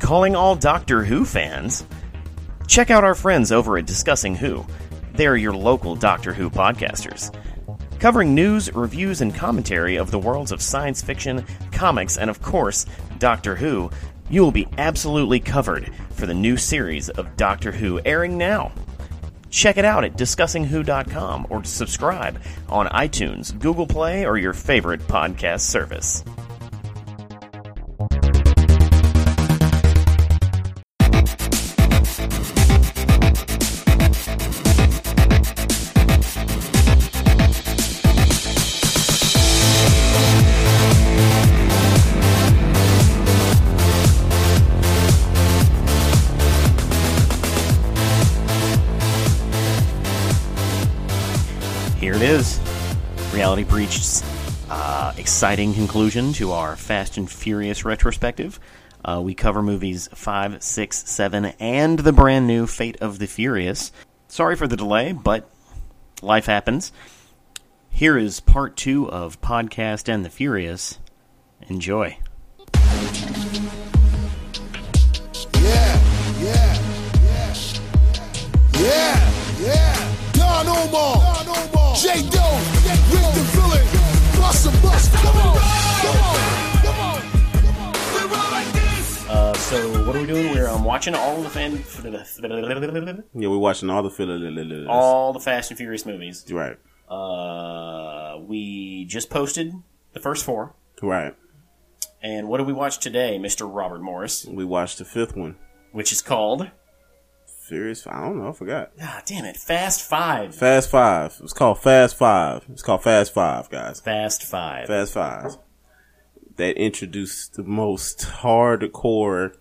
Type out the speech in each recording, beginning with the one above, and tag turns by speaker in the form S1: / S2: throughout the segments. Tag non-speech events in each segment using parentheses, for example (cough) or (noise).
S1: Calling all Doctor Who fans. Check out our friends over at Discussing Who. They are your local Doctor Who podcasters, covering news, reviews, and commentary of the worlds of science fiction, comics, and of course, Doctor Who. You will be absolutely covered for the new series of Doctor Who airing now. Check it out at discussingwho.com or subscribe on iTunes, Google Play, or your favorite podcast service. Here it is. Reality Breach's uh, exciting conclusion to our Fast and Furious retrospective. Uh, we cover movies 5, 6, 7, and the brand new Fate of the Furious. Sorry for the delay, but life happens. Here is part two of Podcast and the Furious. Enjoy.
S2: Yeah, yeah, yeah, yeah, yeah. Nah, no more. Nah, no more. J Doe, with the villain. Bust a bust. Come on, come on, come on.
S1: Uh, so, what are we doing? We're um, watching all the fan-
S3: Yeah, we're watching all the filler.
S1: all the Fast and Furious movies.
S3: right,
S1: Uh, we just posted the first four.
S3: right.
S1: And what did we watch today, Mr. Robert Morris?
S3: We watched the fifth one.
S1: Which is called.
S3: Furious. I don't know. I forgot.
S1: Ah, damn it. Fast Five.
S3: Fast Five. It's called Fast Five. It's called Fast Five, guys.
S1: Fast Five.
S3: Fast Five. That introduced the most hardcore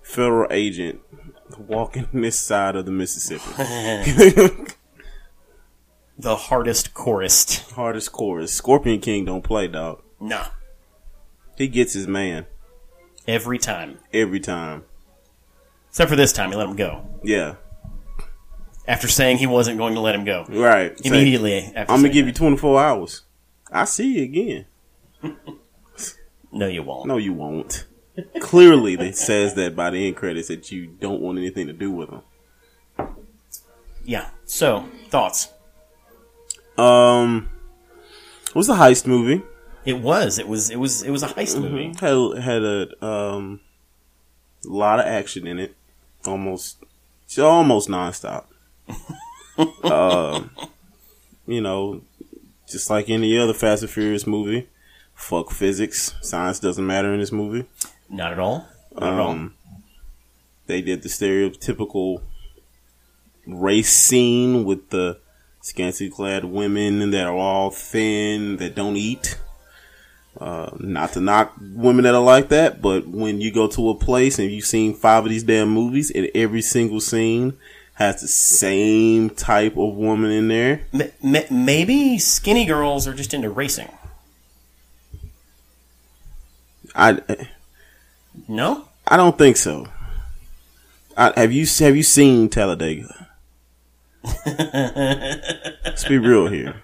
S3: federal agent walking (laughs) this side of
S1: (laughs)
S3: the Mississippi.
S1: The hardest chorist.
S3: Hardest chorus. Scorpion King don't play, dog.
S1: Nah.
S3: He gets his man
S1: Every time.
S3: every time.
S1: Except for this time, he let him go.
S3: Yeah.
S1: After saying he wasn't going to let him go.
S3: Right. Say-
S1: Immediately after
S3: I'm gonna
S1: saying
S3: give you
S1: that.
S3: 24 hours. I see you again.
S1: No, you won't.
S3: No, you won't. Clearly, it says that by the end credits that you don't want anything to do with them.
S1: Yeah. So, thoughts?
S3: Um, it was a heist movie.
S1: It was. It was. It was. It was a heist
S3: Mm-hmm.
S1: movie.
S3: Had had a um, lot of action in it. Almost, it's almost nonstop. Um, you know, just like any other Fast and Furious movie. Fuck physics. Science doesn't matter in this movie.
S1: Not at all. Not at all.
S3: Um, they did the stereotypical race scene with the scantily clad women that are all thin that don't eat. Uh, not to knock women that are like that, but when you go to a place and you've seen five of these damn movies, and every single scene has the same type of woman in there,
S1: M- m- maybe skinny girls are just into racing.
S3: I
S1: No.
S3: I don't think so. I, have you have you seen Talladega? Let's be real here.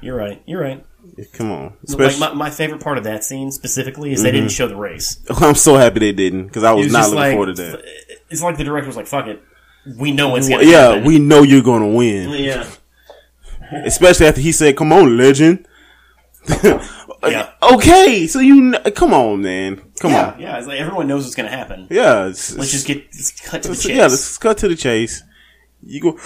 S1: You're right. You're right.
S3: Come on.
S1: Like
S3: Especially, Mm-hmm.
S1: my, my favorite part of that scene specifically is they didn't show the race.
S3: (laughs) I'm so happy they didn't because I was,
S1: It's
S3: not
S1: just
S3: looking
S1: like,
S3: forward to that.
S1: (laughs) f- It's like the director was like, "Fuck it, we know what's gonna
S3: yeah,
S1: happen."
S3: we know you're gonna win,
S1: yeah,
S3: especially after he said, "Come on, legend." (laughs)
S1: Yeah.
S3: Okay, so you kn- come on, man. Come
S1: yeah,
S3: on.
S1: yeah. It's like everyone knows what's gonna happen.
S3: Yeah. It's,
S1: Let's just get let's cut to the
S3: let's-
S1: chase.
S3: Yeah, let's cut to the chase. You go. (clears throat)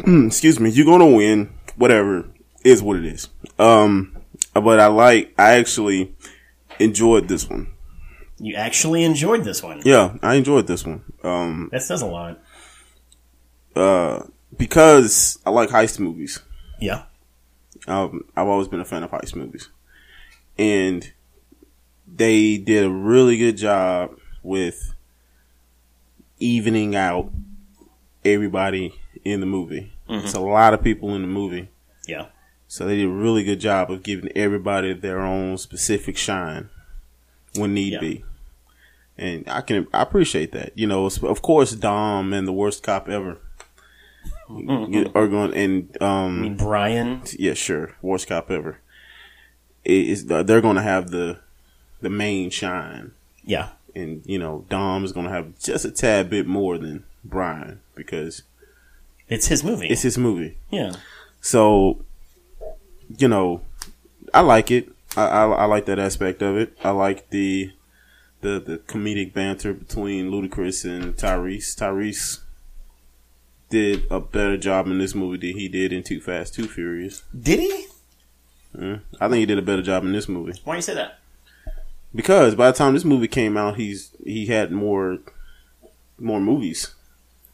S3: Mm, excuse me. You're gonna win. Whatever is what it is. Um, but I like. I actually enjoyed this one.
S1: you actually enjoyed this one.
S3: Yeah, I enjoyed this one. Um,
S1: That says a lot.
S3: uh, because I like heist movies.
S1: Yeah,
S3: Um, I've always been a fan of heist movies, and they did a really good job with evening out everybody in the movie. It's a lot of people in the movie,
S1: yeah.
S3: so they did a really good job of giving everybody their own specific shine when need
S1: Yeah.
S3: be. And I can I appreciate that. You know, it's- of course, Dom and the worst cop ever are going and um
S1: I mean, Brian.
S3: yeah, sure, worst cop ever. uh, It is they're going to have the the main shine
S1: Yeah,
S3: and you know Dom is going to have just a tad bit more than Brian because
S1: It's his movie.
S3: it's his movie.
S1: yeah.
S3: So, you know, I like it. I, I, I like that aspect of it. I like the the the comedic banter between Ludacris and Tyrese. Tyrese did a better job in this movie than he did in Too Fast, Too Furious.
S1: Did he?
S3: Mm. I think he did a better job in this movie
S1: Why do you say that?
S3: because by the time this movie came out, he's he had more more movies,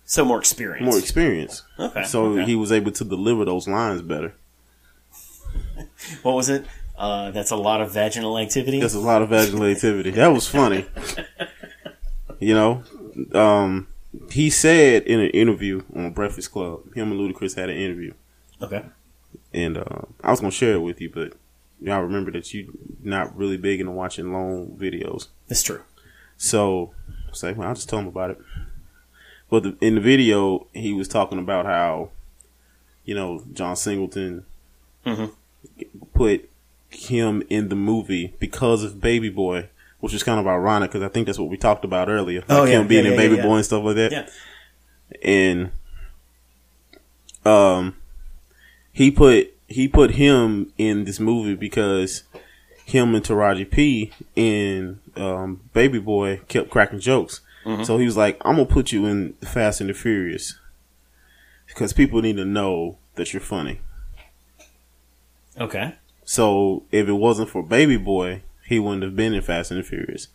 S1: So more experience.
S3: more experience.
S1: okay.
S3: So
S1: okay.
S3: he was able to deliver those lines better.
S1: what was it? Uh, that's a lot of vaginal activity.
S3: That's a lot of vaginal activity. That was funny. You know, um, he said in an interview on Breakfast Club, him and Ludacris had an interview,
S1: okay.
S3: and uh, I was gonna share it with you, but y'all remember that you not really big into watching long videos,
S1: That's true.
S3: so I was like, well, I'll just tell him about it. But the, in the video, he was talking about how, you know, John Singleton
S1: Mhm.
S3: put him in the movie because of Baby Boy, which is kind of ironic because I think that's what we talked about earlier. Like
S1: Oh, yeah,
S3: him being
S1: yeah,
S3: in
S1: yeah,
S3: Baby
S1: yeah,
S3: Boy
S1: yeah.
S3: and stuff like that.
S1: Yeah.
S3: And um he put he put him in this movie because him and Taraji P and um, Baby Boy kept cracking jokes. So he was like, "I'm gonna put you in Fast and the Furious because people need to know that you're funny."
S1: Okay.
S3: So if it wasn't for Baby Boy, he wouldn't have been in Fast and the Furious,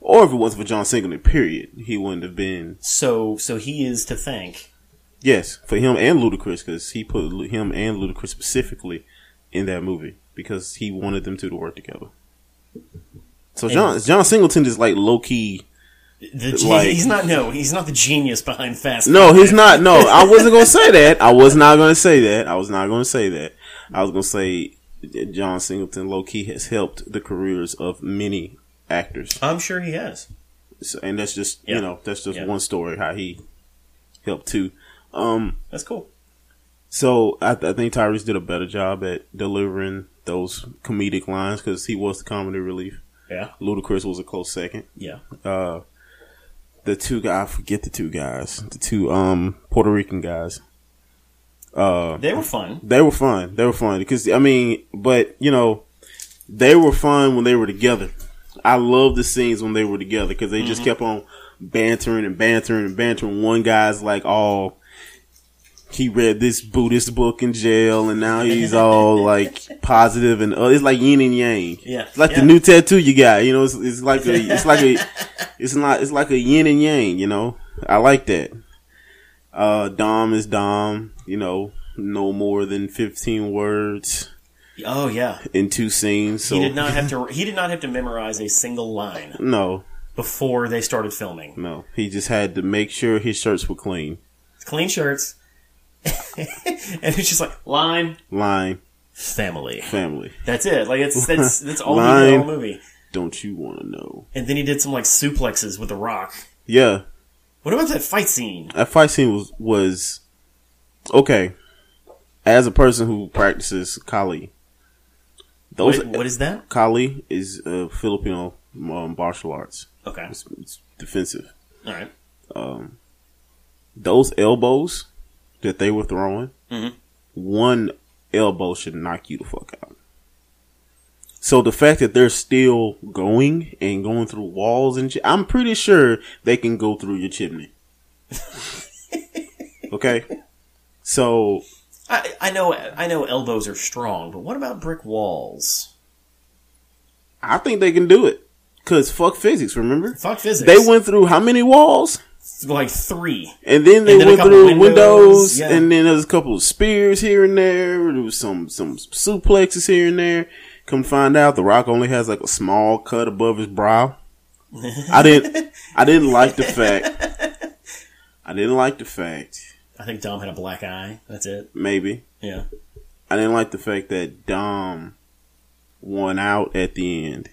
S3: or if it wasn't for John Singleton, period, he wouldn't have been.
S1: So so he is to thank.
S3: Yes, for him and Ludacris because he put Lu- him and Ludacris specifically in that movie because he wanted them two to work together. So John John Singleton is like low key.
S1: The, ge-
S3: Like-
S1: he's not. No, he's not the genius behind Fast.
S3: No, he's not. (laughs) No, I wasn't gonna say that. I was not gonna say that. I was not gonna say that. I was gonna say that John Singleton low key has helped the careers of many actors,
S1: I'm sure he has.
S3: so, and that's just
S1: Yeah.
S3: you know that's just
S1: Yeah.
S3: one story how he helped too. Um,
S1: That's cool.
S3: so I, I think Tyrese did a better job at delivering those comedic lines because he was the comedy relief.
S1: Yeah.
S3: Ludacris was a close second.
S1: Yeah.
S3: Uh, the two guys, I forget the two guys, the two um Puerto Rican guys. Uh,
S1: They were fun.
S3: they were fun. They were fun because I mean, but you know, they were fun when they were together. I love the scenes when they were together because they
S1: Mm-hmm.
S3: just kept on bantering and bantering and bantering. One guy's like, "Oh, he read this Buddhist book in jail, and now
S1: (laughs)
S3: he's all like positive and uh, it's like yin and yang.
S1: Yeah,
S3: it's like
S1: yeah.
S3: the new tattoo you got. You know, it's, it's
S1: (laughs)
S3: like a, it's like a, it's not, it's like a yin and yang. You know, I like that. Uh, Dom is Dom. You know, no more than fifteen words
S1: Oh yeah.
S3: in two scenes. So
S1: He did not have to. He did not have to memorize a single line
S3: no,
S1: before they started filming.
S3: no. He just had to make sure his shirts were clean.
S1: Clean shirts, (laughs) and it's just like line
S3: Line
S1: family.
S3: family.
S1: That's it. Like
S3: (laughs)
S1: it's that's that's all he did in
S3: Line.
S1: the whole movie.
S3: Don't you want to know?
S1: And then he did some like suplexes with the rock.
S3: Yeah,
S1: What about that fight scene?
S3: that fight scene was was okay. As a person who practices kali, those
S1: What- what is that?
S3: kali is uh, Filipino um, martial arts.
S1: Okay.
S3: It's, it's defensive.
S1: All right.
S3: Um, those elbows that they were throwing,
S1: Mhm.
S3: one elbow should knock you the fuck out. So the fact that they're still going and going through walls and shit, I'm pretty sure they can go through your chimney. okay, so
S1: I, I know I know elbows are strong, but what about brick walls?
S3: I think they can do it because fuck physics. Remember,
S1: Fuck physics.
S3: they went through how many walls?
S1: like three.
S3: And then they
S1: And then a
S3: went
S1: couple
S3: through windows,
S1: windows, yeah.
S3: and then there's a couple of spears here and there. There was some some suplexes here and there. Come find out, The Rock only has like a small cut above his brow.
S1: (laughs)
S3: I didn't. I didn't like the fact. I didn't like the fact.
S1: I think Dom had a black eye. That's it.
S3: Maybe
S1: Yeah.
S3: I didn't like the fact that Dom won out at the end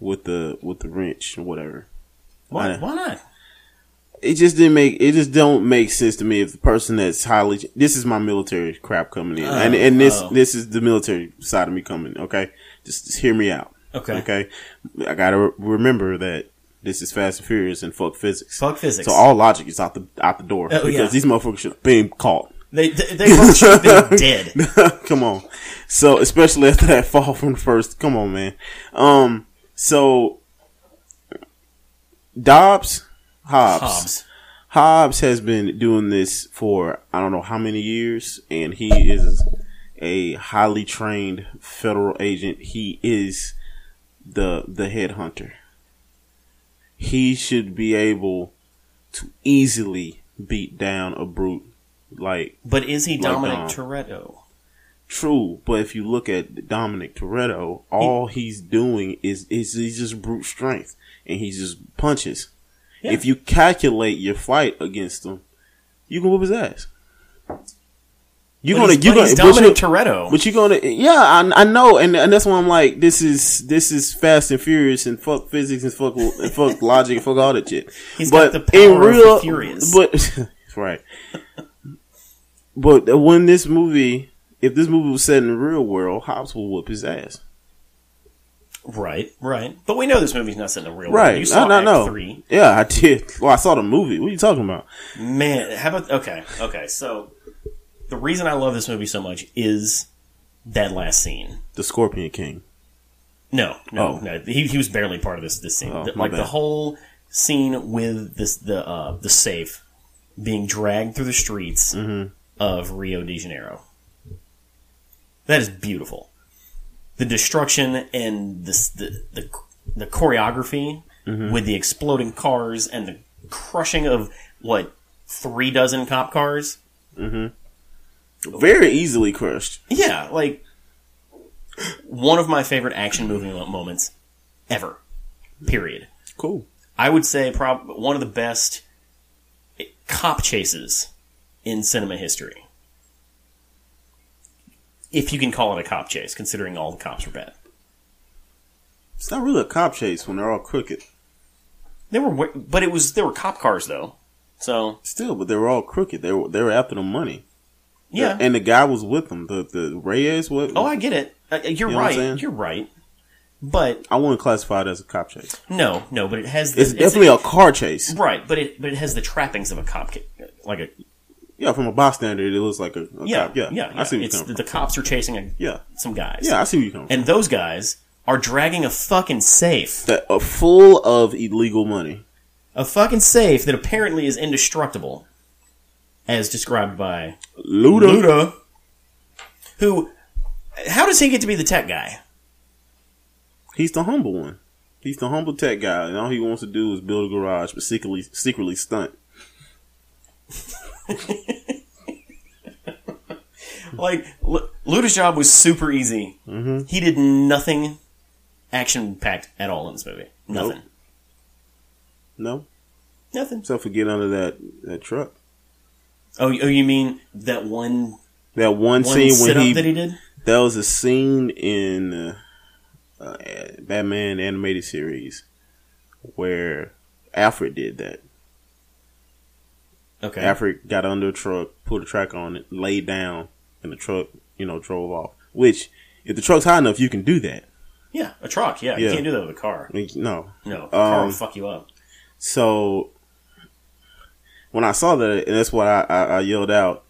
S3: with the with the wrench or whatever.
S1: Why?
S3: I-
S1: Why not?
S3: it just didn't make it just don't make sense to me if the person that's highly this is my military crap coming in and and this
S1: oh.
S3: this is the military side of me coming okay just, just hear me out
S1: Okay.
S3: okay i gotta re- remember that This is Fast and Furious and fuck physics.
S4: Fuck physics.
S3: So
S1: (laughs)
S3: all logic is out the out the door
S4: Oh,
S3: because
S4: yeah.
S3: these motherfuckers should have been caught.
S4: They they, they both should have
S3: (laughs)
S4: been dead.
S3: come on. So especially after that fall from the first, come on, man. Um, so Dobbs, Hobbs, Hobbs,
S4: Hobbs.
S3: has been doing this for I don't know how many years, and he is a highly trained federal agent. He is the the headhunter. He should be able to easily beat down a brute like
S1: But is he
S3: (laughs) Like,
S1: Dominic
S3: um,
S1: Toretto?
S3: True, but if you look at Dominic Toretto, all he's doing is is he's just brute strength and he's just punches.
S4: Yeah.
S3: If you calculate your fight against him, you can whoop his ass. You're
S4: But
S3: gonna
S4: he's-
S3: you're
S4: but
S3: gonna
S4: he's
S3: but
S4: Dominic
S3: you-
S4: Toretto.
S3: But you're gonna yeah, I, I know, and and that's why I'm like this is this is Fast and Furious and fuck physics and fuck
S4: (laughs)
S3: and fuck logic and fuck all that shit.
S4: He's got the power of the Furious.
S3: But (laughs) right. But when this movie, if this movie was set in the real world, Hobbs will whoop his ass.
S4: right.
S1: Right. But we know this movie's not set in the real world.
S3: Right?
S1: You saw
S3: I, I
S1: Act
S3: know.
S1: Three.
S3: Yeah, I did. Well, I saw the movie. What are you talking about?
S1: Man, how about okay, okay. So the reason I love this movie so much is that last scene.
S3: The Scorpion King.
S1: No, no,
S3: Oh.
S1: no. He, he was barely part of this this scene.
S3: Oh,
S1: The-
S3: my
S1: like the
S3: bad.
S1: whole scene with this the uh, the safe being dragged through the streets
S3: Mm-hmm.
S1: of Rio de Janeiro. That is beautiful. The destruction and this the the, the choreography
S3: Mm-hmm.
S1: with the exploding cars and the crushing of what three dozen cop cars.
S3: Very easily crushed.
S1: Yeah, like one of my favorite action movie mo- moments ever. Period.
S3: Cool.
S1: I would say prob- one of the best cop chases in cinema history. If you can call it a cop chase, considering all the cops were bad.
S3: It's not really a cop chase when they're all crooked.
S1: They were, wa- but it was there were cop cars though. So
S3: Still, but they were all crooked. They were they were after the money.
S1: yeah.
S3: And the guy was with them. The the Reyes. What?
S1: oh, I get it. Uh, you're
S3: You know what I'm saying?
S1: right. You're right. But
S3: I wouldn't classify it as a cop chase.
S1: no, no. But it has the,
S3: It's definitely a car chase.
S1: right. But it but it has the trappings of a cop, ca- like a
S3: Yeah, from a bystander, it looks like a, a
S1: yeah
S3: cop. Yeah,
S1: yeah.
S3: I see where you're
S1: it's, the,
S3: coming
S1: the
S3: from.
S1: cops are chasing a,
S3: Yeah,
S1: some guys.
S3: yeah, I see where you're coming
S1: and those guys are dragging a fucking safe,
S3: from. That, uh, full of illegal money.
S1: a fucking safe that apparently is indestructible, as described by
S3: Luda.
S1: Luda. Who? How does he get to be the tech guy?
S3: He's the humble one. He's the humble tech guy, and all he wants to do is build a garage, but secretly, secretly stunt.
S1: Like L- Luda's job was super easy. Mm-hmm. He did nothing action packed at all in this movie. Nothing.
S3: Nope. No,
S1: Nothing.
S3: except for get under that, that truck.
S1: Oh, y- oh, you mean that one
S3: That one,
S1: one
S3: scene
S1: sit
S3: when
S1: up
S3: he,
S1: that he did?
S3: that was a scene in uh, uh, Batman animated series where Alfred did that.
S1: Okay.
S3: Alfred got under a truck, put a track on it, laid down, and the truck, you know, drove off. Which, if the truck's high enough, you can do that.
S1: yeah, a truck. Yeah, you
S3: Yeah.
S1: can't do that with a car.
S3: I mean, no.
S1: No, a car will
S3: Um,
S1: fuck you up.
S3: So, when I saw that, and that's why I, I, I yelled out,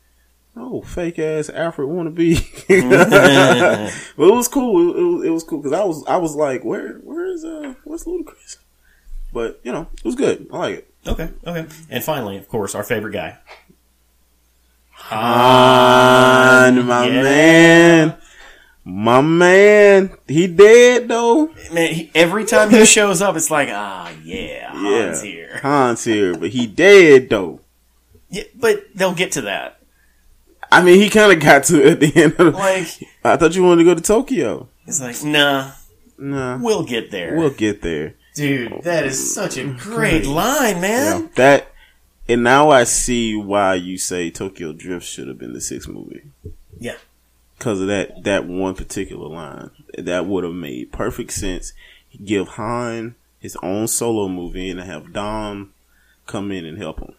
S3: "Oh, fake ass Alfred wannabe!" (laughs) but it was cool. It, it, was- it was cool because I was I was like, "Where where is uh where's Ludacris?" But you know, it was good. I like it.
S1: Okay, okay. And finally, of course, our favorite guy.
S3: And my
S1: Yeah.
S3: man, my man, he dead though.
S1: Man, he, every time he shows up, it's like, ah, yeah, Han's here.
S3: Han's here, but he dead though.
S1: Yeah, but they'll get to that.
S3: I mean, he kind of got to it at the end. Of the,
S1: Like,
S3: I thought you wanted to go to Tokyo.
S1: it's like, nah,
S3: Nah,
S1: we'll get there.
S3: we'll get there.
S4: Dude, that is such a
S1: Great
S4: great
S1: line, man.
S3: Yeah, (laughs) that, and now I see why you say Tokyo Drift should have been the sixth movie.
S1: Yeah.
S3: because of that that one particular line that would have made perfect sense. Give Han his own solo movie and have Dom come in and help him.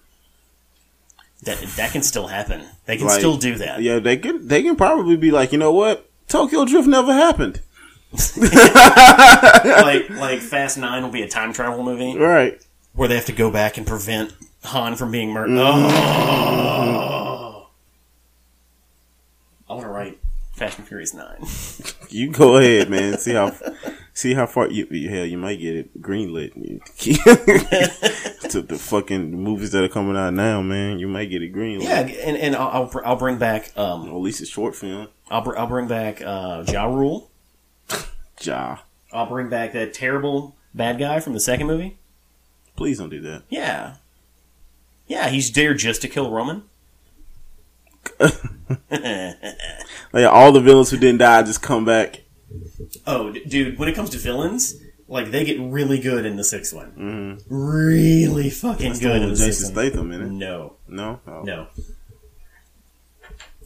S1: That that can still happen. They can
S3: Like,
S1: still do that.
S3: Yeah, they can they can probably be like, you know what? Tokyo Drift never happened.
S1: like like Fast Nine will be a time travel movie
S3: All right.
S1: where they have to go back and prevent Han from being murdered. Oh. I want to write Fast and Furious Nine. (laughs)
S3: You go ahead, man. See how see how far you you- hell you might get it greenlit. (laughs) to the fucking movies that are coming out now, man. You might get it greenlit.
S1: Yeah, and, and I'll, I'll br- I'll bring back um
S3: Or at least a short film.
S1: I'll, br- I'll bring back uh Ja Rule.
S3: Ja.
S1: I'll bring back that terrible bad guy from the second movie.
S3: Please don't do that.
S1: Yeah, yeah, he's there just to kill Roman.
S3: Like all the villains who didn't die just come back.
S1: Oh, d- dude, when it comes to villains, like they get really good in the sixth one.
S3: Mm-hmm.
S1: Really fucking
S3: That's the
S1: good
S3: one
S1: in the
S3: with Jason
S1: sixth one.
S3: Statham in it.
S1: No,
S3: No? Oh.
S1: no.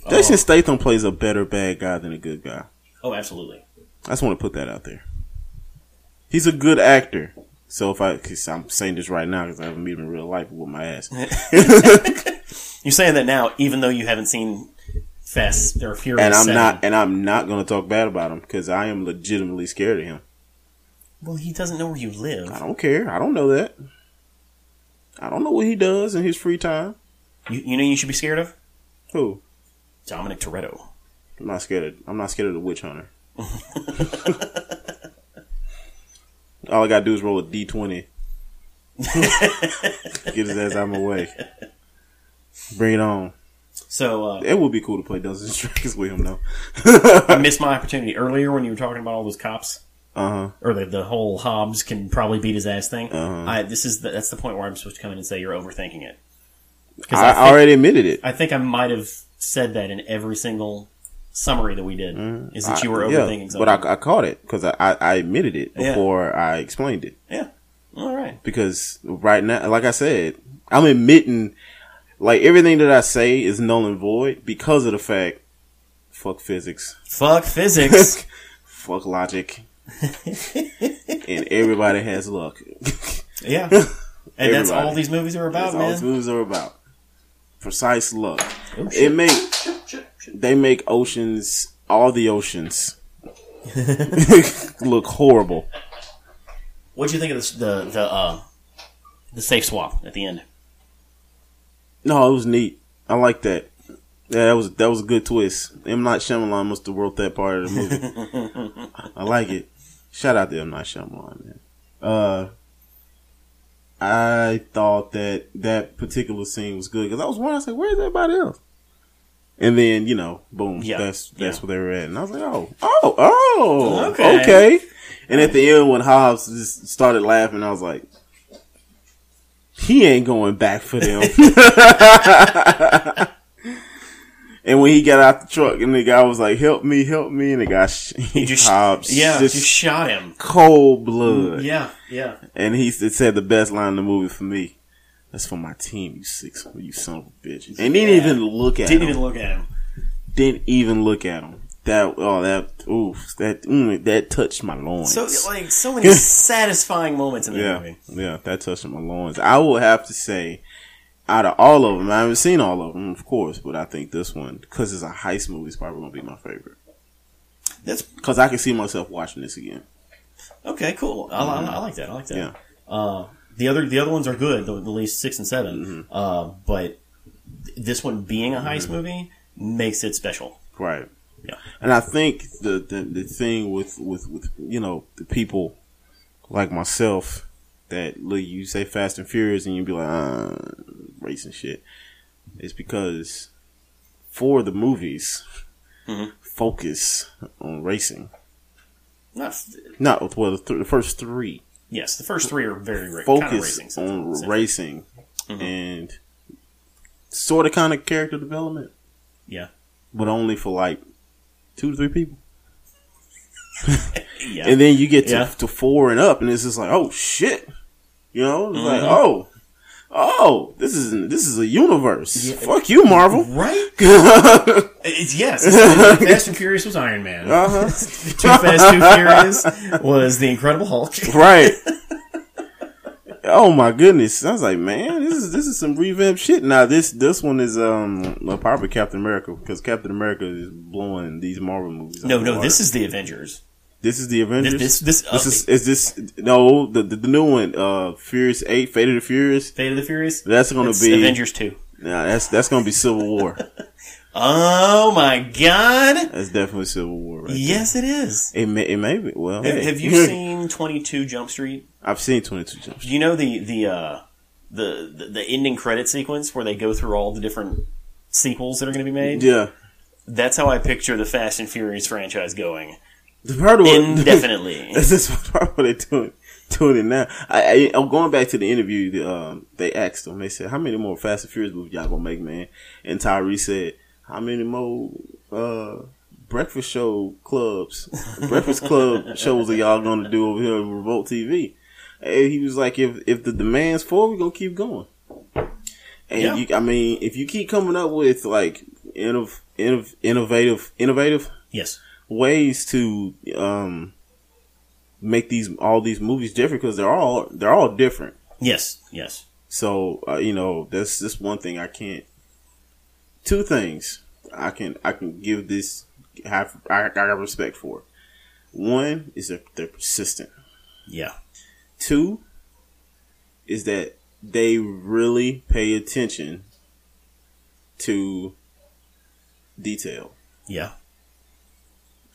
S3: Jason
S1: Oh,
S3: Statham plays a better bad guy than a good guy.
S1: oh, absolutely.
S3: I just want to put that out there. He's a good actor. So if I, cause I'm saying this right now because I haven't met him in real life with my ass.
S1: You're saying that now, even though you haven't seen Fast or Furious.
S3: and I'm
S1: 7.
S3: not and I'm not gonna talk bad about him because I am legitimately scared of him.
S1: Well, he doesn't know where you
S3: I
S1: live.
S3: don't care. I don't know that. I don't know what he does in his free time.
S1: You, you know you should be scared of
S3: Who?
S1: Dominic Toretto.
S3: I'm not scared of. I'm not scared of the
S1: (laughs)
S3: witch hunter. All I gotta do is roll a d20. Get his ass out of my way. Bring it on.
S1: So uh,
S3: It would be cool to play Dungeons and Dragons with him though.
S1: I missed my opportunity earlier when you were talking about all those cops.
S3: Uh huh.
S1: or the, the whole Hobbs can probably beat his ass thing.
S3: Uh-huh.
S1: I, this is the, that's the point where I'm supposed to come in and say you're overthinking it. Because I,
S3: I,
S1: think,
S3: already admitted it.
S1: I think I might have said that in every single summary that we did. Is that you were
S3: Mm-hmm. I- yeah,
S1: overthinking something?
S3: But I, I caught it because I, I, I admitted it
S1: Yeah.
S3: before I explained it.
S1: yeah. All right.
S3: Because right now, like I said, I'm admitting like everything that I say is null and void because of the fact fuck physics,
S1: Fuck physics.
S3: (laughs)
S1: (laughs)
S3: fuck logic, and everybody has luck. (laughs) That's
S1: yeah. And that's
S3: Everybody.
S1: all these movies are about,
S3: all these
S1: man.
S3: movies are about. Precise luck.
S1: Oh, shit.
S3: It make they make oceans, all the
S1: (laughs)
S3: oceans, (laughs) look horrible.
S1: What'd you think of this, the the uh, the safe swap at the end?
S3: No, it was neat. I like that. Yeah, that was that was a good twist. M Night Shyamalan must have wrote that part of the movie.
S1: (laughs)
S3: I like it. Shout out to M Night Shyamalan, man. Uh, I thought that that particular scene was good because I was wondering, I was like, where's everybody else? And then you know, boom,
S1: Yeah,
S3: that's that's
S1: yeah.
S3: where they were at, and I was like, oh, oh, oh,
S1: Okay.
S3: okay. And at the end, when Hobbs just started laughing, I was like, he ain't going back
S1: (laughs)
S3: for them. And when he got out the truck, and the guy was like, "Help me, help me," and the guy sh-
S1: You just
S3: Hobbs,
S1: yeah,
S3: just
S1: just shot him.
S3: cold blood.
S1: Yeah, yeah.
S3: And he s- said the best line in the movie for me. That's for my team, you six, you son of a bitch. And didn't
S1: Yeah.
S3: even look at
S1: Didn't
S3: him.
S1: even look at him.
S3: didn't even look at him. That oh that oof that mm, that touched my loins.
S1: So like so
S3: (laughs)
S1: many satisfying moments in the
S3: yeah,
S1: movie.
S3: yeah, that touched my loins. I will have to say, out of all of them, I haven't seen all of them, of course, but I think this one because it's a heist movie is probably gonna be my favorite.
S1: That's
S3: Because I can see myself watching this again.
S1: Okay, cool. I, I, I like that. I like that.
S3: Yeah.
S1: Uh, the other the other ones are good, though, at least six and 7
S3: Mm-hmm.
S1: Uh, but th- this one being a heist movie makes it special.
S3: Right.
S1: Yeah.
S3: And I think the, the the thing with with with you know the people like myself that look you say Fast and Furious and you be like uh, racing shit. It's because for the movies
S1: Mm-hmm.
S3: focus on racing.
S1: Not f-
S3: Not with well the, th- the first three
S1: yes, the first three are very ra- kind of
S3: focus
S1: racing. Mm-hmm.
S3: on
S1: scenes.
S3: racing and sort of kind of character development,
S1: Yeah,
S3: but only for like two to three people.
S1: yeah.
S3: And then you get to,
S1: Yeah.
S3: to four and up, and it's just like, oh shit, you know, it's
S1: Mm-hmm.
S3: like oh, oh, this is this is a universe. Fuck you, Marvel.
S1: (laughs)
S3: (laughs)
S1: Right? It's- yes. it's- Fast and Furious was Iron Man.
S3: Uh-huh.
S1: (laughs) Too Fast, Too Furious was The Incredible
S3: (laughs)
S1: Hulk.
S3: right. Oh my goodness! I was like, man, this is this is some revamp shit. Now this this one is um well, probably Captain America because Captain America is blowing these Marvel movies.
S1: No, no, this is The Avengers.
S3: This is the Avengers.
S1: This- this- this-
S3: is is this no the, the the new one. Uh, Furious Eight, Fate of the Furious.
S1: Fate of the Furious.
S3: That's gonna
S1: It's
S3: be
S1: Avengers Two.
S3: Nah, that's that's gonna be Civil War.
S1: Oh my god!
S3: that's definitely Civil War. Right?
S1: Yes, it is.
S3: It may it may be. Well,
S1: Have-
S3: hey.
S1: Have you
S3: (laughs)
S1: seen Twenty Two Jump Street?
S3: I've seen Twenty Two Jump Street.
S1: Do you know the the uh, the the- the ending credit sequence where they go through all the different sequels that are going to be made?
S3: Yeah,
S1: That's how I picture the Fast and Furious franchise going
S3: the part (laughs) of what-
S1: indefinitely.
S3: That's just part what they're doing doing it now. I, I I'm going back to the interview. The, um, they asked him. They said, "How many more Fast and Furious movies y'all gonna make, man?" And Tyree said, "How many more uh, breakfast show clubs, breakfast club shows are y'all gonna do over here on Revolt TV?" And he was like, "If if the demand's for, we're gonna keep going." And
S1: Yeah.
S3: you, I mean, if you keep coming up with like innov, innov, innovative, innovative
S1: yes.
S3: ways to um make these all these movies different because they're all they're all different.
S1: Yes. Yes.
S3: So uh, you know that's just one thing I can't. Two things I can I can give this have I, I got respect for. One is that they're persistent.
S1: Yeah.
S3: Two is that they really pay attention to detail.
S1: Yeah.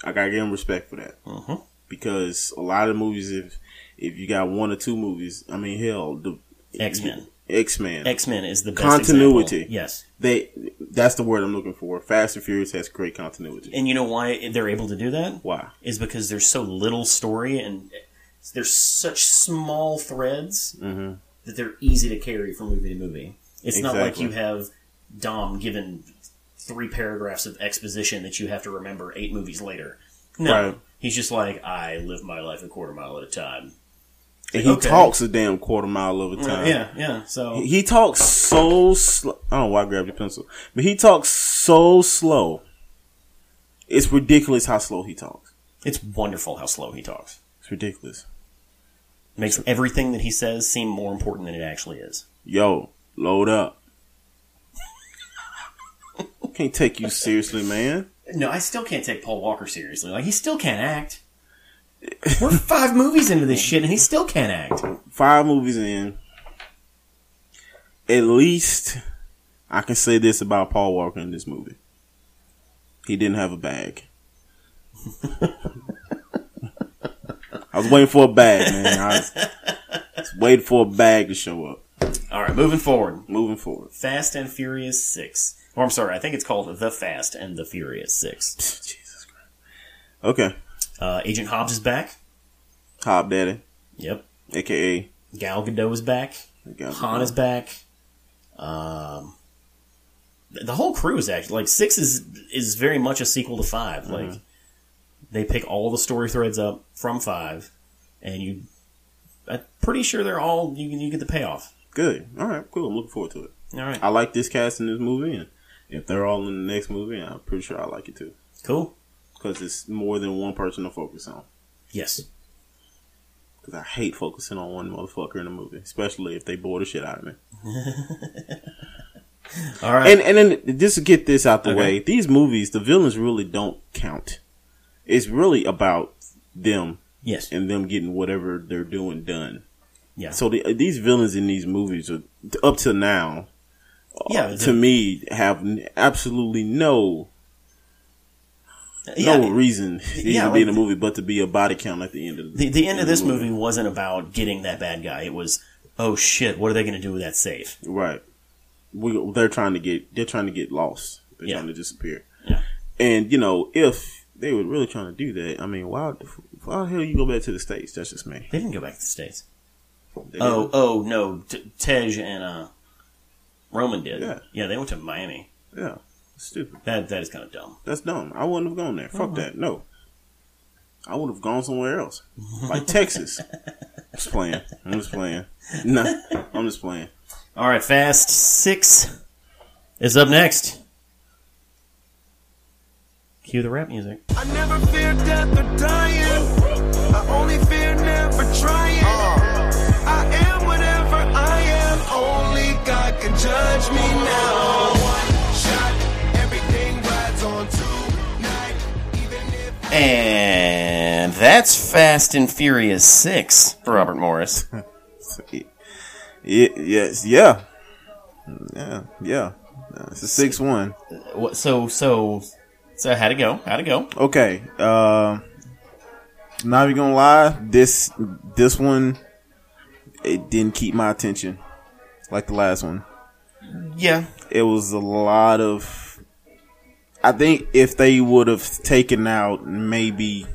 S3: I gotta give them respect for that.
S1: Mhm.
S3: Because a lot of movies, if if you got one or two movies, I mean, hell, the
S1: X Men.
S3: X Men,
S1: X Men is the best
S3: Continuity.
S1: example. Yes.
S3: they that's the word I'm looking for. Fast and Furious has great continuity.
S1: And you know why they're able to do that?
S3: Why?
S1: is because there's so little story and there's such small threads
S3: Mm-hmm.
S1: that they're easy to carry from movie to movie. It's not like
S3: Exactly.
S1: you have Dom given three paragraphs of exposition that you have to remember eight movies later. No,
S3: Right.
S1: he's just like I live my life a quarter mile at a time.
S3: And he
S1: Okay.
S3: talks a damn quarter mile of a time.
S1: yeah, yeah. So
S3: Uh-huh. He talks so slow. I don't know why I grabbed your pencil, but he talks so slow. It's ridiculous how slow he talks.
S1: it's wonderful how slow he talks.
S3: It's ridiculous.
S1: Makes everything that he says seem more important than it actually is.
S3: Yo,
S1: (laughs)
S3: load up. Can't take you seriously, man.
S1: No, I still can't take Paul Walker seriously. Like he still can't act. We're (laughs) five movies into this shit, and he still can't act.
S3: five movies in, at least I can say this about Paul Walker in this movie. He didn't have a bag. I was waiting for a bag, man. I was, was waiting for a bag to show up.
S1: All right, moving forward.
S3: Moving forward.
S1: Fast and Furious Six. Or I'm sorry, I think it's called The Fast and the Furious Six.
S3: Jesus Christ. Okay.
S1: Uh, Agent Hobbs is back.
S3: Hop Daddy,
S1: Yep.
S3: aka
S1: Gal Gadot is back. Han is back. Um, th- the whole crew is actually like six is is very much a sequel to 5 Like they pick all the story threads up from five, and you, I'm pretty sure they're all you you get the payoff.
S3: Good. All right, cool. I'm looking forward to it.
S1: All right,
S3: I like this cast in this movie, and if they're all in the next movie, I'm pretty sure I like it too.
S1: cool.
S3: because it's more than one person to focus on.
S1: Yes,
S3: Because I hate focusing on one motherfucker in a movie, especially if they bore the shit out of me.
S1: all right.
S3: And and then just to get this out the
S1: Okay.
S3: way, these movies, the villains really don't count. It's really about them
S1: yes,
S3: and them getting whatever they're doing done.
S1: yeah,
S3: So the, these villains in these movies are up to now. uh,
S1: Yeah, the-
S3: to me, have n- absolutely no
S1: yeah.
S3: no reason to
S1: Yeah,
S3: even be in a
S1: like-
S3: movie, but to be a body count at the end of
S1: the, the end of this
S3: the movie.
S1: movie wasn't about getting that bad guy. It was, oh shit, what are they going to do with that safe?
S3: Right. We they're trying to get they're trying to get lost. They're
S1: Yeah.
S3: trying to disappear.
S1: Yeah.
S3: And you know if they were really trying to do that, I mean, why why the hell you go back to the states? That's just me.
S1: They didn't go back to the states.
S3: They
S1: Oh,
S3: didn't.
S1: oh no, T- Tej and uh, Roman did.
S3: Yeah.
S1: they went to Miami.
S3: yeah, stupid.
S1: That that is kind of dumb.
S3: That's dumb. I wouldn't have gone there.
S1: Oh.
S3: Fuck that. No, I would have gone somewhere else, like Texas. just playing. I'm just playing. (laughs) Nah, I'm just playing.
S1: All right, Fast Six is up next. Cue the rap music.
S4: I never fear death or dying. I only fear never trying. I am whatever I am. Only God can judge me now. One shot, everything rides on tonight. Even if
S1: And that's Fast and Furious 6 for Robert Morris. (laughs)
S3: Yeah, yes, yeah, yeah, yeah. No, It's a six one.
S1: What- So, so, so how'd it go? How'd it go?
S3: Okay. Um, not even gonna lie, this this one it didn't keep my attention like the last one.
S1: Yeah.
S3: It was a lot of. I think if they would have taken out maybe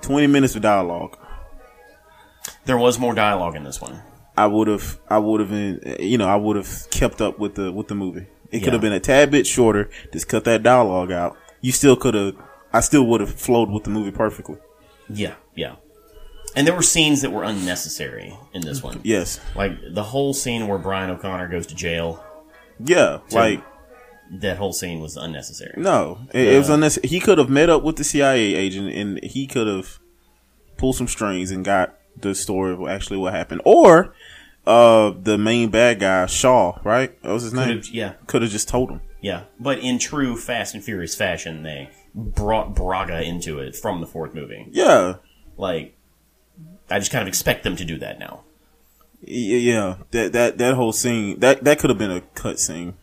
S3: twenty minutes of dialogue,
S1: There was more dialogue in this one.
S3: I would have, I would have, you know, I would have kept up with the with the movie. It
S1: Yeah.
S3: could have been a tad bit shorter. Just cut that dialogue out. You still could have. I still would have flowed with the movie perfectly.
S1: Yeah, yeah. And there were scenes that were unnecessary in this one.
S3: Yes.
S1: Like the whole scene where Brian O'Connor goes to jail,
S3: Yeah. Like
S1: that whole scene was unnecessary.
S3: no, it, it was unnecessary. He could have met up with the CIA agent, and he could have pulled some strings and got the story of actually what happened. Or uh, the main bad guy, Shaw. Right? That was his name.
S1: Could've- yeah.
S3: Could have just told him.
S1: Yeah. But in true Fast and Furious fashion, they brought Braga into it from the fourth movie.
S3: Yeah.
S1: Like, I just kind of expect them to do that now.
S3: Yeah, yeah, that that that whole scene that that could have been a cut scene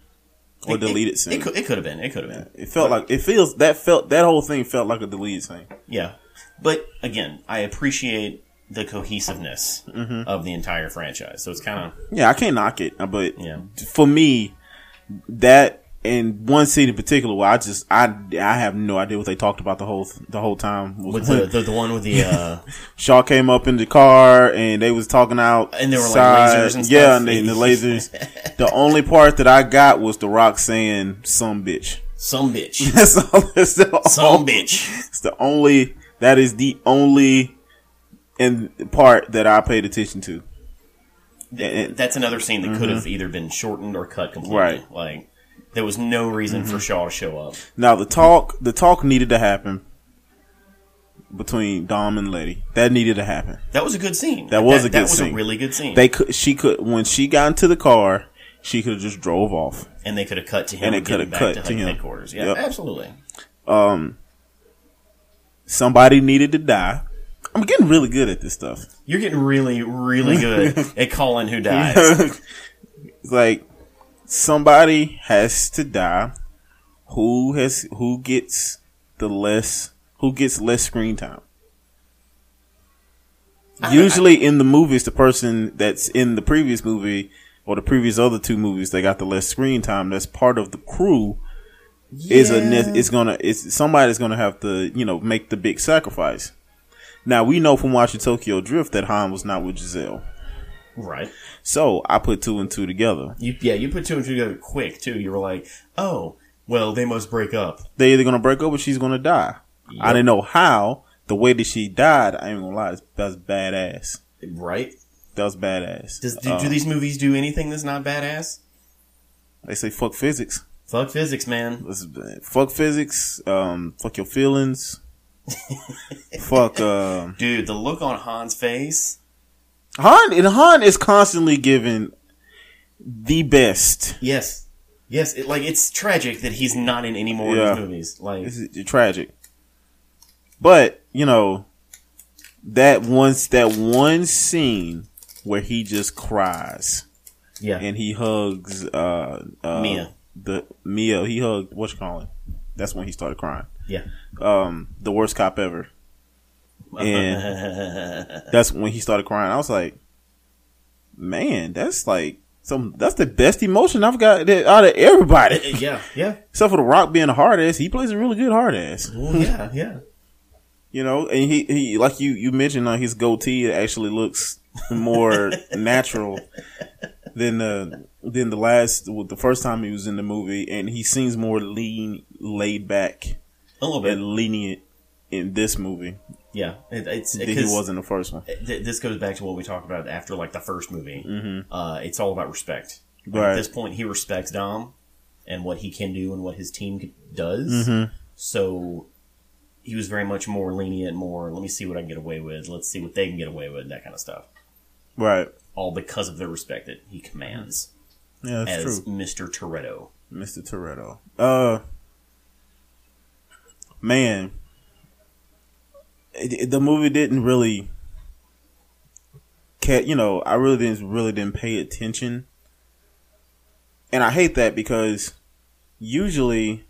S3: or deleted
S1: it,
S3: scene.
S1: It
S3: It,
S1: could, it could have been. It could have been.
S3: felt like it feels that felt that whole thing felt like a deleted scene.
S1: Yeah. But again, I appreciate the cohesiveness
S3: Mm-hmm.
S1: of the entire franchise. So it's kind of
S3: Yeah, I can't knock it, uh, but
S1: Yeah.
S3: for me, that and one scene in particular where I just I I have no idea what they talked about the whole the whole time.
S1: with the, the the one with the
S3: (laughs)
S1: uh
S3: Shaw came up in the car and they was talking out
S1: And there were, like, lasers and
S3: Yeah,
S1: stuff.
S3: and,
S1: (laughs)
S3: they, the lasers. the only part that I got was the Rock saying "some bitch." (laughs)
S1: some bitch,
S3: That's all. That's the
S1: some bitch.
S3: It's the only that is the only and part that I paid attention to.
S1: Th-
S3: it-
S1: That's another scene that could have either been shortened or cut completely.
S3: Mm-hmm. Right. Mm-hmm.
S1: Like there was no reason for Shaw to show up.
S3: Now the talk the talk needed to happen between Dom and Letty. That needed to happen.
S1: That was a good scene.
S3: That was a
S1: That
S3: good
S1: was
S3: scene.
S1: a really good scene.
S3: They could she could when she got into the car, she could have just drove off.
S1: and they could have cut to him
S3: And
S1: and,
S3: it
S1: get him
S3: coulda
S1: back
S3: cut
S1: to,
S3: to
S1: Hutton
S3: him.
S1: headquarters. Yeah,
S3: Yep.
S1: absolutely.
S3: Um, Somebody needed to die. I'm getting really good at this stuff.
S1: You're getting really,
S3: (laughs)
S1: really good at calling who dies.
S3: It's (laughs) like somebody has to die. Who has who gets the less who gets less screen time? Usually in the movies, the person that's in the previous movie or the previous other two movies, they got the less screen time. That's part of the crew. Is a ne- is gonna is somebody's gonna have to you know make the big sacrifice. Now we know from watching Tokyo Drift that Han was not with Giselle,
S1: right.
S3: so I put two and two together.
S1: You, yeah, you put two and two together quick too. You were like, oh, well, they must break up.
S3: they're either gonna break up or she's gonna die. I didn't know how. The way that she died, I ain't gonna lie, that's badass.
S1: Right?
S3: That was badass.
S1: Does do,
S3: Uh,
S1: do these movies do anything that's not badass?
S3: they say fuck physics.
S1: Fuck physics, man.
S3: This is bad. Fuck physics. Um, fuck
S1: (laughs)
S3: your feelings. fuck. Um,
S1: Dude, the look on Han's face.
S3: Han and Han is constantly giving the best.
S1: Yes. Yes, it, like it's tragic that he's not in any more
S3: Yeah.
S1: of these movies. Like
S3: This is tragic. But you know that once that one scene where he just cries.
S1: yeah.
S3: and he hugs uh, uh
S1: Mia.
S3: The Mia, he hugged what you call it? That's when he started crying.
S1: yeah.
S3: Um, the worst cop ever. And
S1: (laughs)
S3: that's when he started crying. I was like, man, that's like some. That's the best emotion I've got that- out of everybody,
S1: (laughs) yeah, yeah.
S3: except for the Rock being a hard ass. He plays a really good hard ass,
S1: Well, yeah, yeah.
S3: (laughs) you know. And he, he like you you mentioned on his goatee, it actually looks
S1: (laughs)
S3: more natural than the than the last the first time he was in the movie, and he seems more lean, laid back,
S1: A little bit.
S3: and lenient in this movie
S1: Yeah. It, it's
S3: than he
S1: because-
S3: was in the first one.
S1: th- this goes back to what we talked about after like the first movie. Uh, it's all about respect. Like,
S3: Mm-hmm. Right.
S1: At this point, he respects Dom and what he can do and what his team c- does.
S3: Mm-hmm.
S1: So he was very much more lenient, more let me see what I can get away with, let's see what they can get away with, that kind of stuff.
S3: Right?
S1: All because of the respect that he commands
S3: Yeah, that's
S1: as
S3: true,
S1: Mr. Toretto.
S3: Mister Toretto. Uh, man, it- it- the movie didn't really cat you know i really didn't really didn't pay attention and i hate that because usually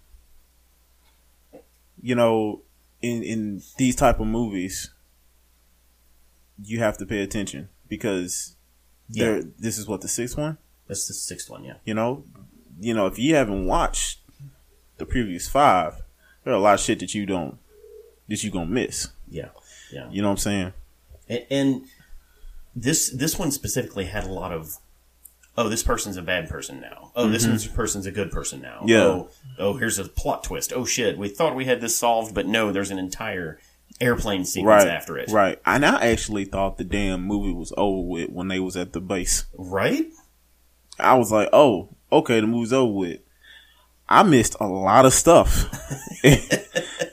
S3: you know in in these type of movies you have to pay attention because
S1: Yeah.
S3: they're this is what the sixth one
S1: That's the sixth one, yeah.
S3: you know you know if you haven't watched the previous five there are a lot of shit that you don't that you gonna miss
S1: Yeah. Yeah.
S3: you know what i'm saying
S1: And, and this this one specifically had a lot of oh this person's a bad person now oh this one's- person's a good person now
S3: Mm-hmm. Yeah.
S1: oh, oh here's a plot twist oh shit we thought we had this solved but no there's an entire airplane sequence
S3: right
S1: after it
S3: Right. And I actually thought the damn movie was over with when they was at the base.
S1: right
S3: I was like, oh, okay, the movie's over with. I missed a lot
S1: (laughs)
S3: of stuff,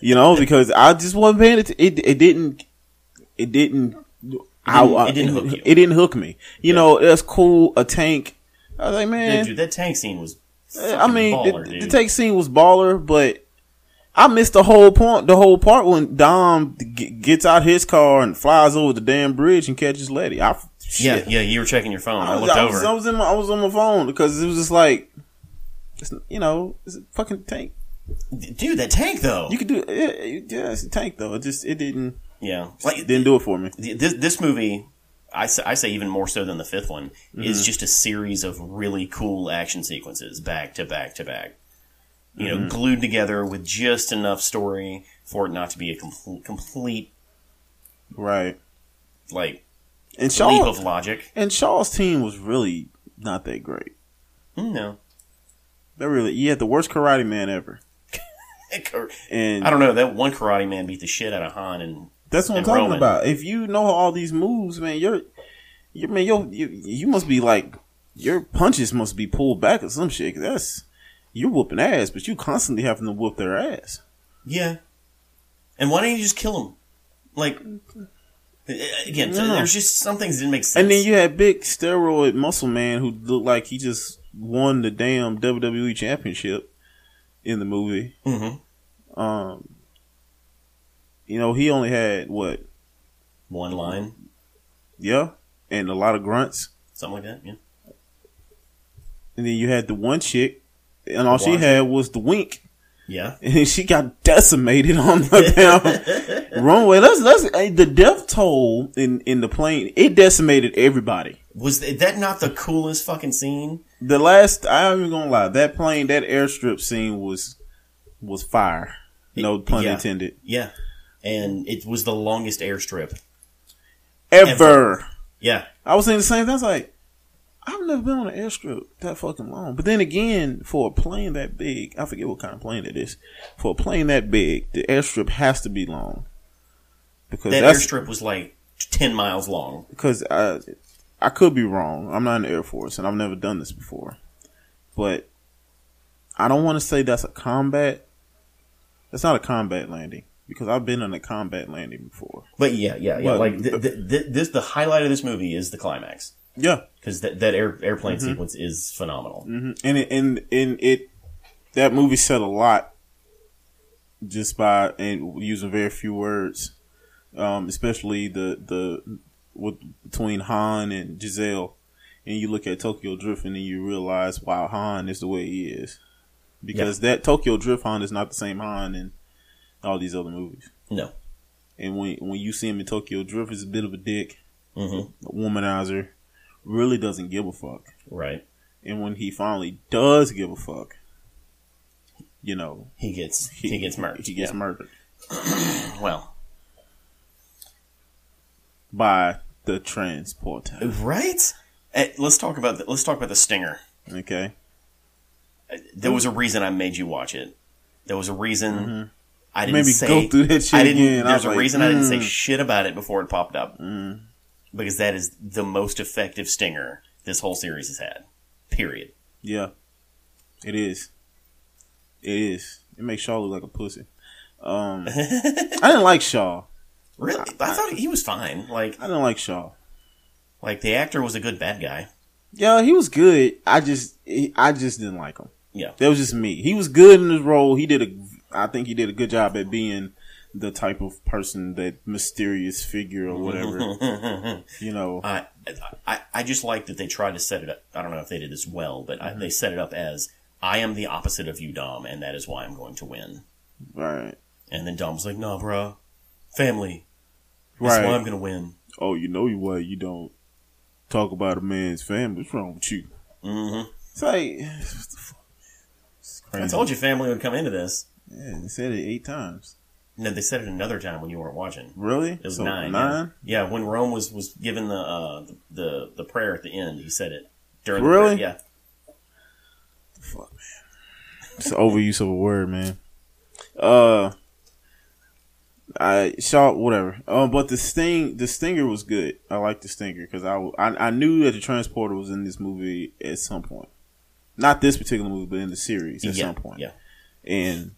S3: you know, because I just wasn't paying it. It, it didn't. It didn't. I-
S1: didn't-
S3: I-
S1: it didn't hook you.
S3: It didn't hook me. You know, that's cool. A tank. I was like, man,
S1: Dude, dude that tank scene was
S3: I mean,
S1: baller,
S3: the, the
S1: dude.
S3: take scene was baller, but I missed the whole point. The whole part when Dom g- gets out his car and flies over the damn bridge and catches Letty. I shit.
S1: yeah yeah you were checking your phone I,
S3: I was,
S1: looked
S3: I
S1: over
S3: was, I was in my, I was on my phone because it was just like, it's, you know, it's a fucking tank.
S1: dude that tank though
S3: You could do, yeah, yeah, it's a tank though. It just it didn't
S1: yeah like
S3: didn't do it for me.
S1: this this movie, I say, I say even more so than the fifth one, is just a series of really cool action sequences back to back to back. You know, glued together with just enough story for it not to be a complete, complete
S3: Right.
S1: like
S3: And
S1: leap of
S3: Shaw
S1: logic.
S3: and Shaw's team was really not that great.
S1: Mm, No, (laughs)
S3: They really you had the worst karate man ever. And
S1: I don't know. That one karate man beat the shit out of Han, and
S3: That's what I'm
S1: and
S3: talking
S1: Roman.
S3: about. If you know all these moves, man, you're, you man, you you you must be like your punches must be pulled back or some shit. 'cause that's you're whooping ass, but you constantly having to whoop their ass.
S1: yeah. And why didn't you just kill him? Like eh, again,
S3: No.
S1: there's just some things that didn't make sense.
S3: And then you had big steroid muscle man who looked like he just won the damn WWE championship in the movie.
S1: Mhm.
S3: Um, you know he only had what,
S1: one line,
S3: yeah, and a lot of grunts.
S1: something like that. Yeah.
S3: And then you had the one chick, and all she
S1: Blonde
S3: had was the wink,
S1: Yeah.
S3: and she got
S1: (laughs)
S3: decimated on the damn runway. That's that's hey, the death toll in in the plane. It decimated everybody.
S1: Was th- that not the coolest fucking scene?
S3: The last, I'm even gonna lie, that plane, that airstrip scene was was fire. No pun
S1: Yeah.
S3: intended.
S1: Yeah. And it was the longest airstrip.
S3: Ever.
S1: Yeah.
S3: I was saying the same thing. I was like, I've never been on an airstrip that fucking long. But then again, for a plane that big, I forget what kind of plane it is. For a plane that big, the airstrip has to be long because
S1: That
S3: that's
S1: airstrip was like 10 miles long.
S3: because I I could be wrong. I'm not in the Air Force and I've never done this before, but I don't want to say that's a combat. That's not a combat landing because I've been on a combat landing before.
S1: But yeah, yeah, yeah.
S3: Well,
S1: like th- th- th- this the highlight of this movie is the climax
S3: Yeah,
S1: cuz that that air- airplane sequence is phenomenal.
S3: and it, and and it that movie said a lot just by and using very few words, um, especially the the with between Han and Giselle, and you look at Tokyo Drift and then you realize wow Han is the way he is because that Tokyo Drift Han is not the same Han in all these other movies.
S1: No.
S3: And when when you see him in Tokyo Drift, he's a bit of a dick,
S1: Mhm.
S3: a womanizer, really doesn't give a fuck
S1: Right.
S3: and when he finally does give a fuck, you know,
S1: He gets he, gets murdered.
S3: (laughs) He gets
S1: yeah.
S3: murdered
S1: Well,
S3: by the transporter.
S1: right? Eh, let's talk about the, let's talk about the stinger.
S3: Okay,
S1: There was a reason I made you watch it. There was a reason
S3: Mm-hmm.
S1: I didn't
S3: Maybe
S1: say
S3: go through that shit
S1: I didn't.
S3: again. I
S1: There's
S3: was
S1: a
S3: like,
S1: reason I didn't say
S3: mm.
S1: shit about it before it popped up because that is the most effective stinger this whole series has had. Period.
S3: yeah, it is. It is. It makes Shaw look like a pussy.
S1: (laughs)
S3: Um, I didn't like Shaw.
S1: Really, I, thought he was fine. Like,
S3: I didn't like Shaw.
S1: like the actor was a good bad guy.
S3: Yeah, he was good. I just, I just didn't like him.
S1: Yeah,
S3: That was just me. He was good in his role. He did a, I think he did a good job at being the type of person that mysterious figure or whatever.
S1: (laughs)
S3: you know,
S1: I, I I just like that they tried to set it up. I don't know if they did this well, but
S3: Mm-hmm.
S1: I, they set it up as I am the opposite of you, Dom, and that is why I'm going to win.
S3: right,
S1: And then Dom's like, "No, bro, family. That's
S3: right.
S1: why I'm going to win."
S3: oh, you know why you don't talk about a man's family? What's wrong with you?
S1: Mm-hmm.
S3: It's like, (sighs) what the fuck, man? It's crazy.
S1: I told you family would come into this.
S3: Yeah, they said it eight times.
S1: No, they said it another time when you weren't watching.
S3: Really?
S1: It was nine. Yeah. Yeah, when Rome was was given the uh, the, the the prayer at the end, he said it during. The
S3: Really?
S1: prayer. Yeah.
S3: Fuck, man. It's an overuse of a word, man. Uh, I saw whatever. Um, but the sting, the stinger was good. I like the stinger because I, w- I I knew that the transporter was in this movie at some point. Not this particular movie, but in the series at
S1: yeah.
S3: some point.
S1: Yeah.
S3: And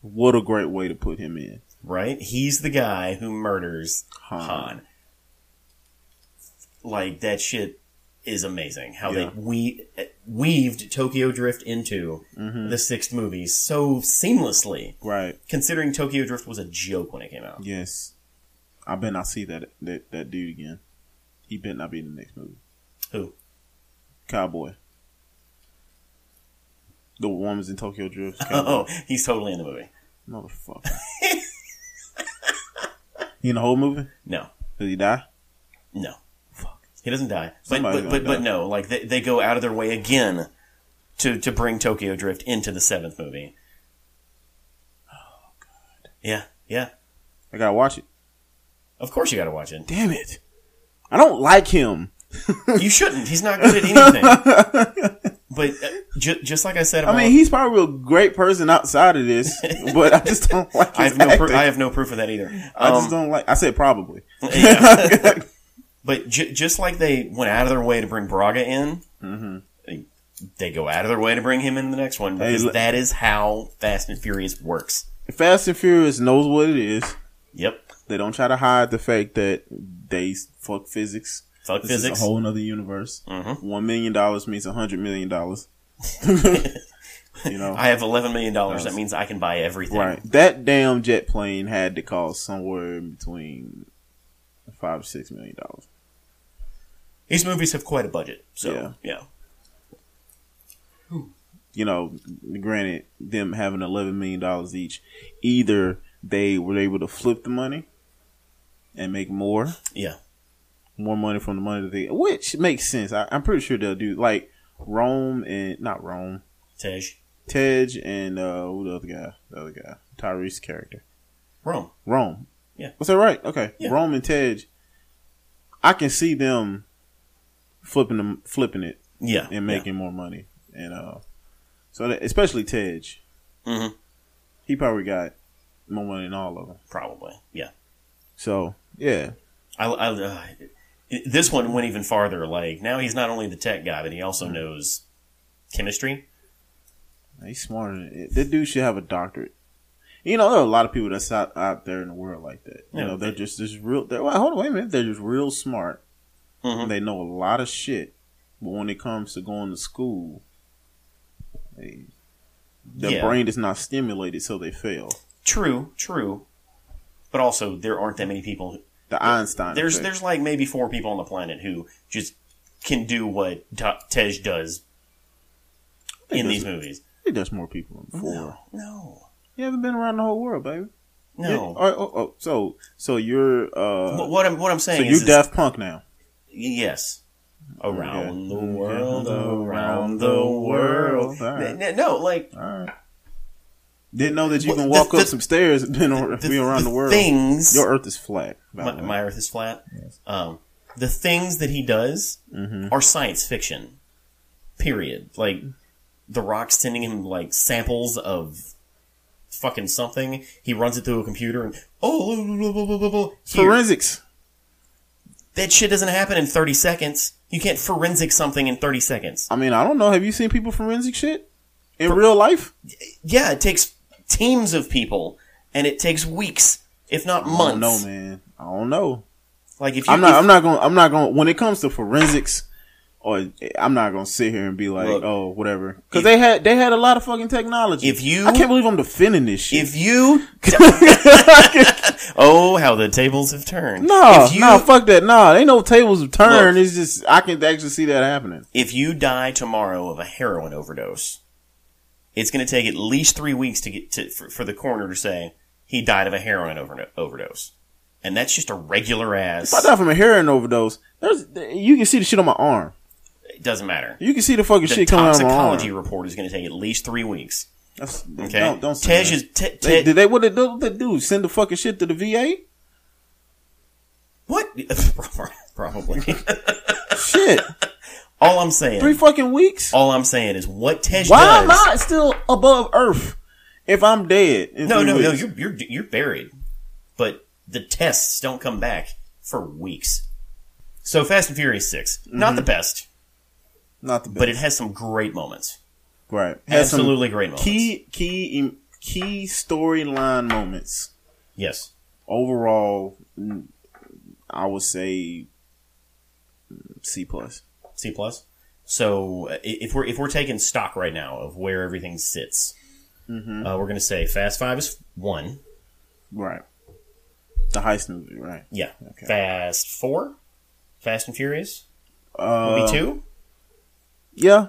S3: what a great way to put him in.
S1: right? He's the guy who murders
S3: Han.
S1: Han. Like that shit is amazing. How they
S3: Yeah.
S1: we weaved Tokyo Drift into
S3: Mm-hmm.
S1: the sixth movie so seamlessly,
S3: Right.
S1: considering Tokyo Drift was a joke when it came out. (laughs)
S3: Yes. I bet not see that that that dude again. He bet not be in the next movie.
S1: Who?
S3: Cowboy. The woman's in Tokyo Drift. Cowboy.
S1: (laughs) Oh, he's totally in the movie.
S3: Motherfucker. he in the whole movie?
S1: No,
S3: Did he die?
S1: no, fuck. He doesn't die. But
S3: Somebody's
S1: but
S3: gonna
S1: but, but
S3: die.
S1: no, like they, they go out of their way again to to bring Tokyo Drift into the seventh movie. Oh god. Yeah, yeah.
S3: I gotta watch it.
S1: Of course you got to watch it.
S3: Damn it. I don't like him.
S1: You
S3: (laughs)
S1: shouldn't. He's not good at anything. but uh, ju- just like I said,
S3: I mean, he's probably a great person outside
S1: (laughs)
S3: of this, but I just don't like
S1: I
S3: his
S1: have no
S3: acting.
S1: pro- I have no proof of that either. Um,
S3: I just don't like. I said probably.
S1: Yeah. but ju- just like they went out of their way to bring Braga in,
S3: Mm-hmm.
S1: they, they go out of their way to bring him in the next one because
S3: le-
S1: that is how Fast and Furious works.
S3: Fast and Furious knows what it is.
S1: Yep.
S3: They don't try to hide the fact that they s- fuck physics.
S1: Fuck
S3: This
S1: physics. Mm-hmm.
S3: is a whole nother universe. One million dollars means a hundred
S1: (laughs)
S3: million dollars. you know,
S1: I have eleven million dollars. That means I can buy everything.
S3: right? That damn jet plane had to cost somewhere in between five or six million dollars.
S1: These movies have quite a budget. So
S3: Yeah.
S1: yeah.
S3: You know, granted, them having eleven million dollars each, either they were able to flip the money and make more,
S1: Yeah.
S3: more money from the money that they, which makes sense. I, I'm pretty sure they'll do like Rome and not Rome.
S1: Tej.
S3: Tej and uh who the other guy? The other guy. Tyrese character.
S1: Rome.
S3: Rome.
S1: Yeah.
S3: Was that right? Okay.
S1: Yeah.
S3: Rome and Tej. I can see them flipping them flipping it
S1: Yeah.
S3: and making more money. And uh so that, especially Tej.
S1: Mhm.
S3: He probably got more money than all of them.
S1: Yeah. probably. Yeah.
S3: So yeah.
S1: I, I uh, this one went even farther. Like now he's not only the tech guy, but he also
S3: Mm-hmm.
S1: knows chemistry.
S3: He's smarter than it. That dude should have a doctorate. You know, there are a lot of people that's out, out there in the world like that. You
S1: Yeah.
S3: know, they're just just real. They're, well, hold on, wait a minute. They're just real smart.
S1: Mhm.
S3: They know a lot of shit, but when it comes to going to school, they, their
S1: Yeah.
S3: brain is not stimulated, so they fail.
S1: True, true. But also, there aren't that many people.
S3: The Einstein.
S1: There's
S3: effect.
S1: there's like maybe four people on the planet who just can do what Ta- Tej does in these movies.
S3: I think there's more people than four.
S1: No, no,
S3: You haven't been around the whole world, baby. Yeah,
S1: no.
S3: oh, oh, oh, so so you're uh
S1: But what I'm what I'm
S3: so
S1: saying
S3: you
S1: is, is-
S3: Daft Punk now.
S1: yes. Around the world,
S3: Okay.
S1: around the world.
S3: All right.
S1: N- n- No, like
S3: Alright. Didn't know that you
S1: Well,
S3: can
S1: the-
S3: walk up
S1: the-
S3: some stairs and been ar- be around the, world.
S1: things.
S3: Your earth is flat. By
S1: my,
S3: the way.
S1: my Earth is flat. Um, the things that he does are science fiction. Period. Like the Rock sending him like samples of fucking something. He runs it through a computer and oh blah, blah, blah, blah, blah, blah. Here.
S3: Forensics.
S1: that shit doesn't happen in thirty seconds. You can't forensic something in thirty seconds.
S3: I mean, I don't know. Have you seen people forensic shit in real life?
S1: Yeah, it takes teams of people and it takes weeks, if not
S3: I
S1: months.
S3: don't know, Oh, man. I don't know.
S1: Like if you,
S3: I'm not.
S1: if-
S3: I'm not going. to I'm not going. to When it comes to forensics, or I'm not gonna sit here and be like,
S1: Look,
S3: oh, whatever, because
S1: if-
S3: they had they had a lot of fucking technology.
S1: If you-
S3: I can't believe I'm defending this shit.
S1: If
S3: (laughs)
S1: you, (laughs) oh, how the tables have turned.
S3: no,
S1: if you,
S3: no, fuck that. No, ain't no tables of turn.
S1: Look.
S3: it's just I can actually see that happening.
S1: if you die tomorrow of a heroin overdose, it's going to take at least three weeks to get to, for, for the coroner to say he died of a heroin overno- overdose, and that's just a regular ass.
S3: I died from a heroin overdose. There's you can see the shit on my arm.
S1: It doesn't matter.
S3: You can see the fucking
S1: The
S3: shit coming out of my arm.
S1: toxicology report is going to take at least three weeks.
S3: That's,
S1: Okay,
S3: don't, don't
S1: Tej
S3: say that.
S1: is Te-
S3: They-
S1: Te-
S3: did they what did they, what they do? Send the fucking shit to
S1: (laughs)
S3: the VA?
S1: what? (laughs) Probably.
S3: Shit,
S1: all I'm saying.
S3: three fucking weeks.
S1: all I'm saying is what Tej
S3: Why
S1: does.
S3: am I still above Earth if I'm dead? in
S1: No,
S3: three
S1: no, no.
S3: weeks?
S1: You're you're you're buried, but the tests don't come back for weeks. So Fast and Furious 6 not
S3: Mm-hmm.
S1: the best,
S3: not the best.
S1: but it has some great moments.
S3: right. Has some
S1: Absolutely great moments.
S3: Key key em- key storyline moments.
S1: Yes,
S3: Overall, mm, I would say mm, C plus.
S1: C plus. So uh, i- if we're if we're taking stock right now of where everything sits,
S3: Mm-hmm.
S1: uh, we're gonna say Fast Five is one.
S3: Right. The heist movie. Right.
S1: Yeah,
S3: Okay.
S1: Fast Four, Fast and Furious
S3: Uh,
S1: would be two.
S3: Yeah.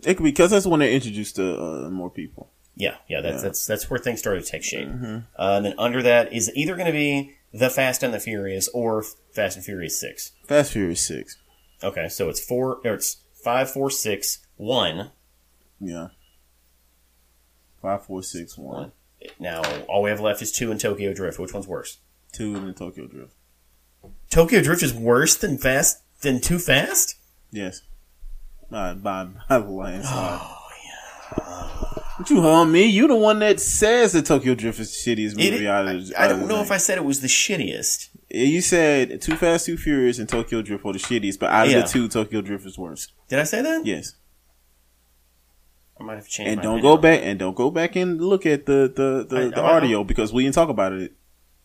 S3: It could be because that's when they introduced uh, more people.
S1: Yeah, yeah, that's that's that's where things started to take shape.
S3: Mm-hmm.
S1: Uh, and then under that is either going to be the Fast and the Furious or Fast and Furious Six.
S3: Fast Furious six.
S1: Okay, so it's four or it's five, four, six, one.
S3: Yeah. Five, four, six, one,
S1: Now all we have left is two and Tokyo Drift. Which one's worse?
S3: two, and then Tokyo Drift.
S1: Tokyo Drift is worse than Fast than Too Fast.
S3: Yes. By by by the landslide. Oh yeah. Don't you hum me? You the one that says that Tokyo Drift is the shittiest
S1: It-
S3: movie out of.
S1: I, I don't know if I said it was the shittiest.
S3: You said Too Fast, Too Furious, and Tokyo Drift are the shittiest, but out of
S1: Yeah.
S3: the two, Tokyo Drift is worse.
S1: Did I say that?
S3: Yes.
S1: I might have changed.
S3: And
S1: my
S3: don't
S1: opinion
S3: go
S1: on that.
S3: back and don't go back and look at the the the,
S1: I-
S3: the
S1: I know.
S3: audio because we didn't talk about it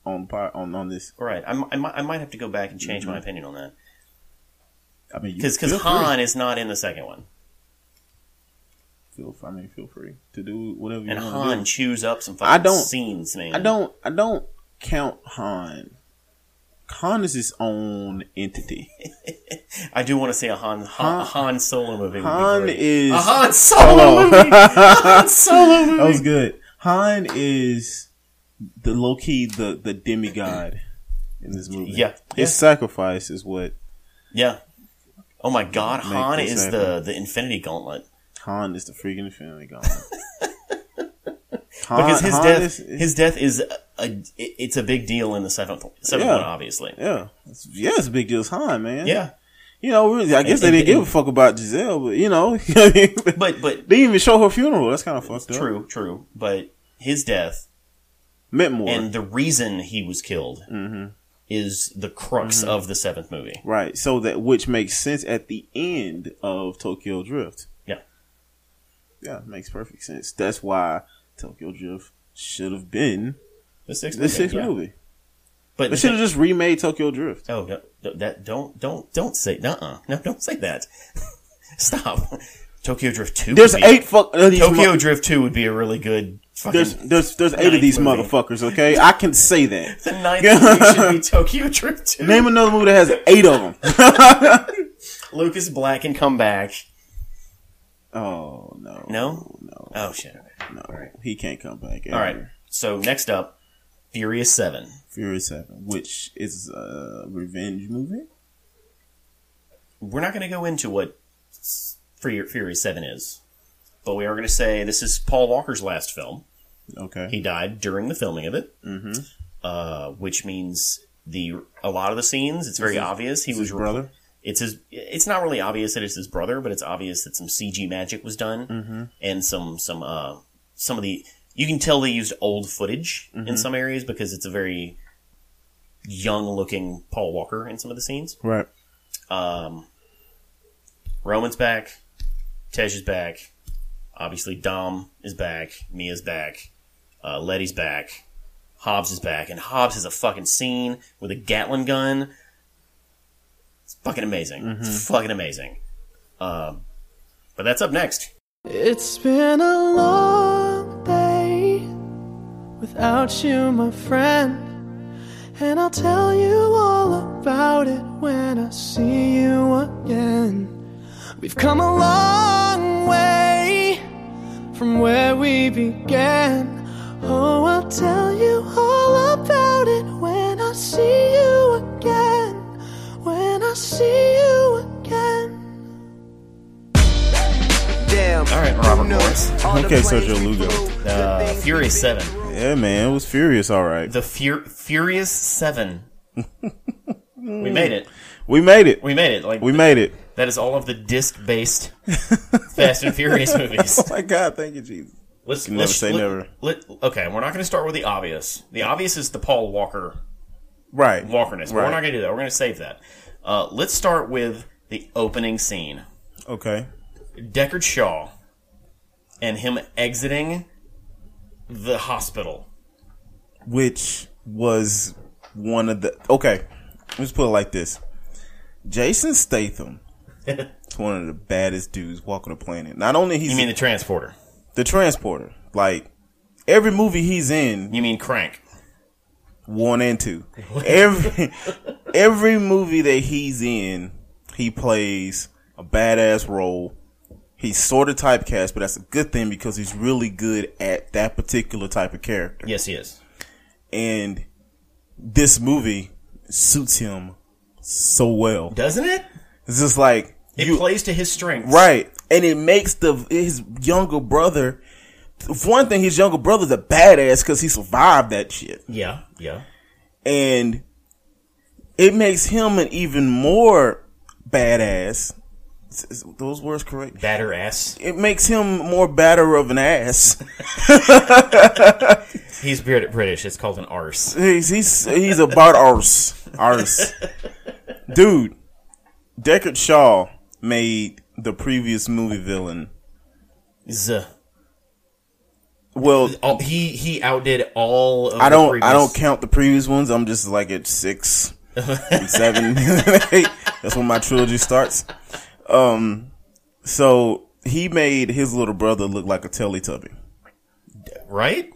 S3: on the pod- on on this.
S1: Right, I, mi- I, might, I might have to go back and change my opinion on that
S3: I mean, Mm-hmm. you
S1: because
S3: feel free.
S1: Han is not in the second one,
S3: Feel, I mean, feel free to do whatever you
S1: and
S3: want
S1: Han
S3: to do.
S1: chews up some fucking
S3: Mm-hmm. I don't-
S1: scenes, man.
S3: I don't. I don't count Han. Han is his own entity.
S1: I do want to see a Han Han, a Han Solo movie. would be
S3: Han
S1: great.
S3: is.
S1: a Han Solo
S3: (laughs)
S1: movie. Han Solo movie.
S3: Oh. That was good. Han is the low key the the demigod in this movie.
S1: Yeah.
S3: his
S1: Yeah.
S3: sacrifice is what
S1: Yeah. Oh my God,
S3: Make
S1: Han
S3: this
S1: is
S3: happen.
S1: the the Infinity Gauntlet
S3: Han is the freaking Infinity Gauntlet. Han,
S1: (laughs) because his
S3: Han
S1: death
S3: is-
S1: his death is a, a- it's a big deal in the seventh seventh
S3: Yeah.
S1: one, obviously.
S3: yeah, it's, yeah, it's a big deal. It's Han, man.
S1: Yeah,
S3: you know, really, I guess
S1: And-
S3: they
S1: and-
S3: didn't give a fuck about Giselle, but you know, (laughs) they
S1: but but
S3: didn't even show her funeral. That's kind of fucked up.
S1: true true, but his death
S3: meant more.
S1: and the reason he was killed
S3: Mm-hmm.
S1: is the crux of the seventh movie.
S3: Right. So that which makes sense at the end of Tokyo Drift.
S1: Yeah.
S3: Yeah, it makes perfect sense. That's why Tokyo Drift should have been
S1: The sixth
S3: the sixth
S1: yeah.
S3: movie.
S1: But
S3: They should have just remade Tokyo Drift.
S1: Oh, no, no, that don't don't don't say uh no don't say that. (laughs) Stop. Tokyo Drift Two.
S3: There's
S1: would be-
S3: eight fuck of these
S1: Tokyo
S3: mo-
S1: Drift Two would be a really good fucking.
S3: there's there's there's eight
S1: ninth
S3: of these
S1: movie.
S3: motherfuckers, okay? I can say that. (laughs)
S1: the ninth movie should be Tokyo Drift Two.
S3: Name another movie that has eight of them.
S1: Lucas Black and come back.
S3: Oh no.
S1: No?
S3: No.
S1: Oh shit.
S3: No. He can't come back.
S1: All right. So next up, Furious Seven.
S3: Furious Seven, which is a revenge movie.
S1: We're not going to go into what s- Fur- Furious Seven is, but we are going to say this is Paul Walker's last film.
S3: Okay.
S1: He died during the filming of it, mm-hmm. uh, which means the a lot of the scenes. It's very obvious he was
S3: his brother?
S1: It's his. It's not really obvious that it's his brother, but it's obvious that some CG magic was done
S3: Mm-hmm.
S1: and some some uh some of the. You can tell they used old footage
S3: Mm-hmm.
S1: in some areas because it's a very young looking Paul Walker in some of the scenes.
S3: Right.
S1: Roman's back, Tej is back, obviously Dom is back, Mia's back, uh, Letty's back, Hobbs is back, and Hobbs has a fucking scene Mm-hmm. with a Gatlin gun. It's fucking amazing. It's fucking amazing. Um, but that's up next.
S5: It's been a long day without you, my friend. And I'll tell you all about it when I see you again. We've come a long way from where we began. Oh, I'll tell you all about it when I see you again. When I see you again.
S6: Damn.
S4: All right, Robert Morris.
S3: Okay, Sergio Lugo.
S1: Uh, Fury 7.
S3: Yeah, man, it was furious. All right,
S1: The Fur- Furious 7. we made it.
S3: we made it.
S1: We made it. Like
S3: We made it.
S1: That is all of the disc-based Fast and Furious movies.
S3: Oh my God, thank you, Jesus.
S1: Let's,
S3: Can
S1: let's
S3: never say
S1: let-
S3: never.
S1: let- okay, we're not going to start with the obvious. The obvious is the Paul Walker
S3: Right,
S1: Walkerness. but
S3: Right.
S1: We're not going to do that. We're going to save that. Uh, let's start with the opening scene.
S3: Okay,
S1: Deckard Shaw and him exiting the hospital.
S3: which was one of the okay. Let's put it like this:
S1: (laughs)
S3: Jason Statham. is one of the baddest dudes walking the planet. Not only he's
S1: You mean the transporter?
S3: the transporter, like every movie he's in,
S1: You mean Crank?
S3: one and two. Every every movie that he's in, he plays a badass role. He's sort of typecast, but that's a good thing because he's really good at that particular type of character.
S1: Yes, he is.
S3: And this movie suits him so well.
S1: Doesn't it?
S3: It's just like
S1: It plays to his strengths.
S3: Right. And it makes the his younger brother for one thing, his younger brother's a badass because he survived that shit.
S1: Yeah, yeah.
S3: And it makes him an even more badass. Is- is those words correct?
S1: Batter ass.
S3: It makes him more badder of an ass. (laughs)
S1: He's Brit- British. It's called an arse.
S3: he's he's he's a bad arse. Arse. Dude, Deckard Shaw made the previous movie villain.
S1: Z.
S3: Well,
S1: Oh, he he outdid all. Of
S3: I
S1: the
S3: don't.
S1: previous-
S3: I don't count the previous ones. I'm just like at six,
S1: (laughs)
S3: and seven. (laughs) That's when my trilogy starts. Um, so he made his little brother look like a Teletubby
S1: Right?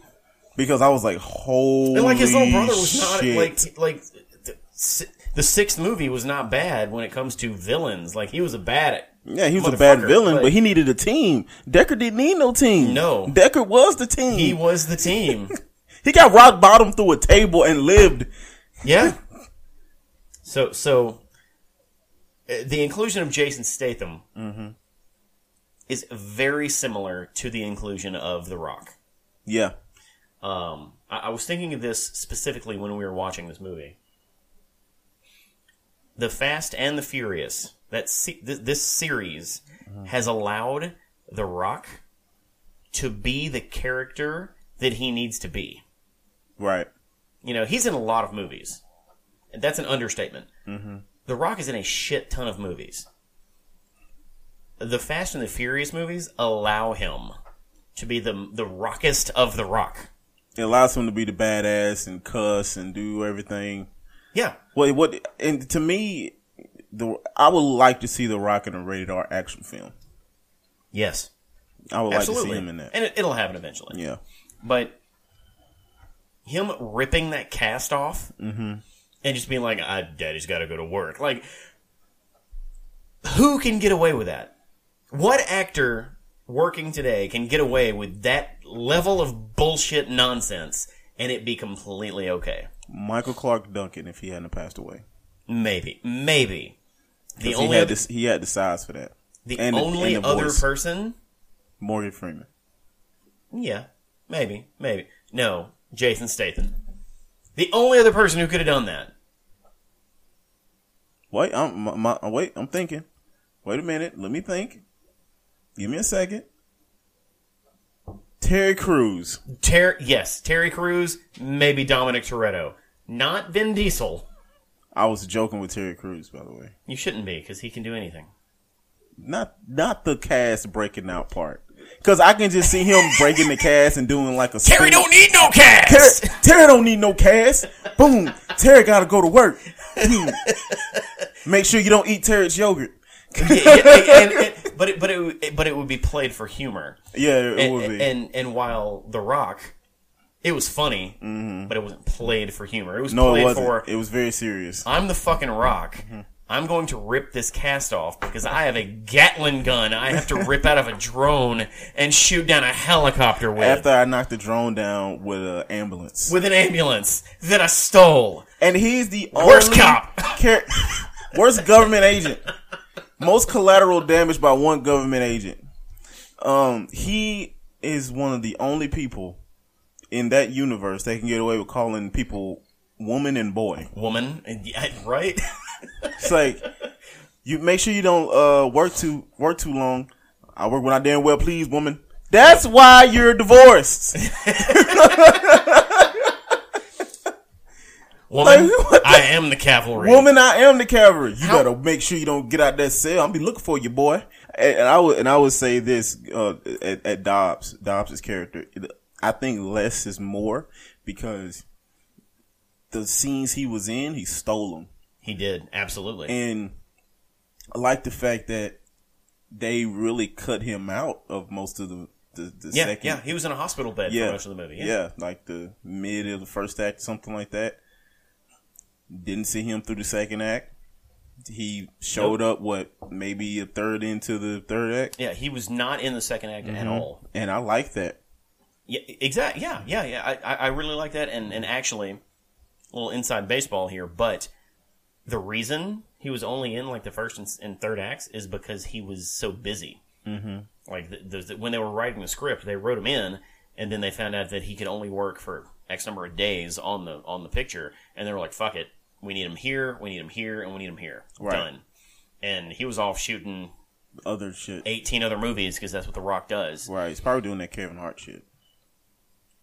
S3: because I was like, holy
S1: And like his little brother was not
S3: shit.
S1: like like the, si- the sixth movie was not bad when it comes to villains. Like he was a bad.
S3: yeah, he was a bad
S1: motherfucker,
S3: villain, but,
S1: but-
S3: he needed a team. Decker didn't need no team.
S1: No.
S3: Decker was the team.
S1: He
S3: He,
S1: was the team.
S3: got rock bottom through a table and lived.
S1: yeah. So so uh, the inclusion of Jason Statham is very similar to the inclusion of The Rock.
S3: Yeah,
S1: Um, I, I was thinking of this specifically when we were watching this movie. The Fast and the Furious that se- th- this series has allowed The Rock to be the character that he needs to be.
S3: right.
S1: You know, he's in a lot of movies. And That's an understatement.
S3: Mm-hmm.
S1: The Rock is in a shit ton of movies. The Fast and the Furious movies allow him to be the the rockest of the rock.
S3: It allows him to be the badass and cuss and do everything.
S1: Yeah,
S3: What what and to me, the I would like to see The Rock in a rated R action film.
S1: Yes,
S3: I would
S1: absolutely.
S3: like to see him in that.
S1: And it, it'll happen eventually.
S3: yeah,
S1: But him ripping that cast off
S3: Mm-hmm.
S1: and just being like, I, "Daddy's got to go to work." Like, who can get away with that? What actor working today can get away with that level of bullshit nonsense and it be completely okay?
S3: Michael Clark Duncan if he hadn't passed away.
S1: Maybe, maybe. The
S3: 'Cause
S1: only
S3: he had
S1: other,
S3: this, he had the size for that.
S1: the
S3: and the-
S1: only
S3: and the
S1: other
S3: voice.
S1: person
S3: Morgan Freeman.
S1: Yeah, maybe, maybe. No, Jason Statham. The only other person who could have done that.
S3: Wait, I'm my, my, wait. I'm thinking. Wait a minute. Let me think. Give me a second. Terry Crews.
S1: Ter- yes, Terry Crews, maybe Dominic Toretto. Not Vin Diesel.
S3: I was joking with Terry Crews, by the way.
S1: You shouldn't be, because he can do anything.
S3: Not not the cast breaking out part. Because I can just see him breaking the cast and doing like a
S1: Terry
S3: spin-
S1: don't need no (laughs)
S3: Terry,
S1: cast!
S3: Terry don't need no cast. Boom. Terry gotta go to work. Boom. Make sure you don't eat Terry's yogurt.
S1: and, and, but it, but it, w- but it would be played for humor.
S3: Yeah, it
S1: and,
S3: would be.
S1: And and while The Rock, it was funny, but it wasn't played for humor. It was
S3: Mm-hmm. no, it
S1: played
S3: wasn't.
S1: for
S3: It Mm-hmm. was very serious.
S1: I'm the fucking Rock. I'm going to rip this cast off because I have a Gatlin gun. I have to rip out of a drone and shoot down a helicopter with
S3: After I knocked the drone down with an ambulance,
S1: with an ambulance that I stole.
S3: and he's the
S1: Worst
S3: only
S1: cop.
S3: char- worst government agent, most collateral damage by one government agent. Um, he is one of the only people in that universe that can get away with calling people woman and boy.
S1: Woman, and- yeah,
S3: (laughs)
S1: right?
S3: It's like you make sure you don't uh, work too work too long. I work when I damn well please, woman. That's why you're divorced. (laughs)
S1: Woman,
S3: Like, what the-
S1: I am the cavalry.
S3: Woman, I am the cavalry. You gotta make sure you don't get out that cell. I'm be looking for you, boy. And, and I would and I would say this uh, at, at Dobbs Dobbs's character. I think less is more because the scenes he was in, he stole them,
S1: He did, absolutely.
S3: and I like the fact that they really cut him out of most of the the, the
S1: yeah,
S3: second.
S1: yeah, he was in a hospital bed for much of the movie. Yeah.
S3: like the mid of the first act, something like that. Didn't see him through the second act. He showed up what maybe a third into the third act,
S1: Yeah, he was not in the second act at all.
S3: and I like that.
S1: Yeah, exactly. Yeah, yeah, yeah. I- I, I really like that. And, and actually, a little inside baseball here, but the reason he was only in like the first and, s- and third acts is because he was so busy. Mm-hmm. Like the, the, the- when they were writing the script, they wrote him in, and then they found out that he could only work for x number of days on the on the picture, and they were like, "Fuck it, we need him here, we need him here, and we need him here."
S3: Right.
S1: Done. And he was off shooting
S3: Other shit,
S1: eighteen other movies because that's what The Rock does.
S3: right? He's probably doing that Kevin Hart shit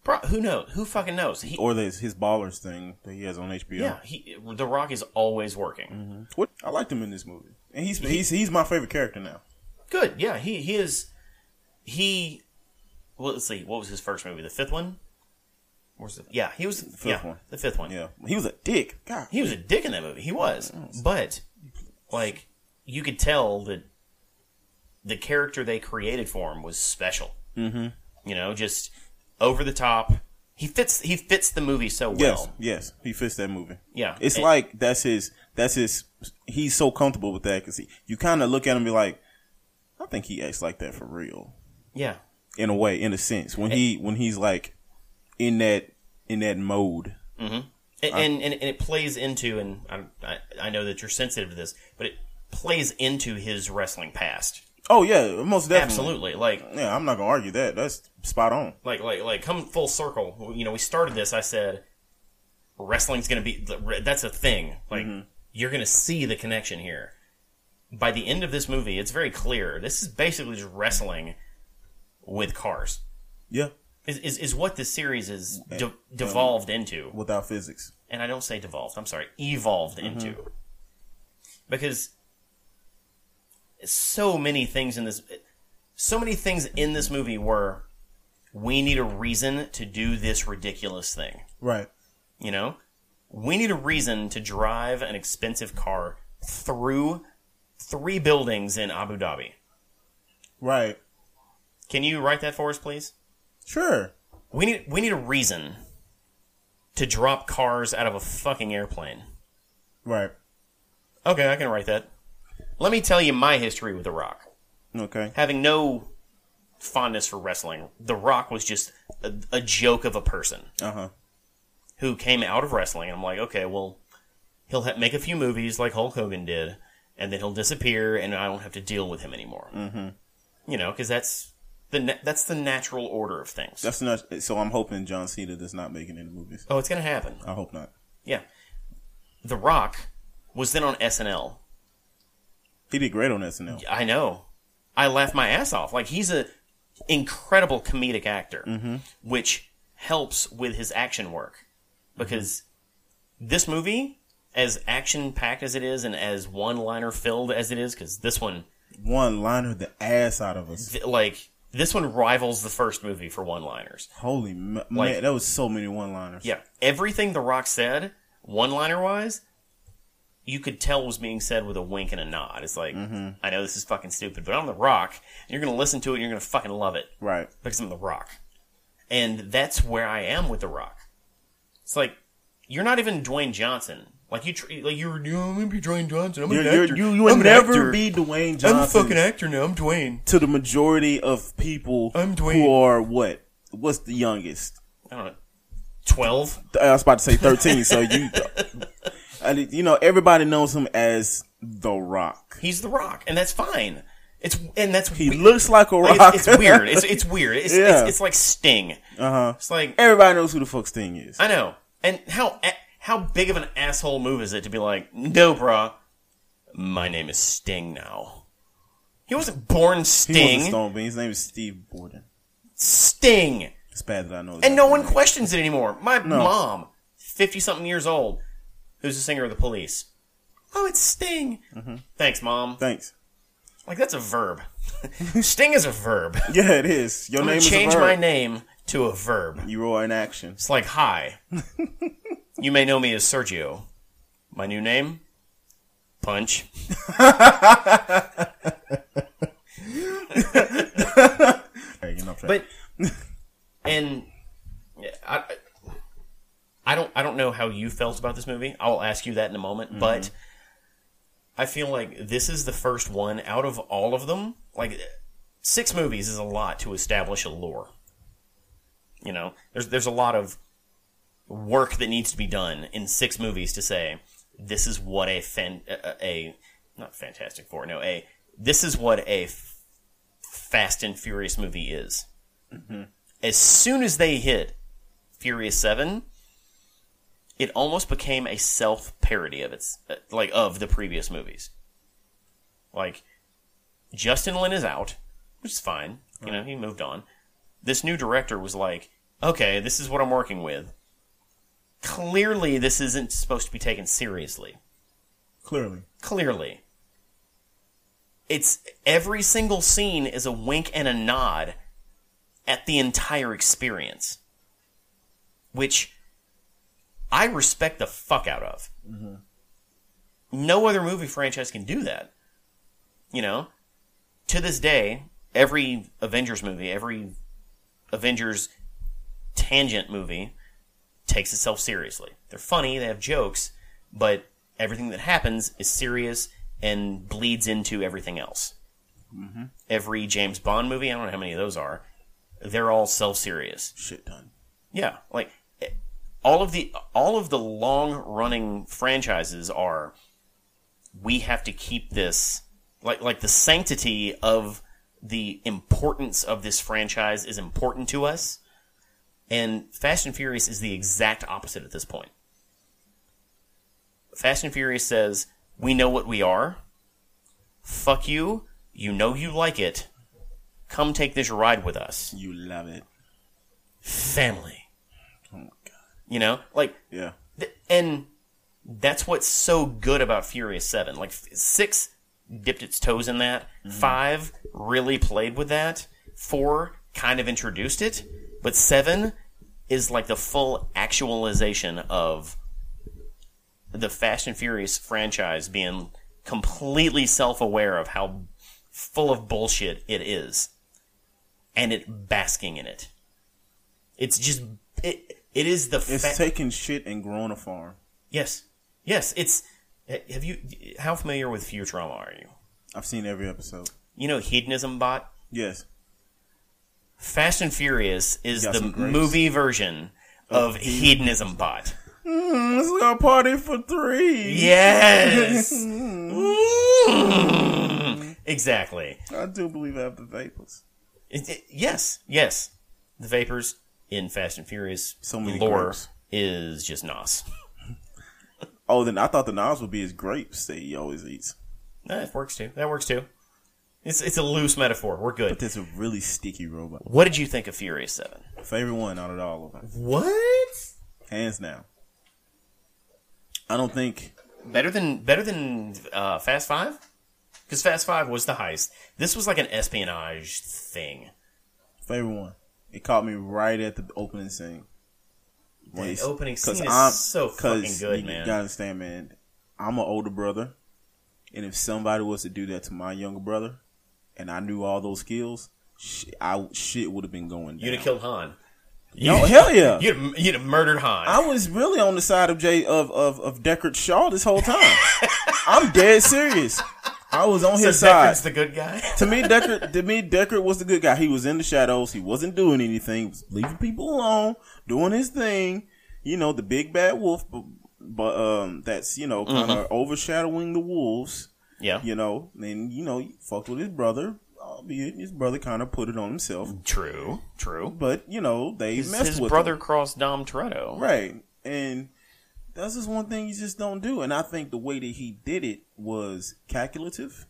S1: Pro- who knows? Who fucking knows? He,
S3: or this his ballers thing that he has on HBO.
S1: Oh, Yeah, Mm-hmm. he, The Rock is always working.
S3: What I liked him in this movie, and he's he's he's my favorite character now.
S1: Good. Yeah, he he is. He. Well, let's see. What was his first movie? The fifth one. Where's the? Yeah, he was the fifth
S3: one.
S1: The fifth one.
S3: Yeah, he was a dick. God,
S1: he was a dick in that movie. He was, but like you could tell that the character they created for him was special. Mm-hmm. You know, just over the top. He fits. He fits the movie so well.
S3: yes, yes, he fits that movie.
S1: Yeah,
S3: It's
S1: and-
S3: like that's his. That's his. He's so comfortable with that because you kind of look at him and be like, I think he acts like that for real,
S1: Yeah.
S3: in a way, in a sense. When he when he's like in that in that mode,
S1: and, and, and, and it plays into and I, I, I know that you're sensitive to this but it plays into his wrestling past
S3: oh yeah, most definitely.
S1: absolutely like
S3: Yeah, I'm not gonna argue that. That's spot on.
S1: like like like come full circle you know we started this i said wrestling's gonna be that's a thing like you're gonna see the connection here by the end of this movie it's very clear this is basically just wrestling with cars
S3: Yeah,
S1: is, is, is what this series is de- devolved into
S3: without physics.
S1: and I don't say devolved, I'm sorry, evolved into. Because so many things in this so many things in this movie were we need a reason to do this ridiculous thing,
S3: Right.
S1: you know? We need a reason to drive an expensive car through three buildings in Abu Dhabi.
S3: Right.
S1: Can you write that for us, please?
S3: Sure.
S1: We need we need a reason to drop cars out of a fucking airplane.
S3: Right.
S1: Okay, I can write that. Let me tell you my history with The Rock.
S3: Okay.
S1: Having no fondness for wrestling, The Rock was just a, a joke of a person
S3: Uh huh.
S1: who came out of wrestling. And I'm like, okay, well, he'll ha- make a few movies like Hulk Hogan did, and then he'll disappear, and I don't have to deal with him anymore. Mm-hmm. You know, because that's the na- that's the natural order of things.
S3: That's not. So I'm hoping John Cena does not make it in the movies.
S1: oh, it's gonna happen.
S3: I hope not.
S1: Yeah, The Rock was then on SNL
S3: He did great on SNL.
S1: I know. I laughed my ass off. Like he's a incredible comedic actor, which helps with his action work because this movie, as action packed as it is, and as one liner filled as it is, because this one,
S3: One liner the ass out of us.
S1: th- like this one, rivals the first movie for one liners.
S3: Holy ma-
S1: Like-
S3: man, that was so many one liners.
S1: Yeah, everything The Rock said, one liner wise, you could tell was being said with a wink and a nod. It's like, I know this is fucking stupid, but I'm The Rock, and you're going to listen to it and you're going to fucking love it
S3: Right.
S1: because I'm The Rock. And that's where I am with The Rock. It's like, you're not even Dwayne Johnson. Like you, tr- like you're, you I'm gonna be Dwayne Johnson. I'm an
S3: You're,
S1: actor.
S3: you're, you you will
S1: I'm an
S3: never
S1: actor.
S3: be Dwayne
S1: I'm
S3: Johnson
S1: a fucking actor now. I'm Dwayne.
S3: to the majority of people
S1: I'm Dwayne.
S3: who are what? What's the youngest?
S1: I don't know, twelve.
S3: I was about to say 13. so you,
S1: (laughs)
S3: I did- you know, everybody knows him as The Rock.
S1: He's The Rock, and that's fine. It's and that's
S3: He
S1: we-
S3: looks like a
S1: like,
S3: rock.
S1: it's, it's weird. It's
S3: (laughs)
S1: it's weird. It's
S3: Yeah.
S1: it's, it's like Sting. Uh huh. It's like
S3: Uh-huh. everybody knows who the fuck Sting is.
S1: I know. And how a- how big of an asshole move is it to be like, no, bruh, my name is Sting now. He wasn't born
S3: He
S1: Sting.
S3: wasn't Stone Bean. His name is Steve Borden.
S1: Sting.
S3: It's bad that I know.
S1: And no one questions it anymore. My mom, 50 something years old, who's the singer of the police. Oh, it's Sting.
S3: Mm-hmm.
S1: Thanks, mom.
S3: Thanks.
S1: Like, that's a verb. (laughs) Sting is a verb.
S3: Yeah, it is. Your
S1: I'm
S3: name
S1: going to
S3: is a
S1: change
S3: verb.
S1: my name to a verb.
S3: You are in action.
S1: It's like, hi.
S3: (laughs)
S1: you may know me as Sergio. My new name? Punch.
S3: Hey, you know, I'm
S1: But and I, I don't I don't know how you felt about this movie. I'll ask you that in a moment. But I feel like this is the first one out of all of them. Like six movies is a lot to establish a lore. You know, there's there's a lot of work that needs to be done in six movies to say this is what a fan a, a not Fantastic Four no a this is what a Fast and Furious movie is. As soon as they hit Furious Seven, it almost became a self parody of its uh, like of the previous movies. Like Justin Lin is out, which is fine. You know, he moved on. This new director was like, "Okay, this is what I'm working with." Clearly, this isn't supposed to be taken seriously
S3: clearly.
S1: clearly. It's every single scene is a wink and a nod at the entire experience, which I respect the fuck out of. No other movie franchise can do that. You know, to this day, every Avengers movie, every Avengers tangent movie takes itself seriously. They're funny, they have jokes, but everything that happens is serious and bleeds into everything else. Every James Bond movie, I don't know how many of those are, they're all self serious.
S3: Shit done.
S1: Yeah, like eh, all of the all of the long running franchises are we have to keep this like like the sanctity of the importance of this franchise is important to us. And Fast and Furious is the exact opposite at this point. Fast and Furious says, "We know what we are. Fuck you. You know you like it. Come take this ride with us.
S3: You love it.
S1: Family." You know, like
S3: Yeah.
S1: Th- and that's what's so good about Furious Seven. Like f- six dipped its toes in that. Five really played with that. Four kind of introduced it, but seven is like the full actualization of the Fast and Furious franchise being completely self-aware of how full of bullshit it is, and it basking in it. It's just it. It is the
S3: It's
S1: fa-
S3: taking shit and growing a farm.
S1: Yes. Yes, it's eh, have you how familiar with Futurama are you?
S3: I've seen every episode.
S1: You know Hedonism Bot?
S3: Yes.
S1: Fast and Furious is
S3: Got
S1: the
S3: some grapes.
S1: movie version of Hedonism Bot.
S3: Let's go party for three.
S1: (laughs) Yes. Mm. exactly.
S3: I do believe I have the vapors.
S1: It- it- yes. Yes. The vapors in Fast and Furious
S3: So many
S1: lore
S3: grapes.
S1: is just nos.
S3: Oh, then I thought the Nas would be his grapes that he always eats.
S1: That works too. That works too. It's it's a loose metaphor. We're good.
S3: That's a really sticky robot.
S1: what did you think of Furious 7?
S3: Favorite one out of all of them.
S1: What?
S3: Hands down. I don't think
S1: Better than better than uh, Fast Five, because Fast Five was the heist. This was like an espionage thing.
S3: favorite one. It caught me right at the opening scene.
S1: The
S3: Yes.
S1: opening
S3: 'Cause
S1: scene is so fucking
S3: 'cause
S1: good,
S3: you
S1: man.
S3: gotta understand, man. I'm an older brother, and if somebody was to do that to my younger brother, and I knew all those skills, shit, I shit would have been going down.
S4: You'd have killed Han.
S3: No, hell yeah.
S4: You'd have, you'd have murdered Han.
S3: I was really on the side of Jay of of, of Deckard Shaw this whole time. I'm dead serious. I was on his
S4: so
S3: side.
S4: Deckard's the good guy.
S1: (laughs)
S3: to me, Deckard to me Deckard was the good guy. He was in the shadows. He wasn't doing anything. He was leaving people alone, doing his thing. You know, the big bad wolf, but, but um, that's you know kind of overshadowing the wolves.
S1: Mm-hmm. Yeah.
S3: You know, and you know, he fucked with his brother. Albeit his brother kind of put it on himself,
S4: True. True.
S3: but you know they
S1: His,
S3: messed
S1: his
S3: with
S1: brother
S3: him.
S1: crossed Dom Toretto.
S3: Right. And that's just one thing you just don't do. And I think the way that he did it was calculative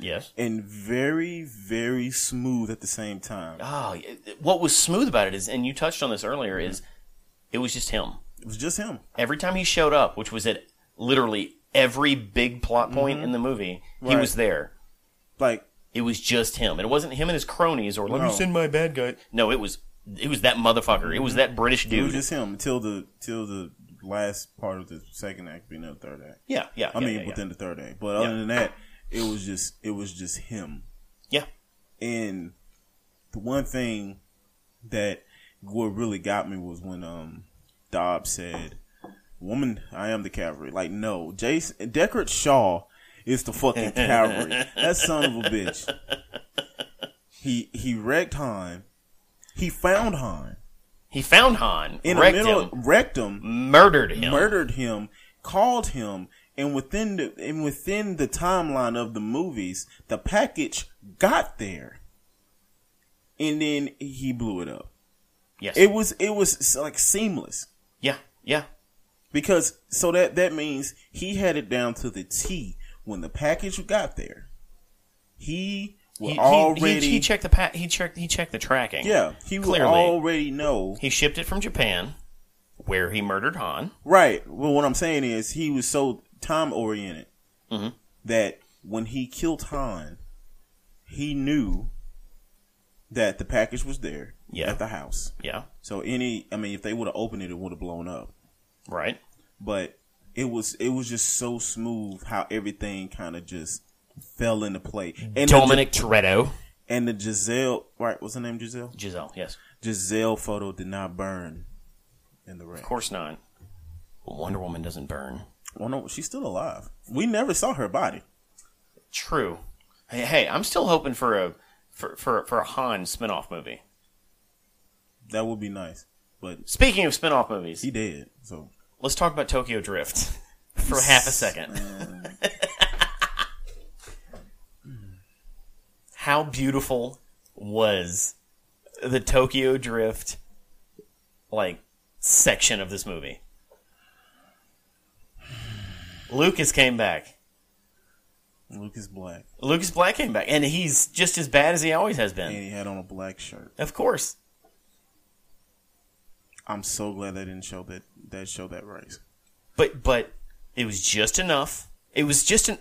S1: Yes.
S3: and very, very smooth at the same time.
S1: Ah, it- it- what was smooth about it is, and you touched on this earlier, is it was just him.
S3: It was just him.
S1: Every time he showed up, which was at literally every big plot point in the movie, he
S3: Mm-hmm. Right.
S1: was there.
S3: Like,
S1: It was just him. It wasn't him and his cronies or let
S3: No.
S1: me send my bad guy. No, it was it was that motherfucker. It was that British
S3: it was
S1: dude.
S3: just him until the till the last part of the second act being the third act.
S1: yeah, yeah.
S3: I
S1: yeah,
S3: mean
S1: yeah, yeah.
S3: within the third act. But other
S1: Yeah.
S3: than that, it was just it was just him.
S1: yeah,
S3: And the one thing that what really got me was when um Dobbs said, "Woman, I am the cavalry." Like, no, Jason Deckard Shaw is
S1: (laughs)
S3: the fucking cavalry. that son of a bitch. He he wrecked Han. He found Han
S1: he found Han,
S3: in
S1: wrecked
S3: the middle,
S1: him,
S3: wrecked him,
S1: murdered him.
S3: murdered him, called him. And within the and within the timeline of the movies, the package got there, and then he blew it up.
S1: Yes.
S3: It was it was like seamless
S1: yeah, yeah.
S3: because so that that means he had it down to the T when the package got there. He
S1: He,
S3: was
S1: he-
S3: already
S1: he, he checked the pa- he checked he checked the tracking.
S3: yeah he would
S1: Clearly.
S3: already know
S1: He shipped it from Japan, where he murdered Han.
S3: right. Well, what I'm saying is he was so time oriented
S1: Mm-hmm.
S3: that when he killed Han, he knew that the package was there
S1: Yeah.
S3: at the house.
S1: Yeah,
S3: So any, I mean, if they would have opened it, it would have blown up.
S1: right.
S3: but it was it was just so smooth how everything kind of just fell into play. And
S1: Mm-hmm. Dominic Toretto,
S3: the, and the Giselle, right? What's her name? Giselle.
S1: Giselle. Yes,
S3: Giselle photo did not burn in the wreck.
S1: of course not. Wonder Woman doesn't burn.
S3: Well, no, she's still alive. We never saw her body.
S1: True. Hey, hey I'm still hoping for a for for, for a Han spinoff movie.
S3: That would be nice, but
S1: Speaking of spinoff movies,
S3: she did. So
S1: let's talk about Tokyo Drift (laughs) for half a second. (laughs) How beautiful was the Tokyo Drift like section of this movie? Lucas came back.
S3: Lucas Black,
S1: Lucas Black came back, and he's just as bad as he always has
S3: and
S1: been.
S3: he had on a black shirt.
S1: Of course.
S3: I'm so glad they didn't show that that show that race.
S1: but but it was just enough. It was just an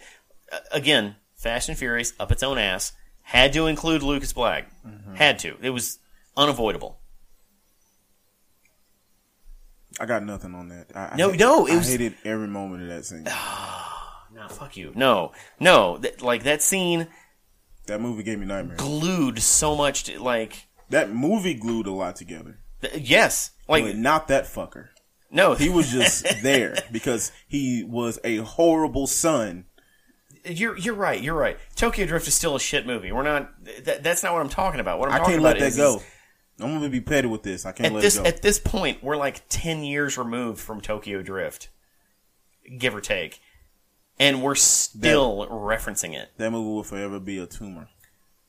S1: uh, again Fast and Furious up its own ass had to include Lucas Black,
S3: Mm-hmm.
S1: had to. It was unavoidable.
S3: I got nothing on that. I, I
S1: No,
S3: hate-
S1: no, it
S3: I
S1: was-
S3: hated every moment of that scene.
S1: No, fuck you. No, no. That, like that scene
S3: That movie gave me nightmares.
S1: glued so much. To, like
S3: That movie glued a lot together.
S1: th- yes, like
S3: But not that fucker.
S1: no.
S3: He
S1: (laughs)
S3: was just there because he was a horrible son.
S1: you're you're right. You're right. Tokyo Drift is still a shit movie. We're not. That, that's not what I'm talking about. What I'm
S3: I
S1: talking
S3: can't let
S1: about
S3: that
S1: is-
S3: go.
S1: is
S3: I'm gonna be petty with this. I can't
S1: at
S3: let
S1: this
S3: it go.
S1: at this point we're like 10 years removed from Tokyo Drift give or take and we're still referencing it
S3: that movie will forever be a tumor.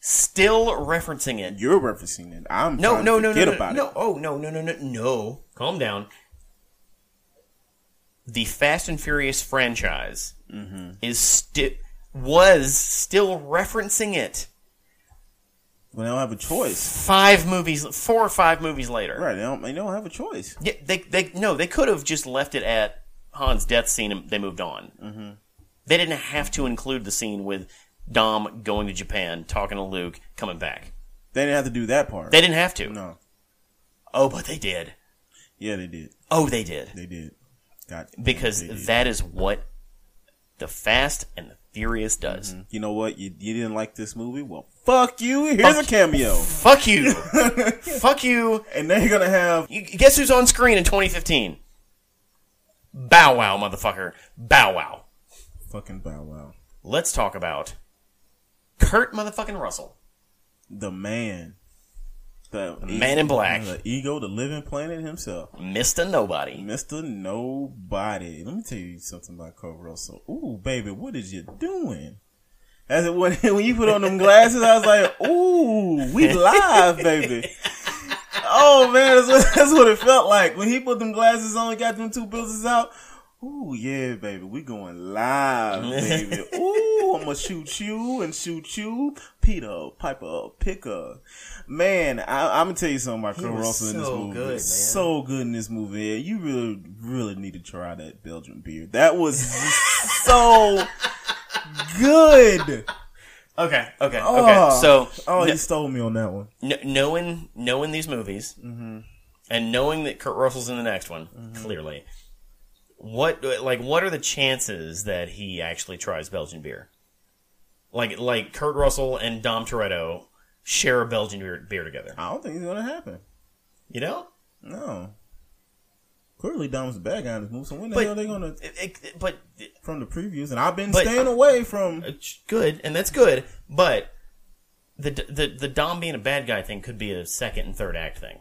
S1: still referencing it
S3: You're referencing it. I'm
S1: no
S3: trying
S1: no
S3: to
S1: no no
S3: forget
S1: no,
S3: about
S1: no
S3: it.
S1: oh no no no no no calm down the Fast and Furious franchise
S3: Mm-hmm.
S1: is still was still referencing it
S3: Well, they don't have a choice,
S1: five movies four or five movies later
S3: right? They don't. They don't have a choice.
S1: Yeah, they they no, they could have just left it at Han's death scene and they moved on. Mm-hmm. They didn't have to include the scene with Dom going to Japan, talking to Luke, coming back.
S3: They didn't have to do that part.
S1: They didn't have to.
S3: no.
S1: Oh, but they did.
S3: Yeah, they did.
S1: Oh, they did.
S3: They did. God damn,
S1: Because
S3: they did.
S1: that is what The Fast and the Furious does.
S3: You know what? You, you didn't like this movie? Well, fuck you. Here's a cameo.
S1: Fuck you. Fuck you.
S3: And now you're going to have
S1: You- Guess who's on screen in 2015? Bow Wow, motherfucker. Bow Wow.
S3: fucking Bow Wow.
S1: Let's talk about Kurt motherfucking Russell.
S3: The man. The,
S1: Man in Black.
S3: The ego, the living planet himself.
S1: Mr. Nobody.
S3: Mr. Nobody. Let me tell you something about Kurt Russell. Ooh, baby, what is you doing? As it (laughs) when, when you put on them glasses, I was like, ooh, we live, baby. Oh man, that's what, (laughs) that's what it felt like when he put them glasses on and got them two builders out. Ooh, yeah, baby, we
S4: (laughs)
S3: going live, baby. Ooh, I'm gonna shoot you and shoot you, Peter Piper Picker. Man, I, I'm gonna tell you something about Kurt
S4: was
S3: Russell in this
S4: so
S3: movie.
S4: good, man.
S3: So good in this movie. Yeah, You really, really need to try that Belgian beer. That was
S4: (laughs)
S3: so good.
S1: Okay, okay, okay.
S3: Oh.
S1: So,
S3: Oh,
S1: kn-
S3: he stole me on that one.
S1: kn- knowing knowing these movies and knowing that Kurt Russell's in the next one, clearly, what like what are the chances that he actually tries Belgian beer? Like like Kurt Russell and Dom Toretto share a Belgian beer, beer together.
S3: I don't think it's gonna happen.
S1: You know,
S3: No. Clearly, Dom's the bad guy in this movie. So when the
S1: But-
S3: hell are they gonna
S1: It- it- but
S3: from the previews? And I've been
S1: But-
S3: staying away from.
S1: it's good, and that's good. But the the the Dom being a bad guy thing could be a second and third act thing.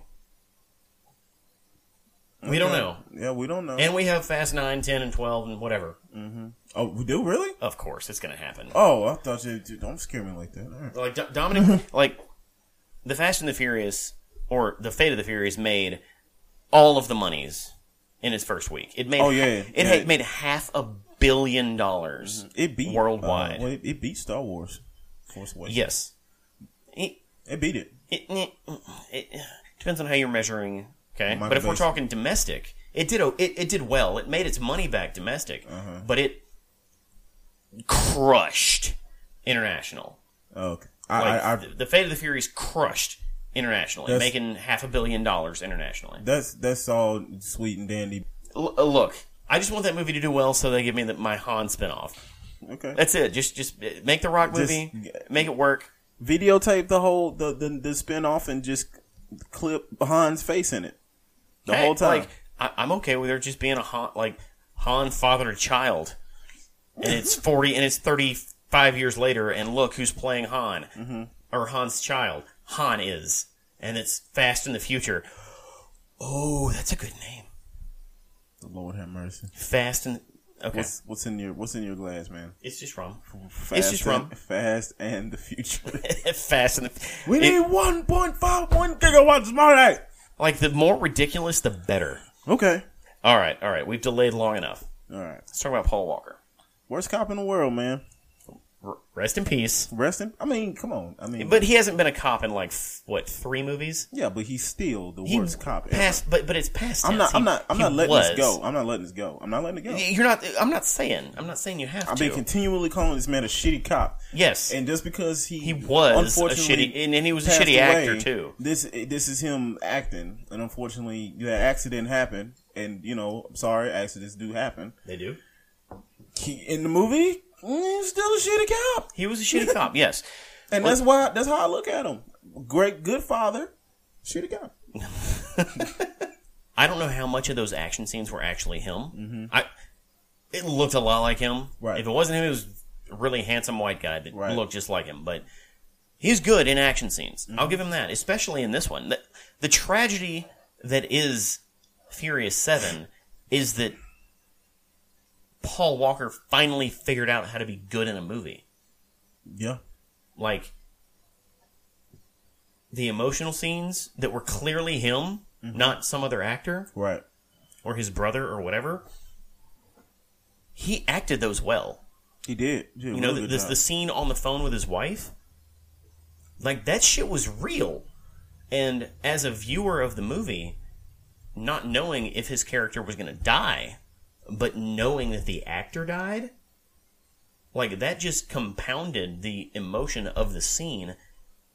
S1: We don't know,
S3: Yeah, we don't know.
S1: and we have Fast 9, 10, and twelve, and whatever.
S3: oh, we do really?
S1: Of course, it's going to happen.
S3: Oh, I thought you dude, don't scare me like that. All right.
S1: Like Do-
S3: (laughs)
S1: Dominic, like the Fast and the Furious or the Fate of the Furious made all of the monies in its first week. It made
S3: Oh, yeah,
S1: it
S3: yeah.
S1: had made half a billion dollars.
S3: It beat
S1: Worldwide.
S3: uh, well, it, it beat Star Wars. Force Awakens.
S1: Yes, it,
S3: it beat it.
S1: it, it, it depends on how you're measuring. Okay,
S3: Michael
S1: but if we're
S3: Bay's-
S1: talking domestic, it did o- it, it did well. It made its money back domestic,
S3: Uh-huh.
S1: but it crushed international.
S3: Oh, okay. I,
S1: Like,
S3: I, I,
S1: the, the Fate of the Furies crushed internationally,
S3: That's-
S1: making half a billion dollars internationally.
S3: that's that's all sweet and dandy.
S1: L- uh, look, I just want that movie to do well, so they give me the, my Han spinoff.
S3: Okay.
S1: That's it. Just just uh, make the Rock
S3: Just-
S1: movie, make it work.
S3: Videotape the whole the the, the spin off and just clip Han's face in it the
S1: Hey,
S3: whole time.
S1: like I, I'm okay with her just being a Han, like Han father to child, and
S3: (laughs)
S1: it's forty and it's thirty five years later, and look who's playing Han
S3: Mm-hmm.
S1: or Han's child. Han is, and it's Fast in the Future. Oh, that's a good name.
S3: Lord have mercy.
S1: Fast and okay.
S3: What's what's in your what's in your glass, man?
S1: It's just rum.
S3: Fast
S1: just
S3: and,
S1: rum.
S3: Fast and the future.
S1: (laughs) Fast and the,
S3: we
S1: it-
S3: need 1.51 gigawatts smart act.
S1: like the more ridiculous, the better.
S3: Okay.
S1: All right, all right. We've delayed long enough.
S3: All right.
S1: Let's talk about Paul Walker.
S3: Worst cop in the world, man.
S1: R- rest in peace.
S3: Rest in. I mean, come on. I mean,
S1: But he hasn't been a cop in like f- what three movies?
S3: yeah, but he's still the
S1: He
S3: worst cop. Ever.
S1: Past, but but it's past.
S3: I'm
S1: tense.
S3: not. I'm
S1: He-
S3: not. I'm
S1: he
S3: not letting
S1: was.
S3: this go. I'm not letting this go. I'm not letting it go.
S1: You're not. I'm not saying. I'm not saying you have
S3: I've
S1: to.
S3: been continually calling this man a shitty cop.
S1: yes.
S3: And just because he
S1: He was a shitty- and- and he was a
S3: passed
S1: shitty actor, too.
S3: This this is him acting, and unfortunately, that accident happened. And you know, I'm sorry, accidents do happen.
S1: they do.
S3: He, in the movie, mm, he's still a shitty cop,
S1: He was a
S3: (laughs)
S1: shitty cop. Yes.
S3: and that's why that's how I look at him. Great, good father, shitty cop.
S1: I don't know how much of those action scenes were actually him. I it looked a lot like him.
S3: Mm-hmm. Right.
S1: If it wasn't him, it was a really handsome white guy that
S3: Right.
S1: looked just like him. But he's good in action scenes.
S3: Mm-hmm.
S1: I'll give him that, especially in this one. The, the tragedy that is Furious Seven is that Paul Walker finally figured out how to be good in a movie
S3: Yeah,
S1: like the emotional scenes that were clearly him,
S3: Mm-hmm.
S1: not some other actor
S3: right.
S1: or his brother or whatever. He acted those well.
S3: He did. He did a
S1: You know,
S3: really
S1: the,
S3: good
S1: the,
S3: job.
S1: the scene on the phone with his wife, like that shit was real. And as a viewer of the movie, not knowing if his character was going to die, but knowing that the actor died, like that just compounded the emotion of the scene.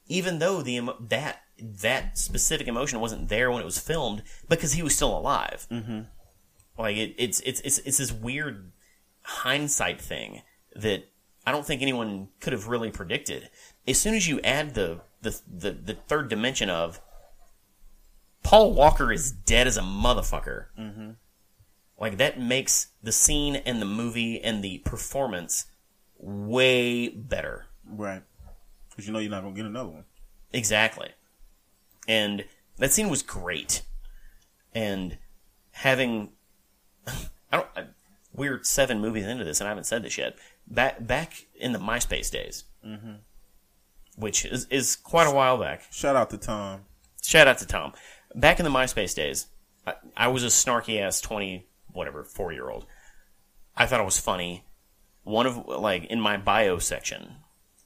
S1: Even though the emo- that that specific emotion wasn't there when it was filmed, because he was still alive. Mm-hmm. Like it, it's it's it's it's this weird hindsight thing that I don't think anyone could have really predicted. As soon as you add the the the, the third dimension of Paul Walker is dead as a motherfucker, like that makes the scene and the movie and the performance way better.
S3: Right. Because you know you're not gonna get another one.
S1: Exactly. And that scene was great. And having (laughs) I don't I, we're seven movies into this and I haven't said this yet. Back back in the MySpace days. Which is is quite a while back.
S3: Shout out to Tom.
S1: Shout out to Tom. Back in the MySpace days, I, I was a snarky ass 20 whatever 4-year-old. I thought it was funny. One of like in my bio section,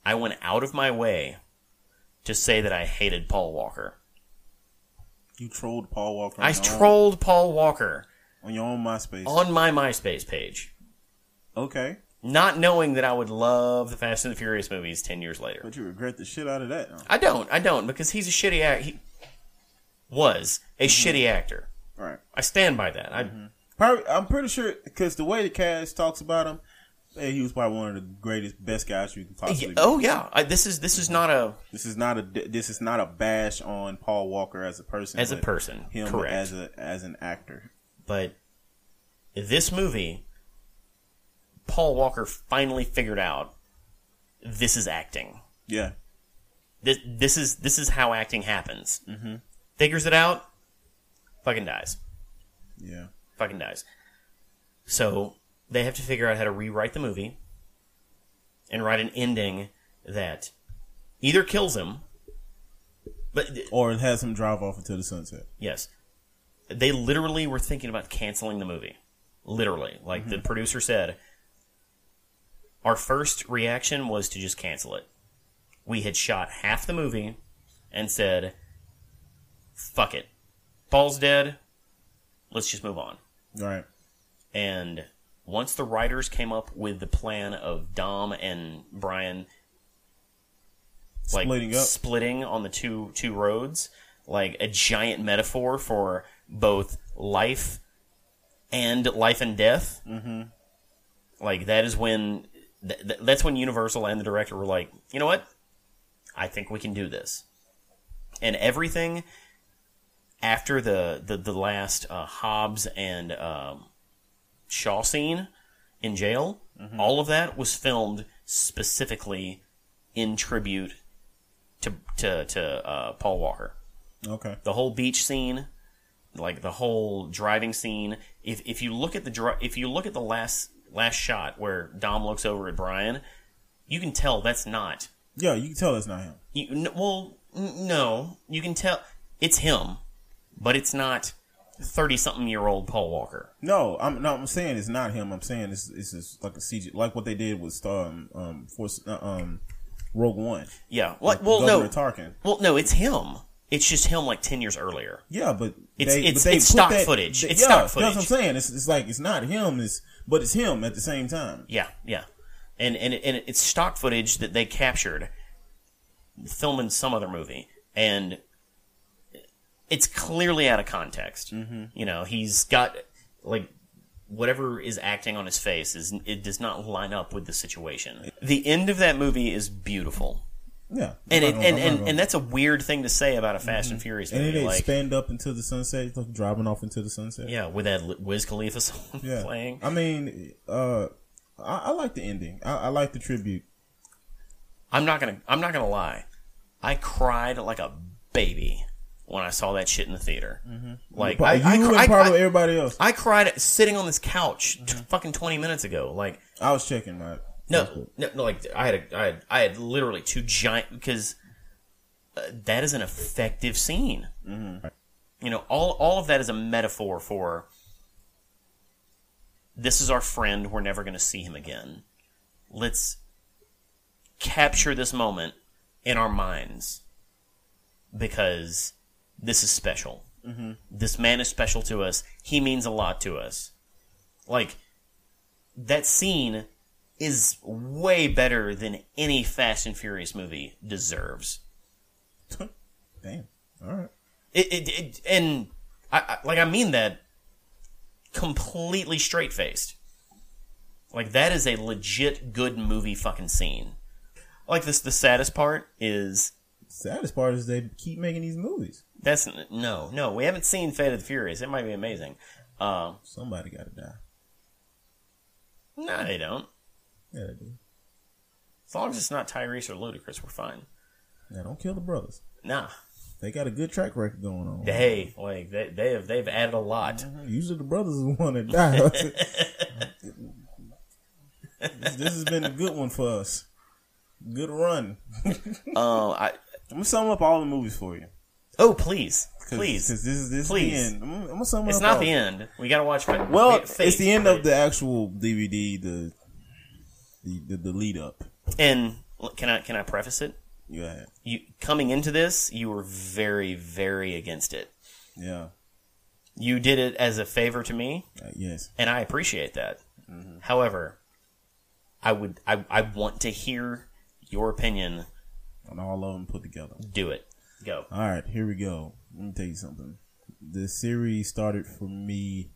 S1: I went out of my way to say that I hated Paul Walker.
S3: You trolled Paul Walker. on
S1: I
S3: your own-
S1: trolled Paul Walker
S3: on your own MySpace.
S1: on my MySpace page,
S3: okay,
S1: not knowing that I would love the Fast and the Furious movies 10 years later.
S3: but you regret the shit out of that. now.
S1: I don't. I don't because he's a shitty act. He was a shitty actor.
S3: Right.
S1: I stand by that. I
S3: Probably, I'm pretty sure because the way the cast talks about him, eh, he was probably one of the greatest, best guys you can possibly.
S1: Yeah, Oh yeah. I, this is this is not a
S3: This is not a this is not a bash on Paul Walker as a person,
S1: As a
S3: but
S1: person,
S3: him
S1: correct.
S3: as a as an actor.
S1: but this movie Paul Walker finally figured out this is acting.
S3: Yeah,
S1: this this is this is how acting happens. Mm-hmm. Figures it out, fucking dies,
S3: yeah,
S1: fucking dies. So they have to figure out how to rewrite the movie and write an ending that either kills him, but
S3: or it has him drive off into the sunset.
S1: yes, they literally were thinking about canceling the movie. Literally, like the producer said, our first reaction was to just cancel it. We had shot half the movie and said, fuck it. Paul's dead. Let's just move on.
S3: Right.
S1: And once the writers came up with the plan of Dom and Brian like
S3: Splitting up.
S1: splitting on the two two roads, like a giant metaphor for both life and life and death. Mm-hmm. Like that is when th- th- that's when Universal and the director were like, you know what, I think we can do this, and everything after the the, the last uh, Hobbs and um, Shaw scene in jail, all of that was filmed specifically in tribute to to to uh, Paul Walker.
S3: Okay.
S1: The whole beach scene, like the whole driving scene. If if you look at the dri- if you look at the last last shot where Dom looks over at Brian, you can tell that's not.
S3: Yeah, you can tell that's not him.
S1: You, n- well, n- no, you can tell it's him, but it's not thirty something year old Paul Walker.
S3: No, I'm no, I'm saying it's not him. I'm saying it's it's just like a CG, like what they did with um um Force uh, um Rogue One.
S1: Yeah. What? Well, no.
S3: Governor Tarkin.
S1: Well, no, it's him. It's just him like 10 years earlier.
S3: Yeah, but
S1: It's-
S3: they,
S1: it's-
S3: but they
S1: it's
S3: put
S1: stock
S3: that-
S1: footage.
S3: they-
S1: It's
S3: yeah,
S1: stock
S3: That's what I'm
S1: footage.
S3: saying. It's, it's like it's not him. It's but it's him at the same time.
S1: Yeah, yeah. And and it- and it's stock footage that they captured filming some other movie and it's clearly out of context. Mm-hmm. You know, he's got like whatever is acting on his face is it does not line up with the situation. The end of that movie is beautiful.
S3: Yeah,
S1: And it,
S3: I'm not gonna-
S1: and,
S3: I'm not
S1: and,
S3: gonna-
S1: and that's a weird thing to say about a Fast and Furious
S3: Mm-hmm. and
S1: movie.
S3: it didn't
S1: like,
S3: expand up into the sunset. It's like driving off into the sunset.
S1: yeah, with that Li- Wiz Khalifa (laughs) song
S3: yeah.
S1: playing.
S3: I mean, uh, I, I like the ending. I, I like the tribute.
S1: I'm not gonna I'm not gonna lie. I cried like a baby when I saw that shit in the theater. Like I,
S3: Mm-hmm. But
S1: I,
S3: you
S1: cr-
S3: and Mm-hmm.
S1: I,
S3: probably
S1: I-
S3: everybody else.
S1: I cried sitting on this couch t- fucking 20 minutes ago. Like
S3: I was checking my. (laughs)
S1: no, no, no, like I had a, I had I had literally two giant because uh, that is an effective scene. You know, all all of that is a metaphor for this is our friend. We're never going to see him again. Let's capture this moment in our minds because this is special. This man is special to us. He means a lot to us. Like that scene is way better than any Fast and Furious movie deserves.
S3: Damn. All right.
S1: It, it, it and I, I like I mean that completely straight faced. Like that is a legit good movie fucking scene. Like this, the saddest part is
S3: Saddest part is they keep making these movies.
S1: that's no, no. We haven't seen Fate of the Furious. It might be amazing. Uh,
S3: Somebody got to die.
S1: no, they don't.
S3: Yeah, they do.
S1: As long as it's not Tyrese or Ludacris, we're fine.
S3: Now don't kill the brothers.
S1: Nah.
S3: They got a good track record going on.
S1: Hey, like they, they have they've added a lot.
S3: Usually the brothers is the one
S1: (laughs)
S3: that die. this, this has been a good one for us. Good run.
S1: Oh, I
S3: I'm gonna sum up all the movies for you.
S1: oh please,
S3: 'Cause-
S1: please.
S3: 'cause this is this is
S1: Please.
S3: the end. I'm, gonna- I'm gonna sum
S1: It's
S3: up.
S1: not
S3: all-
S1: the end. We gotta watch. Fa-
S3: Well,
S1: Fa- Fate,
S3: it's the end
S1: but-
S3: of the actual DVD. The the the, the lead up.
S1: And look, can I can I preface it?
S3: You had.
S1: You coming into this, you were very very against it.
S3: Yeah.
S1: You did it as a favor to me,
S3: Uh, yes.
S1: and I appreciate that.
S3: Mm-hmm.
S1: However, I would I, I want to hear your opinion.
S3: On all of them put together.
S1: Do it. Go.
S3: All right, here we go. Let me tell you something. The series started for me.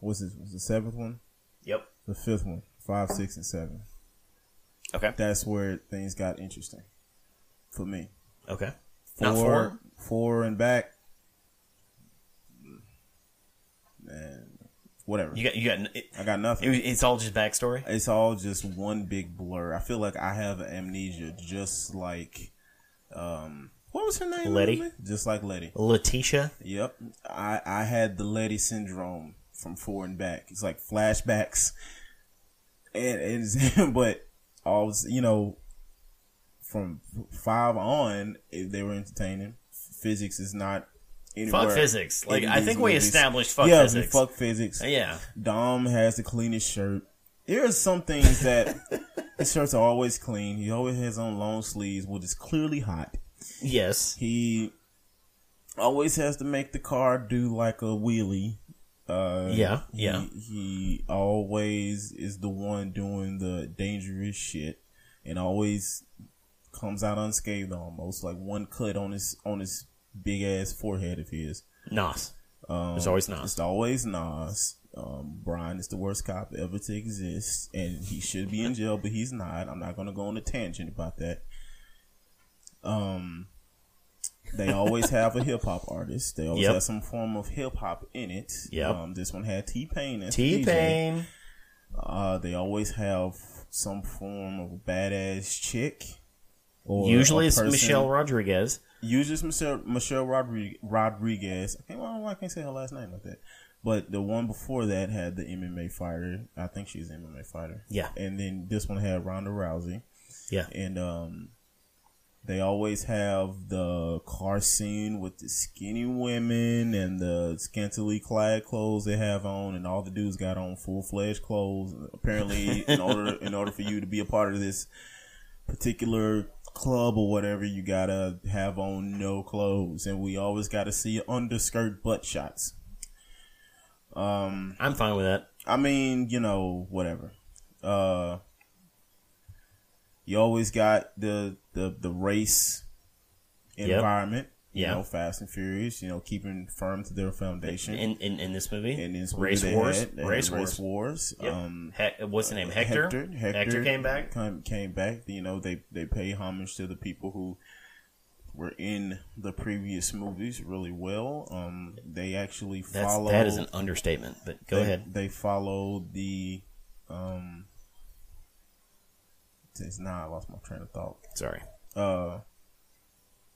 S3: What's this? Was the seventh one?
S1: Yep.
S3: The fifth one? Five, six, and seven.
S1: Okay.
S3: That's where things got interesting for me.
S1: Okay.
S3: Four,
S1: Not four.
S3: four and back. Man, whatever.
S1: You got you got. It,
S3: I got nothing.
S1: it, it's all just backstory.
S3: it's all just one big blur. I feel like I have amnesia, just like, um, what was her name? in the
S1: Letty?
S3: movie? Just like Letty.
S1: Letitia.
S3: Yep. I, I had the Letty syndrome from four and back. It's like flashbacks. And, and (laughs) but all was- you know from five on if they were entertaining. Physics is not anywhere.
S1: Fuck physics. Like
S3: in
S1: I
S3: these
S1: think we
S3: movies.
S1: established fuck
S3: yeah,
S1: physics.
S3: fuck physics.
S1: Yeah.
S3: Dom has the cleanest shirt. There are some
S1: (laughs)
S3: things that his shirts are always clean. He always has on long sleeves, which is clearly hot.
S1: Yes.
S3: He always has to make the car do like a wheelie. Uh,
S1: Yeah. Yeah.
S3: He, he always is the one doing the dangerous shit, and always comes out unscathed almost. Like one cut on his on his big ass forehead of his.
S1: Nas. There's always
S3: It's
S1: Nas.
S3: always Nas. Um, Brian is the worst cop ever to exist, and he should be in jail, but he's not. I'm not going to go on a tangent about that. Um,
S1: (laughs)
S3: they always have a hip hop artist. They always
S1: Yep.
S3: have some form of hip hop in it.
S1: Yep.
S3: Um, this one had T Pain as
S1: T
S3: T Pain.
S1: Pain.
S3: Uh, they always have some form of badass chick. Or
S1: Usually
S3: a
S1: it's
S3: person-
S1: Michelle Rodriguez.
S3: Usually it's Michelle, Michelle Rodri- Rodriguez. I can't, I don't know why I can't say her last name like that. But the one before that had the MMA fighter. I think she's an MMA fighter.
S1: Yeah.
S3: And then this one had Ronda Rousey.
S1: Yeah.
S3: And um, they always have the car scene with the skinny women and the scantily clad clothes they have on, and all the dudes got on full fledged clothes. Apparently,
S1: (laughs)
S3: in order in order for you to be a part of this particular club or whatever, you gotta have on no clothes, and we always gotta see underskirt butt shots.
S1: I'm fine with that.
S3: I mean, you know, whatever. Uh, you always got the the the race
S1: Yep.
S3: environment.
S1: Yeah.
S3: You know, Fast and Furious. You know, keeping firm to their foundation.
S1: In in, in this movie,
S3: and this
S1: race wars, race
S3: race
S1: wars.
S3: wars.
S1: Yep.
S3: Um,
S1: Hec- what's the name? Hector.
S3: Hector, Hector,
S1: came back.
S3: Came, came back. You know, they they pay homage to the people who were in the previous movies really well. Um, they actually
S1: That's
S3: follow.
S1: that is an understatement. But go
S3: they,
S1: ahead.
S3: They follow the. Um, it's nah, I lost my train of thought.
S1: Sorry.
S3: Uh,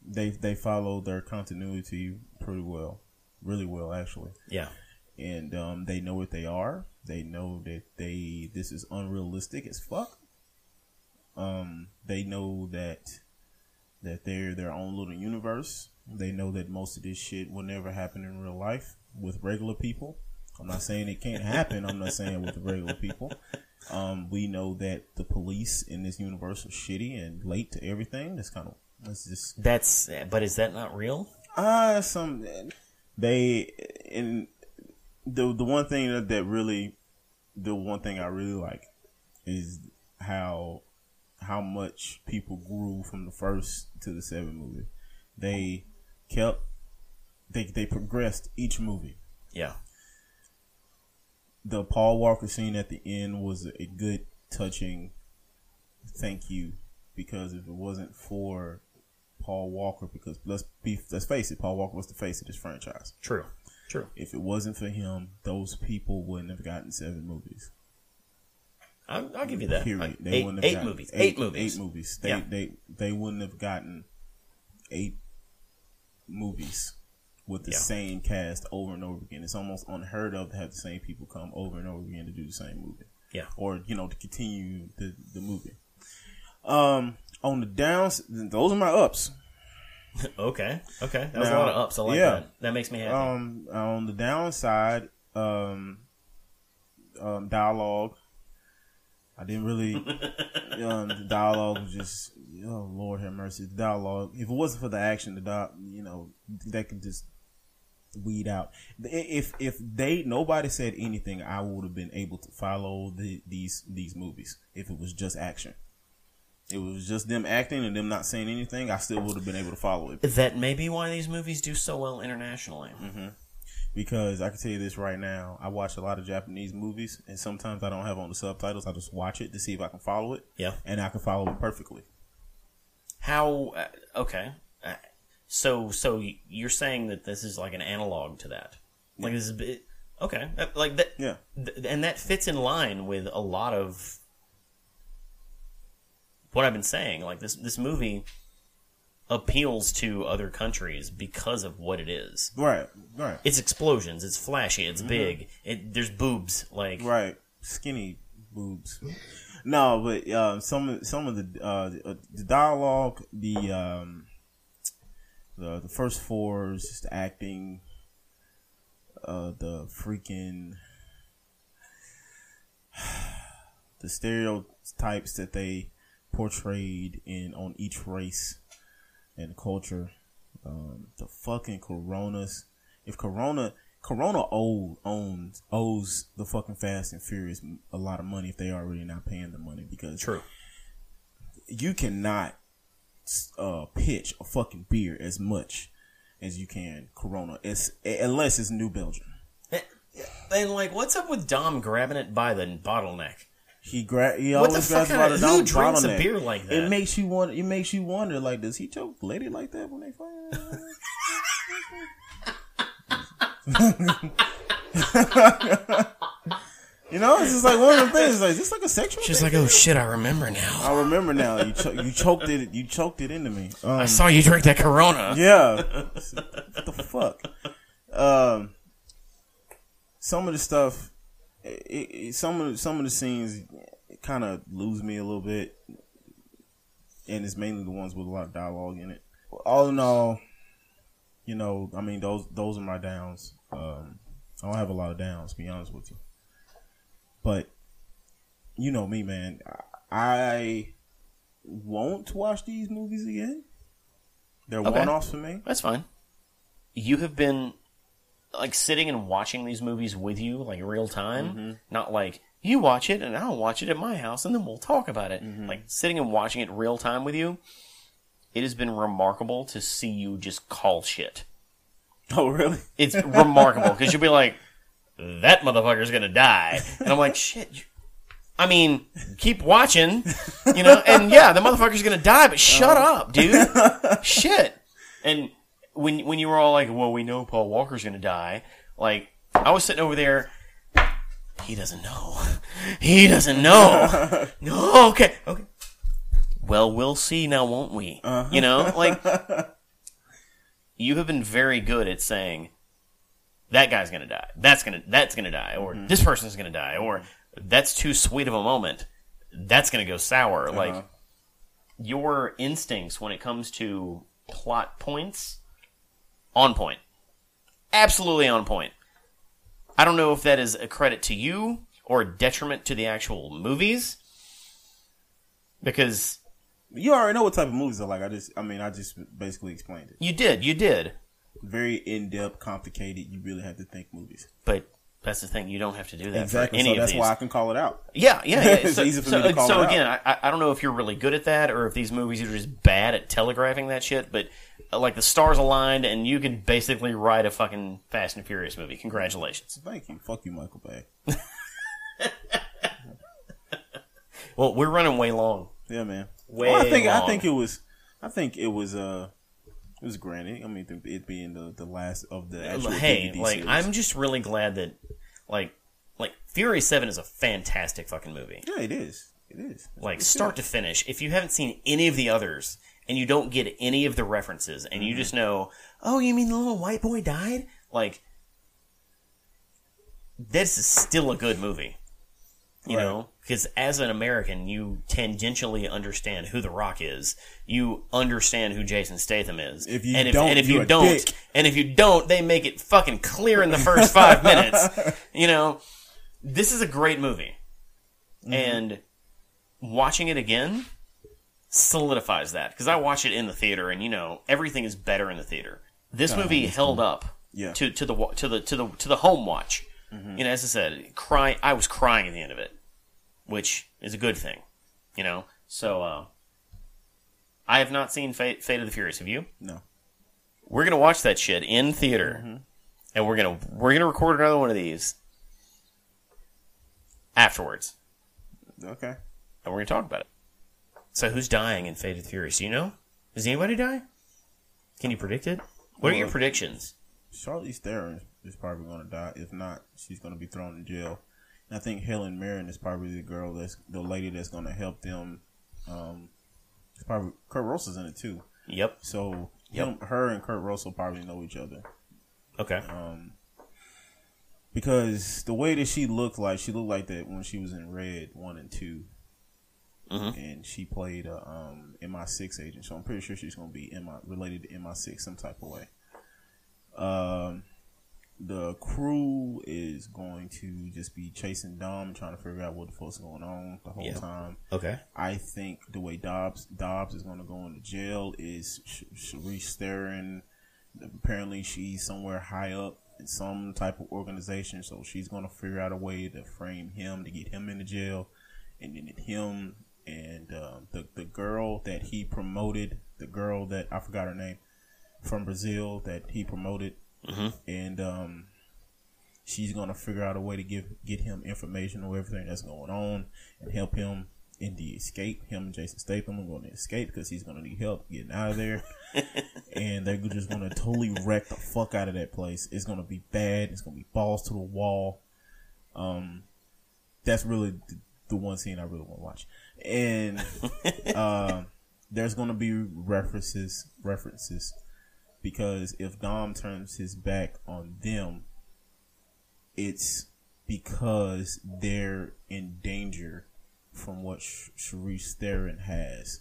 S3: they they follow their continuity pretty well, really well actually,
S1: Yeah.
S3: and um, they know what they are. They know that they this is unrealistic as fuck. Um, they know that that they're their own little universe. They know that most of this shit will never happen in real life with regular people. I'm not saying it can't happen. I'm not saying with regular people. Um, we know that the police in this universe are shitty and late to everything. That's kind of that's just
S1: That's. But is that not real?
S3: ah some they and the the one thing that, that really the one thing I really like is how how much people grew from the first to the seventh movie. They kept they they progressed each movie.
S1: Yeah.
S3: the Paul Walker scene at the end was a good, touching thank you because if it wasn't for Paul Walker, because let's be let's face it, Paul Walker was the face of this franchise.
S4: True. True.
S3: If it wasn't for him, those people wouldn't have gotten seven movies.
S4: I'll, I'll give you that.
S3: Period.
S4: Like, eight,
S3: wouldn't have
S4: eight
S3: gotten
S4: movies. Eight, movies.
S3: Eight movies. They,
S4: Yeah.
S3: they they wouldn't have gotten eight movies with the
S4: Yeah.
S3: same cast over and over again. It's almost unheard of to have the same people come over and over again to do the same movie
S4: Yeah.
S3: or you know to continue the the movie. Um, on the downs, those are my ups.
S4: Okay. Okay. That was
S3: Now-
S4: a lot of ups. I like
S3: yeah.
S4: that. That makes me happy.
S3: Um, on the downside, um, um, dialogue. I didn't really. um, the dialogue was just, oh Lord have mercy. The dialogue. If it wasn't for the action, the doc, you know, that can just weed out. I- If if they nobody said anything, I would have been able to follow the, these these movies. If it was just action. It was just them acting and them not saying anything. I still would have been able to follow it.
S4: that may be why these movies do so well internationally.
S3: because I can tell you this right now. I watch a lot of Japanese movies, and sometimes I don't have on the subtitles. I just watch it to see if I can follow it.
S4: Yeah.
S3: and I can follow it perfectly.
S4: How? Uh, okay. Uh, so, so you're saying that this is like an analog to that? Like this is it- okay? Uh, Like that?
S3: Yeah,
S4: th- and that fits in line with a lot of what I've been saying. Like this, this movie appeals to other countries because of what it is.
S3: right, right,
S4: It's explosions. It's flashy. It's big. It, there's boobs. Like
S3: right. Skinny boobs. No, but um, some of- some of the uh, the, uh, the dialogue, the um, the the first four is just acting. Uh, the freaking (sighs) the stereotypes that they portrayed in on each race and culture. Um, the fucking coronas. If Corona Corona owe, owns owes the fucking Fast and Furious a lot of money if they already not paying the money because
S4: true.
S3: you cannot uh, pitch a fucking beer as much as you can Corona. It's unless it's New Belgium.
S4: eh, And like, what's up with Dom grabbing it by the bottleneck?
S3: He gra- he
S4: What the
S3: always
S4: fuck
S3: grabs about
S4: kinda-
S3: a
S4: who
S3: dom-
S4: drinks a
S3: bottleneck.
S4: beer like that?
S3: It makes you wonder. It makes you wonder. Like, does he choke lady like that when they fight? (laughs) you know, it's just like one of the things. Like, is this like a sexual?
S7: She's
S3: thing?
S7: like, oh shit, I remember now.
S3: I remember now. You cho- you choked it. You choked it into me. Um,
S7: I saw you drink that Corona.
S3: yeah. what the fuck? Um, some of the stuff, it, it, some of the, some of the scenes, kind of lose me a little bit, and it's mainly the ones with a lot of dialogue in it. All in all, you know, I mean, those those are my downs. Um, I don't have a lot of downs, to be honest with you. But you know me, man. I, I won't watch these movies again. They're
S4: Okay.
S3: one-offs for me.
S4: That's fine. You have been like sitting and watching these movies with you, like real time,
S3: Mm-hmm.
S4: not like you watch it and I'll watch it at my house and then we'll talk about it.
S3: Mm-hmm.
S4: Like sitting and watching it real time with you, it has been remarkable to see you just call shit.
S3: (laughs) Oh, really?
S4: (laughs) It's remarkable because you'll be like, "That motherfucker's gonna die," and I'm like, "Shit." You, I mean, keep watching, you know. And yeah, the motherfucker's gonna die, but shut up, dude. Shit. And when when you were all like, "Well, we know Paul Walker's gonna die," like I was sitting over there. He doesn't know. He doesn't know. No, okay, okay. Well, we'll see now, won't we? You know, like you have been very good at saying that guy's gonna die that's gonna that's gonna die or this person's gonna die or that's too sweet of a moment that's gonna go sour like your instincts when it comes to plot points on point absolutely on point i don't know if that is a credit to you or a detriment to the actual movies because
S3: You already know what type of movies I like. I just, I mean, I just basically explained it.
S4: you did you did
S3: Very in depth, complicated. You really have to think movies.
S4: but that's the thing you don't have to do that for
S3: Exactly.
S4: any
S3: so
S4: of
S3: that's
S4: these.
S3: why I can call it out.
S4: Yeah, yeah. yeah.
S3: (laughs) It's
S4: so
S3: easy for
S4: so,
S3: me to call
S4: so
S3: it out.
S4: again, I, I don't know if you're really good at that or if these movies are just bad at telegraphing that shit, but uh, like the stars aligned and you can basically write a fucking Fast and Furious movie. Congratulations.
S3: Thank you. Fuck you, Michael Bay.
S4: Well, we're running way long.
S3: Yeah, man.
S4: Way
S3: Well, I think I
S4: long.
S3: think it was I think it was uh it was granted. I mean, th- it being the, the last of the actual
S4: hey,
S3: DVD
S4: like
S3: series.
S4: I'm just really glad that like like Fury Seven is a fantastic fucking movie.
S3: yeah, it is. It is.
S4: Like start to finish. If you haven't seen any of the others and you don't get any of the references and you just know, oh, you mean the little white boy died? Like this is still a good movie. You
S3: Right.
S4: know, because as an American, you tangentially understand who The Rock is. You understand who Jason Statham is.
S3: If you
S4: and if,
S3: don't,
S4: and if
S3: you
S4: you
S3: a
S4: don't,
S3: dick.
S4: and if you don't, they make it fucking clear in the first
S3: (laughs)
S4: five minutes. You know, this is a great movie,
S3: Mm-hmm.
S4: and watching it again solidifies that because I watch it in the theater, and you know everything is better in the theater. This movie held up
S3: Yeah.
S4: to to the wa- to the to the to the home watch. You know, as I said, cry. I was crying at the end of it, which is a good thing. You know, so uh, I have not seen Fate, Fate of the Furious. Have you?
S3: No.
S4: We're gonna watch that shit in theater, and we're gonna we're gonna record another one of these afterwards,
S3: Okay.
S4: and we're gonna talk about it. So, who's dying in Fate of the Furious? Do you know? Does anybody die? Can you predict it? What are your
S3: Well-
S4: predictions?
S3: Charlize Theron is probably going to die. If not, she's going to be thrown in jail. And I think Helen Mirren is probably the girl that's the lady that's going to help them. Um, it's probably Kurt Russell's in it too.
S4: Yep.
S3: So
S4: Yep.
S3: him, her and Kurt Russell probably know each other
S4: Okay.
S3: because the way that she looked like she looked like that when she was in Red One and 2 and she played a um, MI6 agent. So I'm pretty sure she's going to be MI related to MI6 some type of way. Um, the crew is going to just be chasing Dom, trying to figure out what the fuck's going on the whole
S4: Yeah.
S3: time.
S4: Okay.
S3: I think the way Dobbs Dobbs is going to go into jail is Sh- Sharice Theron. Apparently, she's somewhere high up in some type of organization, so she's going to figure out a way to frame him to get him into jail, and then him and um, the the girl that he promoted, the girl that I forgot her name from Brazil that he promoted, and um, she's gonna figure out a way to give get him information on everything that's going on and help him in the escape. Him and Jason Statham are going to escape because he's gonna need help getting out of there, and they're just gonna totally wreck the fuck out of that place. It's gonna be bad. It's gonna be balls to the wall. Um, that's really th- the one scene I really want to watch, and uh, there's gonna be references references. Because if Dom turns his back on them, it's because they're in danger from what Sh- Sharice Theron has.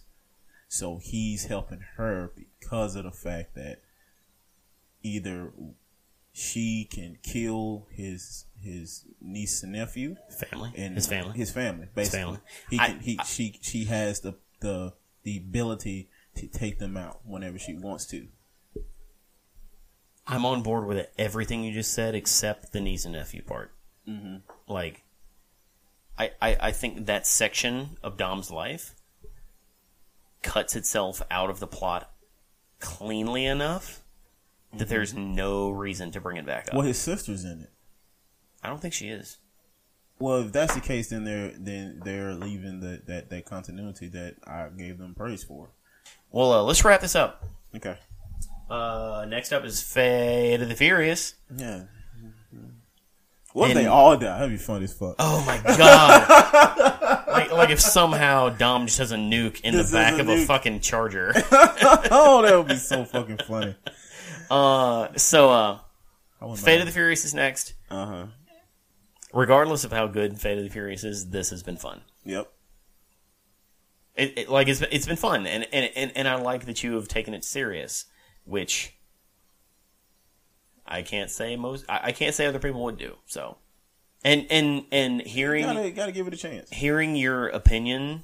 S3: So he's helping her because of the fact that either she can kill his his niece and nephew
S4: Family.
S3: and
S4: His family.
S3: his family basically
S4: family.
S3: he
S4: I-
S3: can, he she she has the the the ability to take them out whenever she wants to
S4: I'm on board with everything you just said except the niece and nephew part. Mm-hmm. Like, I, I I think that section of Dom's life cuts itself out of the plot cleanly enough that there's no reason to bring it back up.
S3: well his sister's in it
S4: I don't think she is.
S3: Well, if that's the case, then they're then they're leaving the, that that continuity that I gave them praise for.
S4: Well, uh, let's wrap this up.
S3: Okay.
S4: Uh, next up is Fate of the Furious.
S3: Yeah. What if
S4: And-
S3: they all die? That'd be fun as fuck.
S4: Oh my god! (laughs) like, like if somehow Dom just has a nuke in
S3: This is
S4: the back
S3: a
S4: of a
S3: nuke.
S4: fucking charger. (laughs)
S3: Oh, that would be so fucking funny.
S4: so, uh,
S3: I
S4: (laughs)
S3: wouldn't
S4: Fate of
S3: mind.
S4: the Furious is next.
S3: Uh huh.
S4: Uh-huh. Regardless of how good Fate of the Furious is, this has been fun.
S3: Yep.
S4: It, it like it's been, it's been fun, and, and and and I like that you have taken it serious, which I can't say most. I, I can't say other people would do. So, and and and hearing
S3: Gotta gotta give it a chance.
S4: hearing your opinion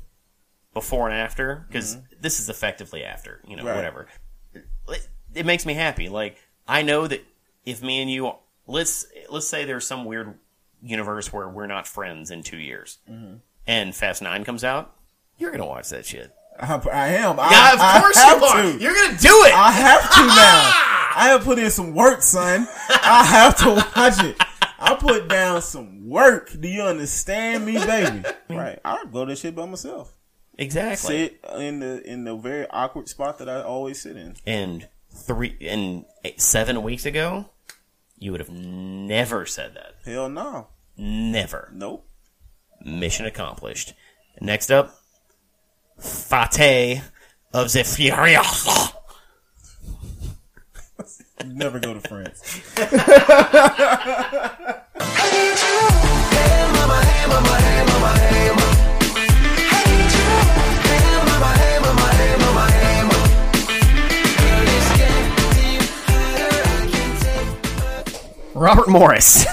S4: before and after because this is effectively after you know
S3: Right.
S4: whatever it, it makes me happy like i know that if me and you let's let's say there's some weird universe where we're not friends in two years
S3: Mm-hmm.
S4: and fast nine comes out you're gonna watch that shit
S3: I, I am. I,
S4: yeah of
S3: I
S4: course
S3: have
S4: you are
S3: To.
S4: you're gonna do it
S3: (laughs) I have to now. I have put in some work, son. I have to watch it. I put down some work. Do you understand me, baby? (laughs) Right. I go to shit by myself.
S1: Exactly.
S3: Sit in the in the very awkward spot that I always sit in.
S1: And three and eight, seven weeks ago, you would have never said that.
S3: Hell no.
S1: Never.
S3: Nope.
S1: Mission accomplished. Next up, Fate of the Furious.
S3: Never go to France.
S1: Robert Morris.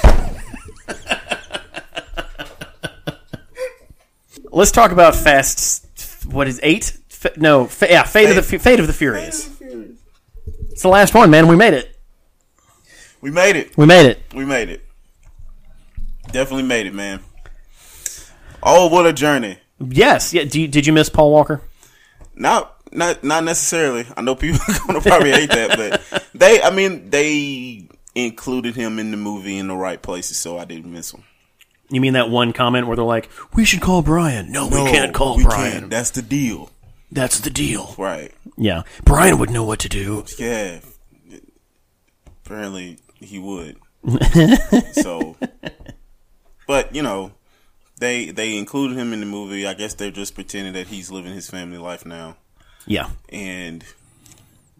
S1: (laughs) Let's talk about Fast. What is eight? F- no, fa- yeah, Fate, of the Fu- Fate of the Furious. It's the last one, man. We made it.
S3: We made it.
S1: We made it.
S3: We made it. Definitely made it, man. Oh, what a journey.
S1: Yes. Yeah. Do you, did you miss Paul Walker?
S3: Not not not necessarily. I know people (laughs) are gonna probably hate that, but they I mean they included him in the movie in the right places, so I didn't miss him.
S1: You mean that one comment where they're like, "We should call Brian." No, we can't call
S3: we
S1: Brian.
S3: can't. That's the deal.
S1: That's the deal.
S3: Right.
S1: Yeah, Brian would know what to do.
S3: Yeah. Apparently he
S1: (laughs)
S3: would. so but you know, they they included him in the movie. I guess they're just pretending that he's living his family life now.
S1: Yeah.
S3: And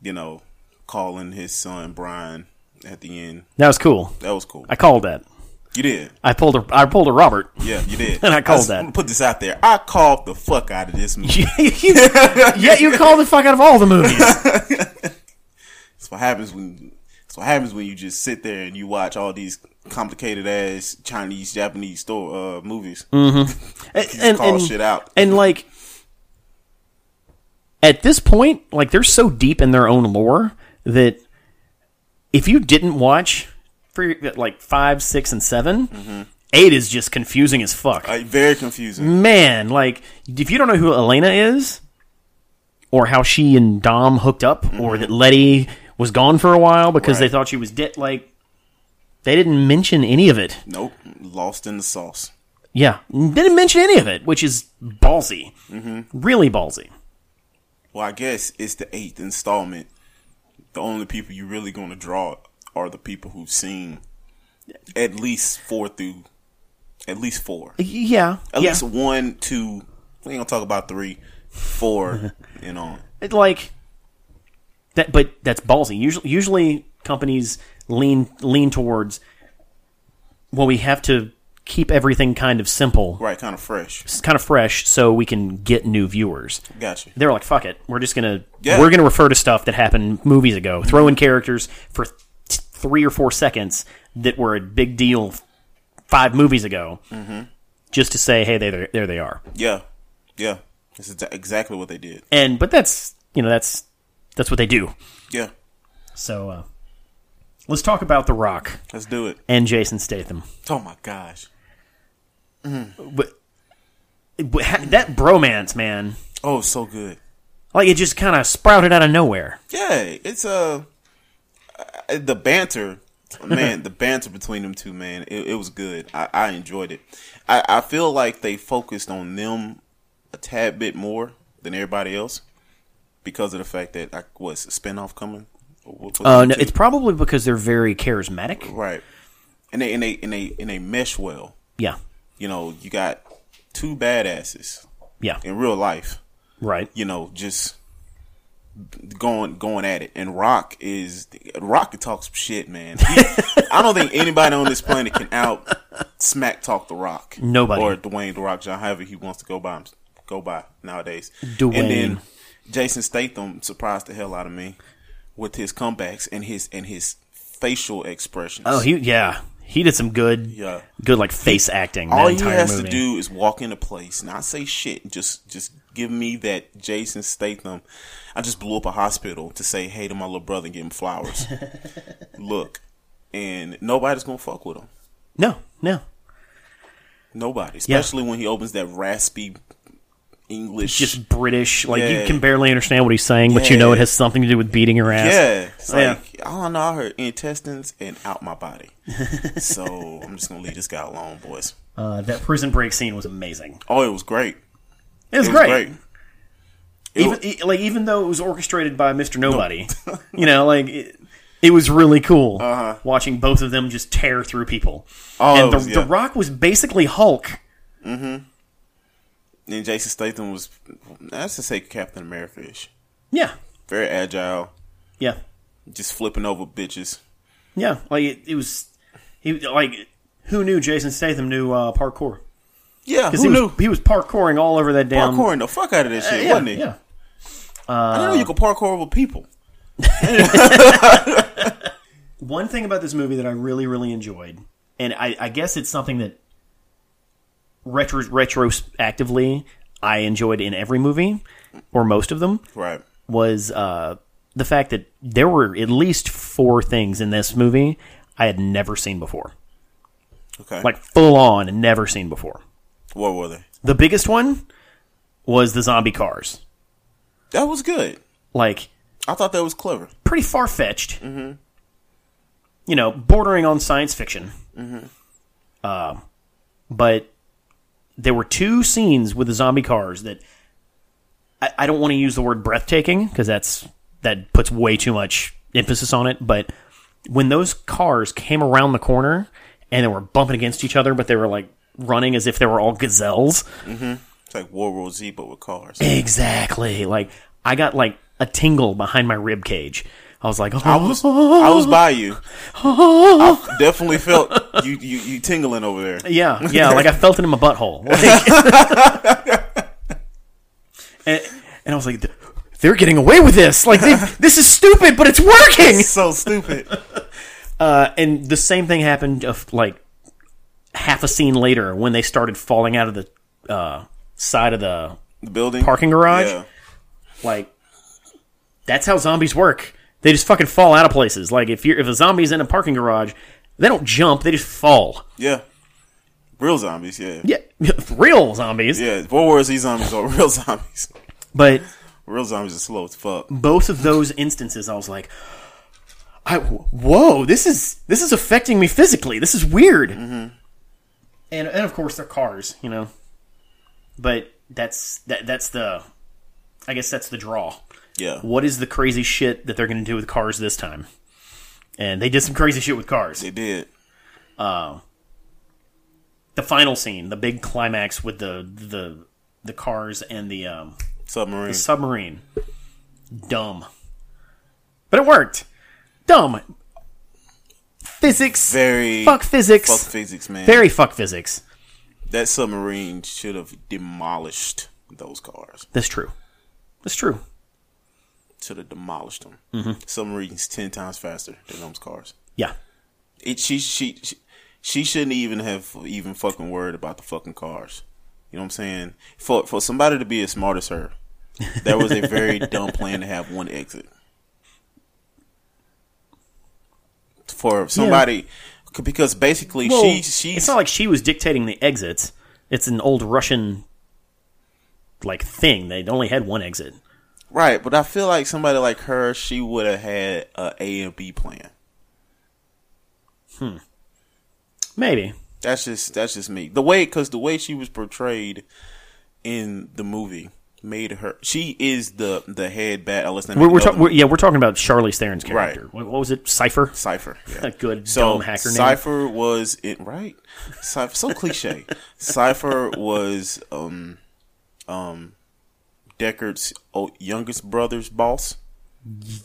S3: you know, calling his son Brian at the end.
S1: That was cool.
S3: That was cool.
S1: I called that.
S3: You did.
S1: I pulled a. I pulled a (laughs) Robert.
S3: Yeah, you did.
S1: And I called
S3: s-
S1: that.
S3: I'm gonna Put this out there. I called the fuck out of
S1: (laughs)
S3: this movie.
S1: Yet you call the fuck out of all the movies.
S3: That's what happens when. That's what happens when you just sit there and you watch all these complicated ass Chinese, Japanese store uh, movies.
S1: Mm-hmm. and,
S3: (laughs) You
S1: and,
S3: call
S1: and-
S3: shit out.
S1: (laughs) and, like at this point, like they're so deep in their own lore that if you didn't watch for like five, six, and 7 eight is just confusing as fuck.
S3: Like, Uh, very
S1: Mm-hmm.
S3: confusing.
S1: Man, like if you don't know who Elena is, or how she and Dom hooked up, or that Letty was gone for a while because they
S3: Right.
S1: thought she was dead, like they didn't mention any of it.
S3: Nope. Lost in the sauce.
S1: Yeah, didn't mention any of it, which is ballsy, really ballsy.
S3: Well, I guess it's the eighth installment. The only people you're really going to draw are the people who've seen at least four through, at least four.
S1: Yeah,
S3: At
S1: yeah.
S3: least one, two. We ain't gonna talk about three, four,
S1: (laughs)
S3: and on.
S1: It, like that, but that's ballsy. Usually, usually companies lean lean towards well, we have to keep everything kind of simple,
S3: Right, kind of fresh.
S1: It's kind of fresh, so we can get new viewers.
S3: Gotcha.
S1: They were like, "Fuck it, we're just gonna
S3: Yeah.
S1: we're gonna refer to stuff that happened movies ago, throw in characters for th- three or four seconds that were a big deal f- five movies ago." Just to say, hey, they- there, there they are,
S3: Yeah, yeah. This is exactly what they did.
S1: and but that's you know that's that's what they do.
S3: Yeah,
S1: So uh, let's talk about The Rock
S3: let's do it.
S1: and Jason Statham.
S3: Oh my gosh.
S1: But, but ha- that bromance, man,
S3: Oh, so good.
S1: like it just kind of sprouted out of nowhere.
S3: Yeah, it's uh, uh, the banter,
S1: (laughs)
S3: man. the banter between them two, man. It, it was good. I, I enjoyed it. I, I feel like they focused on them a tad bit more than everybody else because of the fact that I was a spinoff coming. What- what's
S1: Oh
S3: it
S1: no,
S3: to?
S1: it's probably because they're very charismatic.
S3: Right. And they and they and they and they mesh well.
S1: Yeah,
S3: You know, you got two badasses
S1: yeah,
S3: in real life,
S1: right.
S3: you know, just going going at it. And Rock is Rock can talk some shit,
S1: (laughs)
S3: man. He- I don't think anybody on this planet can out smack talk the Rock.
S1: Nobody.
S3: Or Dwayne the Rock John, however he wants to go by him, go by nowadays.
S1: Dwayne.
S3: And then Jason Statham surprised the hell out of me with his comebacks and his and his facial expressions.
S1: Oh, he yeah, he did some good,
S3: Yeah.
S1: good like face acting.
S3: All
S1: that
S3: he
S1: entire
S3: has
S1: movie.
S3: to do is walk into place, not say shit. Just, just give me that Jason Statham. I just blew up a hospital to say hey to my little brother and give him
S1: (laughs)
S3: flowers. Look, and nobody's gonna fuck with him.
S1: No, no,
S3: Nobody, especially when he opens that raspy English.
S1: just British. Like
S3: Yeah.
S1: you can barely understand what he's saying, but you know it
S3: Yeah.
S1: has something to do with beating her ass.
S3: yeah, it's
S1: Yeah.
S3: like all I know, I heard intestines and out
S1: (laughs)
S3: my body. so I'm just gonna leave this guy alone, boys.
S1: Uh, that prison break scene was amazing.
S3: Oh, it was great.
S1: It was,
S3: It was
S1: great.
S3: great. It
S1: Even
S3: was-
S1: e- like even though it was orchestrated by Mr.
S3: (laughs)
S1: Nobody, you know, like it, it was really cool watching both of them just tear through people.
S3: Uh-huh. Oh,
S1: and
S3: it
S1: the,
S3: was- yeah.
S1: the Rock was basically Hulk.
S3: and Jason Statham was that's to say Captain America ish.
S1: Yeah,
S3: Very agile,
S1: yeah,
S3: just flipping over bitches.
S1: yeah. Like it, it was. He like who knew Jason Statham knew uh, parkour
S3: Yeah, who
S1: because he
S3: knew?
S1: was he was parkouring all over that damn
S3: Parkouring the fuck out of that shit,
S1: Yeah,
S3: wasn't he?
S1: yeah.
S3: I didn't know you could parkour with people.
S1: one thing about this movie that I really, really enjoyed, and I, I guess it's something that retro retroactively I enjoyed in every movie or most of them
S3: Right.
S1: was uh, the fact that there were at least four things in this movie I had never seen before,
S3: Okay.
S1: like full on and never seen before.
S3: what were they?
S1: The biggest one was the zombie cars,
S3: That was good.
S1: like
S3: I thought that was clever.
S1: pretty far fetched. You know, bordering on science fiction. Mm-hmm. but there were two scenes with the zombie cars that I, I don't want to use the word breathtaking because that's that puts way too much emphasis on it. But when those cars came around the corner and they were bumping against each other, but they were like running as if they were all gazelles.
S3: It's like World War Z, but
S1: (laughs)
S3: with cars.
S1: Exactly. Like I got like a tingle behind my rib cage. I was like, oh,
S3: I was, I was by you. I definitely felt you, you, you tingling over there.
S1: (laughs) Yeah, yeah, like I felt it in my butthole. (laughs) Like- (laughs) and, and I was like, they're getting away with this. Like, they, this is stupid, but it's working.
S3: So stupid.
S1: Uh, and the same thing happened of like half a scene later when they started falling out of the uh, side of the
S3: The building
S1: Parking garage?
S3: Yeah.
S1: like. That's how zombies work. They just fucking fall out of places. Like if you're if a zombie's in a parking garage, they don't jump. They just fall.
S3: yeah. Real zombies. Yeah.
S1: Yeah, (laughs) real zombies.
S3: Yeah. World War Z zombies are (laughs) real zombies.
S1: But
S3: Real zombies are slow as fuck.
S1: both of those instances, I was like, I, "Whoa, this is this is affecting me physically. This is weird." Mm-hmm. And and of course, they're cars, you know. But that's that that's the, I guess that's the draw.
S3: Yeah.
S1: What is the crazy shit that they're going to do with cars this time? And they did some crazy shit with cars.
S3: They did.
S1: The final scene, the big climax with the the the cars and the um,
S3: Submarine.
S1: submarine. Dumb. But it worked. Dumb. Physics.
S3: Very
S1: fuck physics.
S3: Fuck physics, man.
S1: Very fuck physics.
S3: that submarine should have demolished those cars.
S1: That's true. That's true.
S3: Should have demolished them.
S1: Mm-hmm.
S3: Submarines ten times faster than those cars.
S1: Yeah.
S3: It she she. she she shouldn't even have even fucking worried about the fucking cars. You know what I'm saying? For for somebody to be as smart as her, that was a
S1: (laughs)
S3: very dumb plan to have one exit. For somebody, because basically she she
S1: it's not like she was dictating the exits. It's an old Russian like thing. They only had one exit.
S3: Right, but I feel like somebody like her, she would have had a A and B plan.
S1: Maybe.
S3: That's just that's just me. The way because the way she was portrayed in the movie made her. She is the the head bad. Unless
S1: We're, we're, talk- we're yeah, we're talking about Charlize Theron's character.
S3: Right.
S1: What, what was it? Cipher.
S3: Cipher.
S1: A
S3: Yeah.
S1: (laughs) good
S3: So
S1: dumb hacker name.
S3: Cipher was it right? Cipher so cliche. Cipher was um um Deckard's o- youngest brother's boss.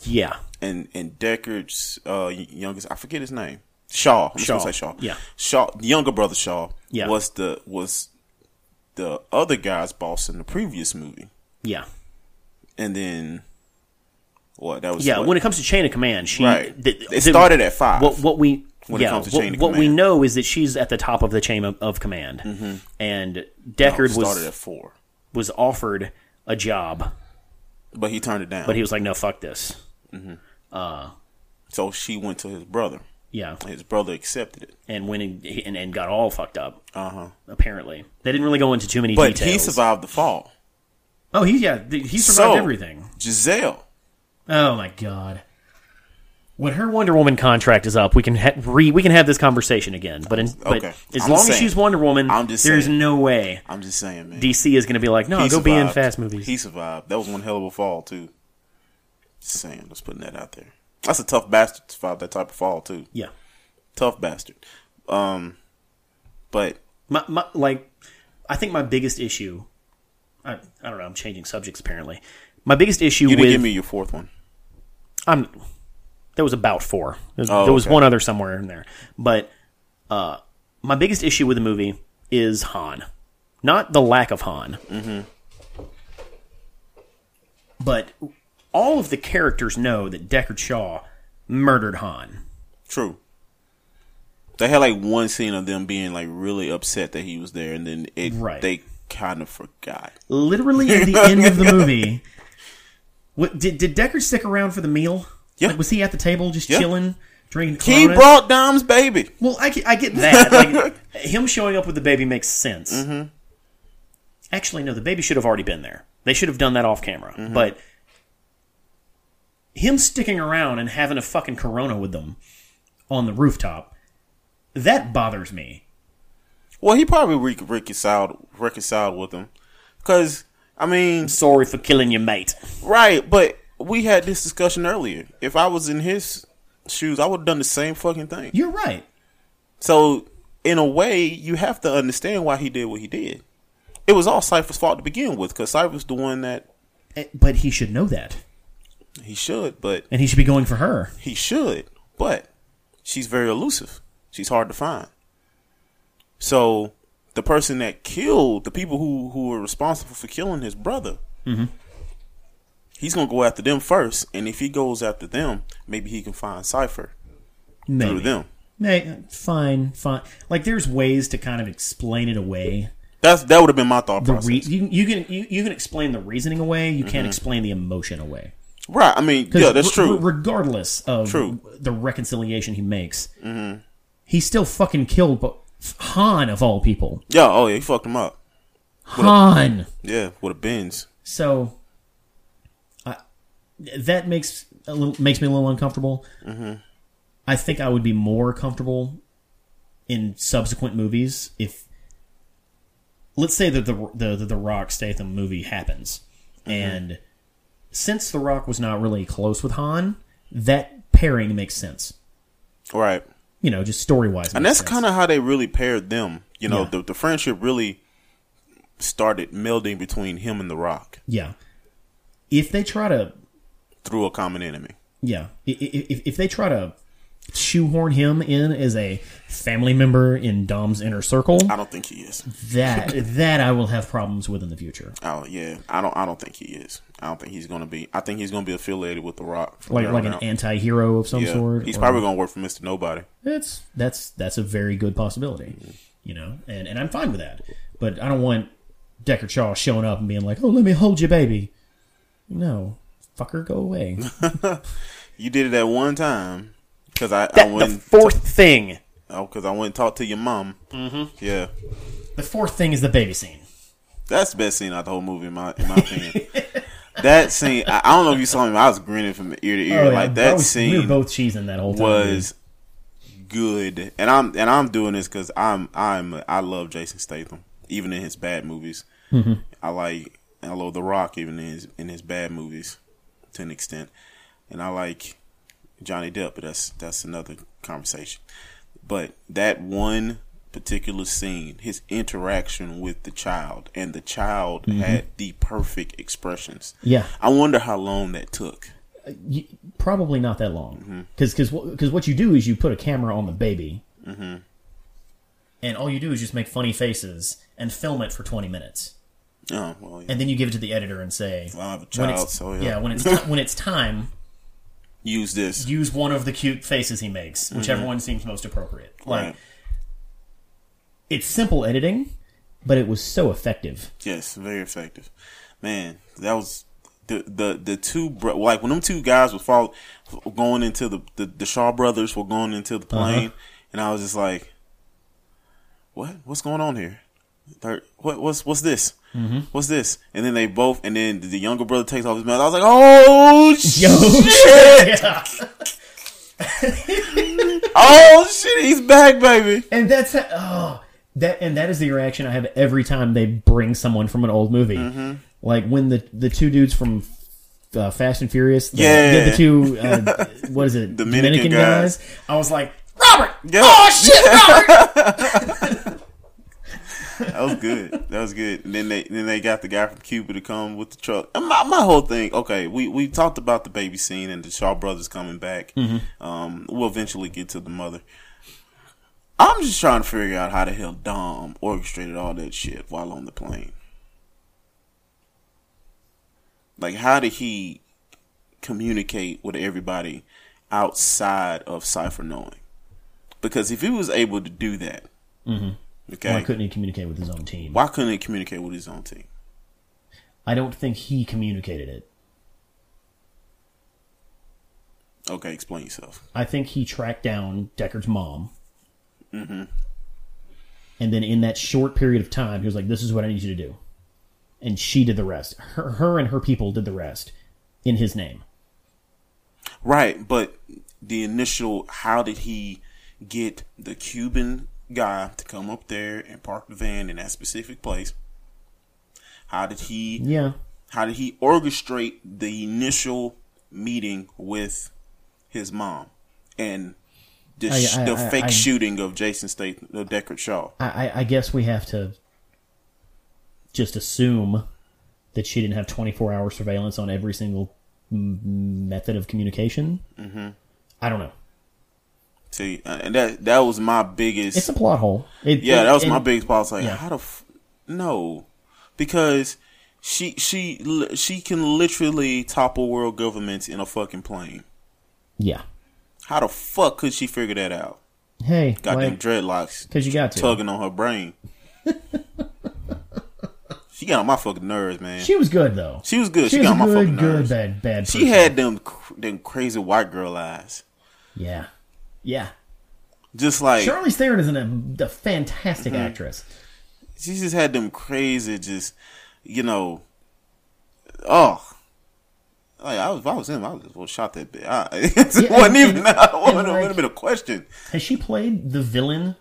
S1: Yeah.
S3: and and Deckard's uh, youngest, I forget his name, Shaw. I'm just gonna
S1: Shaw,
S3: say Shaw.
S1: yeah.
S3: Shaw, the younger brother Shaw,
S1: Yeah.
S3: was the was the other guy's boss in the previous movie,
S1: Yeah.
S3: and then what? That was
S1: Yeah,
S3: what?
S1: when it comes to chain of command, she
S3: Right.
S1: th-
S3: It started at five.
S1: What, what we
S3: When it
S1: yeah,
S3: comes to
S1: what,
S3: chain of
S1: what we
S3: command. Mm-hmm.
S1: know is that she's at the top of the chain of, of command, and
S3: No,
S1: Deckard
S3: started at
S1: was
S3: four,
S1: was offered a job,
S3: but he turned it down.
S1: but he was like, "No, fuck this."
S3: so she went to his brother.
S1: Yeah,
S3: His brother accepted it,
S1: and went and, and, and got all fucked up.
S3: Uh-huh.
S1: Apparently, they didn't really go into too many
S3: but
S1: details.
S3: he survived the fall.
S1: Oh, he yeah, th- he survived
S3: So-
S1: everything.
S3: Giselle.
S1: Oh my god. When her Wonder Woman contract is up, we can ha- re we can have this conversation again. But, in, but
S3: Okay.
S1: as
S3: I'm
S1: long
S3: saying-
S1: as she's Wonder Woman,
S3: I'm just
S1: there's
S3: saying.
S1: no way
S3: I'm just saying, man.
S1: DC is going to be like, no,
S3: He
S1: go be in
S3: survived.
S1: Fast movies.
S3: He survived. That was one hell of a fall too. Just saying, just putting that out there. That's a tough bastard to survive that type of fall too.
S1: yeah,
S3: Tough bastard. Um, but
S1: my, my like I think my biggest issue. I, I don't know. I'm changing subjects apparently. My biggest issue
S3: you didn't
S1: with
S3: give me your fourth one.
S1: I'm there was about four. There,
S3: Oh,
S1: there was
S3: okay.
S1: one other somewhere in there. But uh, my biggest issue with the movie is Han, not the lack of Han, mm-hmm. but all of the characters know that Deckard Shaw murdered Han.
S3: True. They had like one scene of them being like really upset that he was there, and then it
S1: Right.
S3: they kind of forgot.
S1: Literally at the end
S3: (laughs)
S1: of the movie, what, did did Deckard stick around for the meal?
S3: Yeah.
S1: Like, was he at the table just
S3: Yeah.
S1: chilling, drinking?
S3: He
S1: Coronas?
S3: brought Dom's baby.
S1: Well, I, get- I get that. Mm-hmm. Like, (laughs) him showing up with the baby makes sense. Actually, no, the baby should have already been there. They should have done that off camera. But him sticking around and having a fucking corona with them on the rooftop, that bothers me.
S3: Well, he probably re- reconciled reconciled with him, because I mean,
S1: Sorry for killing your mate.
S3: Right, but we had this discussion earlier. If I was in his shoes, I would have done the same fucking thing.
S1: You're right.
S3: So, in a way, you have to understand why he did what he did. It was all Cypher's fault to begin with, because Cypher's the one that
S1: Eh, But he should know that.
S3: he should, but
S1: And he should be going for her.
S3: he should, but she's very elusive. She's hard to find. So, the person that killed the people who who were responsible for killing his brother, he's gonna go after them first. And if he goes after them, maybe he can find Cipher.
S1: Maybe.
S3: through them.
S1: May- fine, fine. Like, there's ways to kind of explain it away.
S3: That's that would have been my thought
S1: the
S3: process.
S1: re- you, you can you, you can explain the reasoning away. You can't explain the emotion away.
S3: right? I mean,
S1: 'Cause
S3: yeah, that's
S1: re-
S3: true.
S1: re- regardless of
S3: True. Mm-hmm.
S1: the reconciliation he makes, he still fucking killed Bo- Han of all people.
S3: yeah, oh yeah, he fucked him up.
S1: Han.
S3: Yeah, with a bends.
S1: So I, that makes a little makes me a little uncomfortable.
S3: Mm-hmm.
S1: I think I would be more comfortable in subsequent movies if, let's say that the the the, the Rock Statham movie happens,
S3: Mm-hmm.
S1: and since the Rock was not really close with Han, that pairing makes sense.
S3: Right,
S1: You know, just story wise,
S3: and that's kind of how they really paired them. You know,
S1: Yeah.
S3: the the friendship really started melding between him and the Rock
S1: yeah. If they try to
S3: through a common enemy.
S1: Yeah, I- i- if, if they try to shoehorn him in as a family member in Dom's inner circle,
S3: I don't think he is. (laughs)
S1: that that I will have problems with in the future.
S3: Oh yeah, I don't. I don't think he is. I don't think he's gonna be. I think he's gonna be affiliated with the Rock. from
S1: Like
S3: here
S1: like
S3: on
S1: an
S3: out.
S1: anti-hero of some
S3: yeah.
S1: sort.
S3: He's
S1: or-
S3: probably gonna work for Mister Nobody.
S1: That's that's that's a very good possibility, you know, and and I'm fine with that. But I don't want Deckard Shaw showing up and being like, "Oh, let me hold your baby." No, fucker, go away.
S3: You did it at one time because I, I
S1: That, the
S3: went
S1: fourth thing.
S3: because I went and talked to your mom. Mm-hmm. Yeah.
S1: The fourth thing is the baby scene.
S3: That's the best scene out the whole movie, in my in my opinion. (laughs) that scene, I, I don't know if you saw me. I was grinning from ear to ear.
S1: Oh, yeah,
S3: like
S1: I
S3: that
S1: was- we were
S3: scene
S1: both cheesing that whole time.
S3: was good, and I'm and I'm doing this because I'm I'm I love Jason Statham, even in his bad movies.
S1: Mm-hmm.
S3: I like I love The Rock, even in his in his bad movies, to an extent, and I like Johnny Depp, but that's that's another conversation. But that one particular scene, his interaction with the child, and the child had the perfect expressions.
S1: Mm-hmm. Yeah.
S3: I wonder how long that took.
S1: you, probably not that long because because what you do is you put a camera on the baby
S3: Mm-hmm.
S1: and all you do is just make funny faces and film it for 20 minutes
S3: Oh well, yeah.
S1: and then you give it to the editor and say
S3: I have a
S1: when
S3: child,
S1: it's,
S3: so yeah.
S1: yeah. when
S3: (laughs)
S1: it's ti- when it's time
S3: Use this.
S1: use one of the cute faces he makes whichever one seems most appropriate like
S3: Right.
S1: it's simple editing but it was so effective
S3: Yes, very effective. Man, that was the the the two bro- like when them two guys were fall going into the, the the Shaw brothers were
S1: Uh-huh.
S3: going into the plane, and I was just like, "What? What's going on here?" thir- what, what's what's this?
S1: Mm-hmm.
S3: What's this? And then they both, and then the younger brother takes off his mask. I was like,
S1: (laughs)
S3: oh shit!
S1: Yeah.
S3: Oh shit! He's back, baby.
S1: And that's oh that and that is the reaction I have every time they bring someone from an old movie.
S3: Mm-hmm.
S1: Like when the the two dudes from uh, Fast and Furious, the,
S3: Yeah.
S1: the, the two uh, what is
S3: (laughs)
S1: it
S3: Dominican guys.
S1: I was like Robert.
S3: Yeah.
S1: Oh shit, Robert!
S3: (laughs) That was good. That was good. And then they then they got the guy from Cuba to come with the truck. And my, my whole thing. Okay, we we talked about the baby scene and the Shaw brothers coming back. Um, we'll eventually get to the mother. I'm just trying to figure out how the hell Dom orchestrated all that shit while on the plane. Like, how did he communicate with everybody outside of Cipher knowing? Because if he was able to do that, okay,
S1: Mm-hmm. Why couldn't he communicate with his own team?
S3: why couldn't he communicate with his own team?
S1: I don't think he communicated it.
S3: Okay, explain yourself.
S1: I think he tracked down Deckard's mom. And then in that short period of time, he was like, "This is what I need you to do," and she did the rest. Her, her and her people did the rest in his name.
S3: Right, but the initial how did he get the Cuban guy to come up there and park the van in that specific place? How did he
S1: Yeah,
S3: how did he orchestrate the initial meeting with his mom and the, sh-
S1: I-
S3: the
S1: I-
S3: fake
S1: I-
S3: shooting of Jason Statham, of Deckard Shaw?
S1: I, I, I guess we have to just assume that she didn't have twenty four hour surveillance on every single m- method of communication. Mm-hmm. I don't know.
S3: See, uh, and that that was my biggest.
S1: It's a plot hole. It-
S3: Yeah,
S1: it-
S3: that was my
S1: and-
S3: biggest problem. I was like,
S1: Yeah.
S3: how the f- no? Because she she li- she can literally topple world governments in a fucking plane.
S1: Yeah.
S3: How the fuck could she figure that out?
S1: Hey,
S3: Goddamn
S1: because
S3: dreadlocks
S1: you got to.
S3: tugging on
S1: (laughs)
S3: her brain. she got on my fucking nerves, man. She,
S1: She was good though.
S3: was good. She,
S1: She was
S3: got on my
S1: a
S3: fucking
S1: good, good,
S3: nerves.
S1: bad, bad.
S3: she
S1: person.
S3: had them cr- them crazy white girl eyes,
S1: yeah, yeah.
S3: just like
S1: Charlize Theron is an, a, a fantastic
S3: Mm-hmm.
S1: actress.
S3: she just had them crazy, just you know, oh, like I was, if I was him, I was well shot that bit. I, (laughs) it
S1: Yeah, and-
S3: wasn't even, (laughs)
S1: and-
S3: it wasn't,
S1: and, like-
S3: even a question.
S1: Has she played the villain?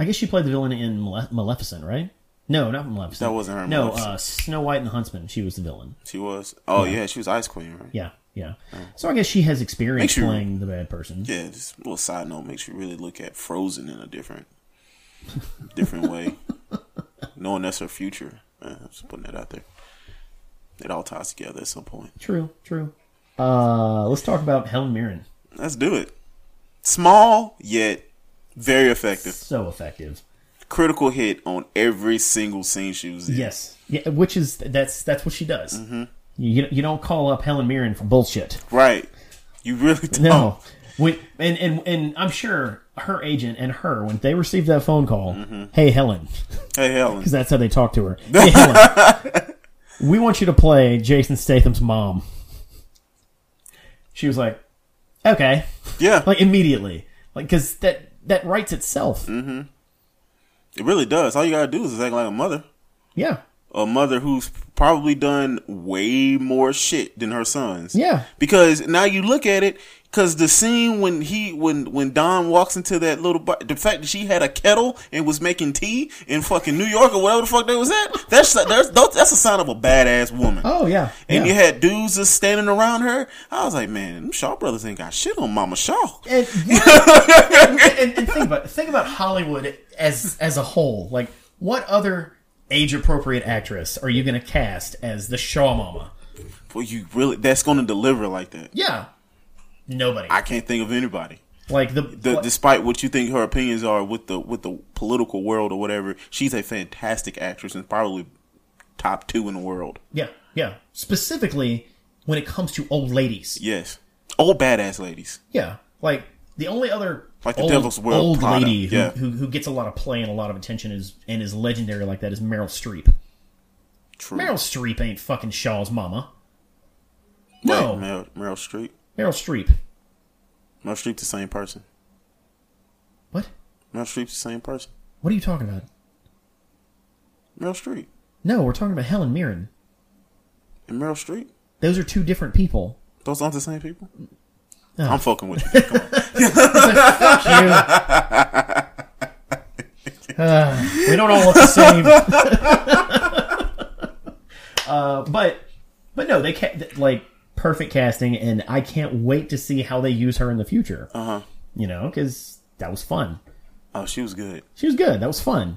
S1: I guess she played the villain in Male- Maleficent, right? No, not Maleficent.
S3: That wasn't her in
S1: No,
S3: Maleficent.
S1: uh, Snow White and the Huntsman. She was the villain.
S3: She was, oh yeah, she was Ice Queen, right?
S1: Yeah, yeah. So I guess she has experience
S3: Oh. Makes you-
S1: playing the bad person.
S3: Yeah, just a little side note makes you really look at Frozen in a different, different
S1: (laughs)
S3: way, knowing that's her future. Uh, just putting that out there. It all ties together at some point.
S1: True, true. Uh, let's talk about Helen Mirren.
S3: Let's do it. Small yet very effective.
S1: So effective.
S3: critical hit on every single scene she was in.
S1: Yes. Yeah, which is that's that's what she does.
S3: Mm-hmm.
S1: You you don't call up Helen Mirren for bullshit.
S3: Right. You really
S1: (laughs)
S3: don't.
S1: No. Oh. When, and, and and I'm sure her agent and her when they received that phone call, hey Helen,
S3: Mm-hmm. Hey,
S1: (laughs)
S3: Helen.
S1: because that's how they talk to
S3: (laughs)
S1: her. Hey Helen, we want you to play Jason Statham's mom. She was like, okay,
S3: Yeah,
S1: like immediately, like because that that writes itself.
S3: Mm-hmm. it really does. All you gotta do is act like a mother.
S1: Yeah,
S3: A mother who's probably done way more shit than her sons.
S1: yeah,
S3: Because now you look at it, because the scene when he when when Don walks into that little bar, the fact that she had a kettle and was making tea in fucking New York or whatever the fuck they was at, that's that's that's a sign of a badass woman.
S1: oh yeah,
S3: And
S1: yeah.
S3: you had dudes just standing around her. I was like, man, them Shaw brothers ain't got shit on Mama Shaw.
S1: and,
S3: (laughs)
S1: and- and think about think about Hollywood as as a whole. Like, what other age appropriate actress are you going to cast as the Shaw Mama?
S3: Well, you really that's going to deliver like that.
S1: Yeah, nobody.
S3: I can't think of anybody.
S1: like the,
S3: The,
S1: like-
S3: Despite what you think her opinions are with the with the political world or whatever, she's a fantastic actress and probably top two in the world.
S1: yeah yeah. Specifically, when it comes to old ladies.
S3: Yes, all badass ladies.
S1: Yeah, like the only other
S3: Like the
S1: old,
S3: Devil's World
S1: old
S3: Prada,
S1: lady who,
S3: yeah.
S1: who who gets a lot of play and a lot of attention is and is legendary like that is Meryl Streep.
S3: True.
S1: Meryl Streep ain't fucking Shaw's mama.
S3: Wait,
S1: No,
S3: Meryl, Meryl Streep.
S1: Meryl Streep.
S3: Meryl Streep the same person.
S1: What?
S3: Meryl Streep the same person.
S1: What are you talking about?
S3: Meryl Streep
S1: No, we're talking about Helen Mirren.
S3: and Meryl Streep.
S1: Those are two different people.
S3: Those aren't the same people.
S1: Oh.
S3: I'm fucking with
S1: (laughs)
S3: you.
S1: Cute. Ah, we don't all look the
S3: (laughs)
S1: same. uh, but but no, they ca- th- like perfect casting, and I can't wait to see how they use her in the future. Uh
S3: Uh-huh.
S1: huh. You know, because that was fun.
S3: oh, she was good.
S1: She was good. That was fun.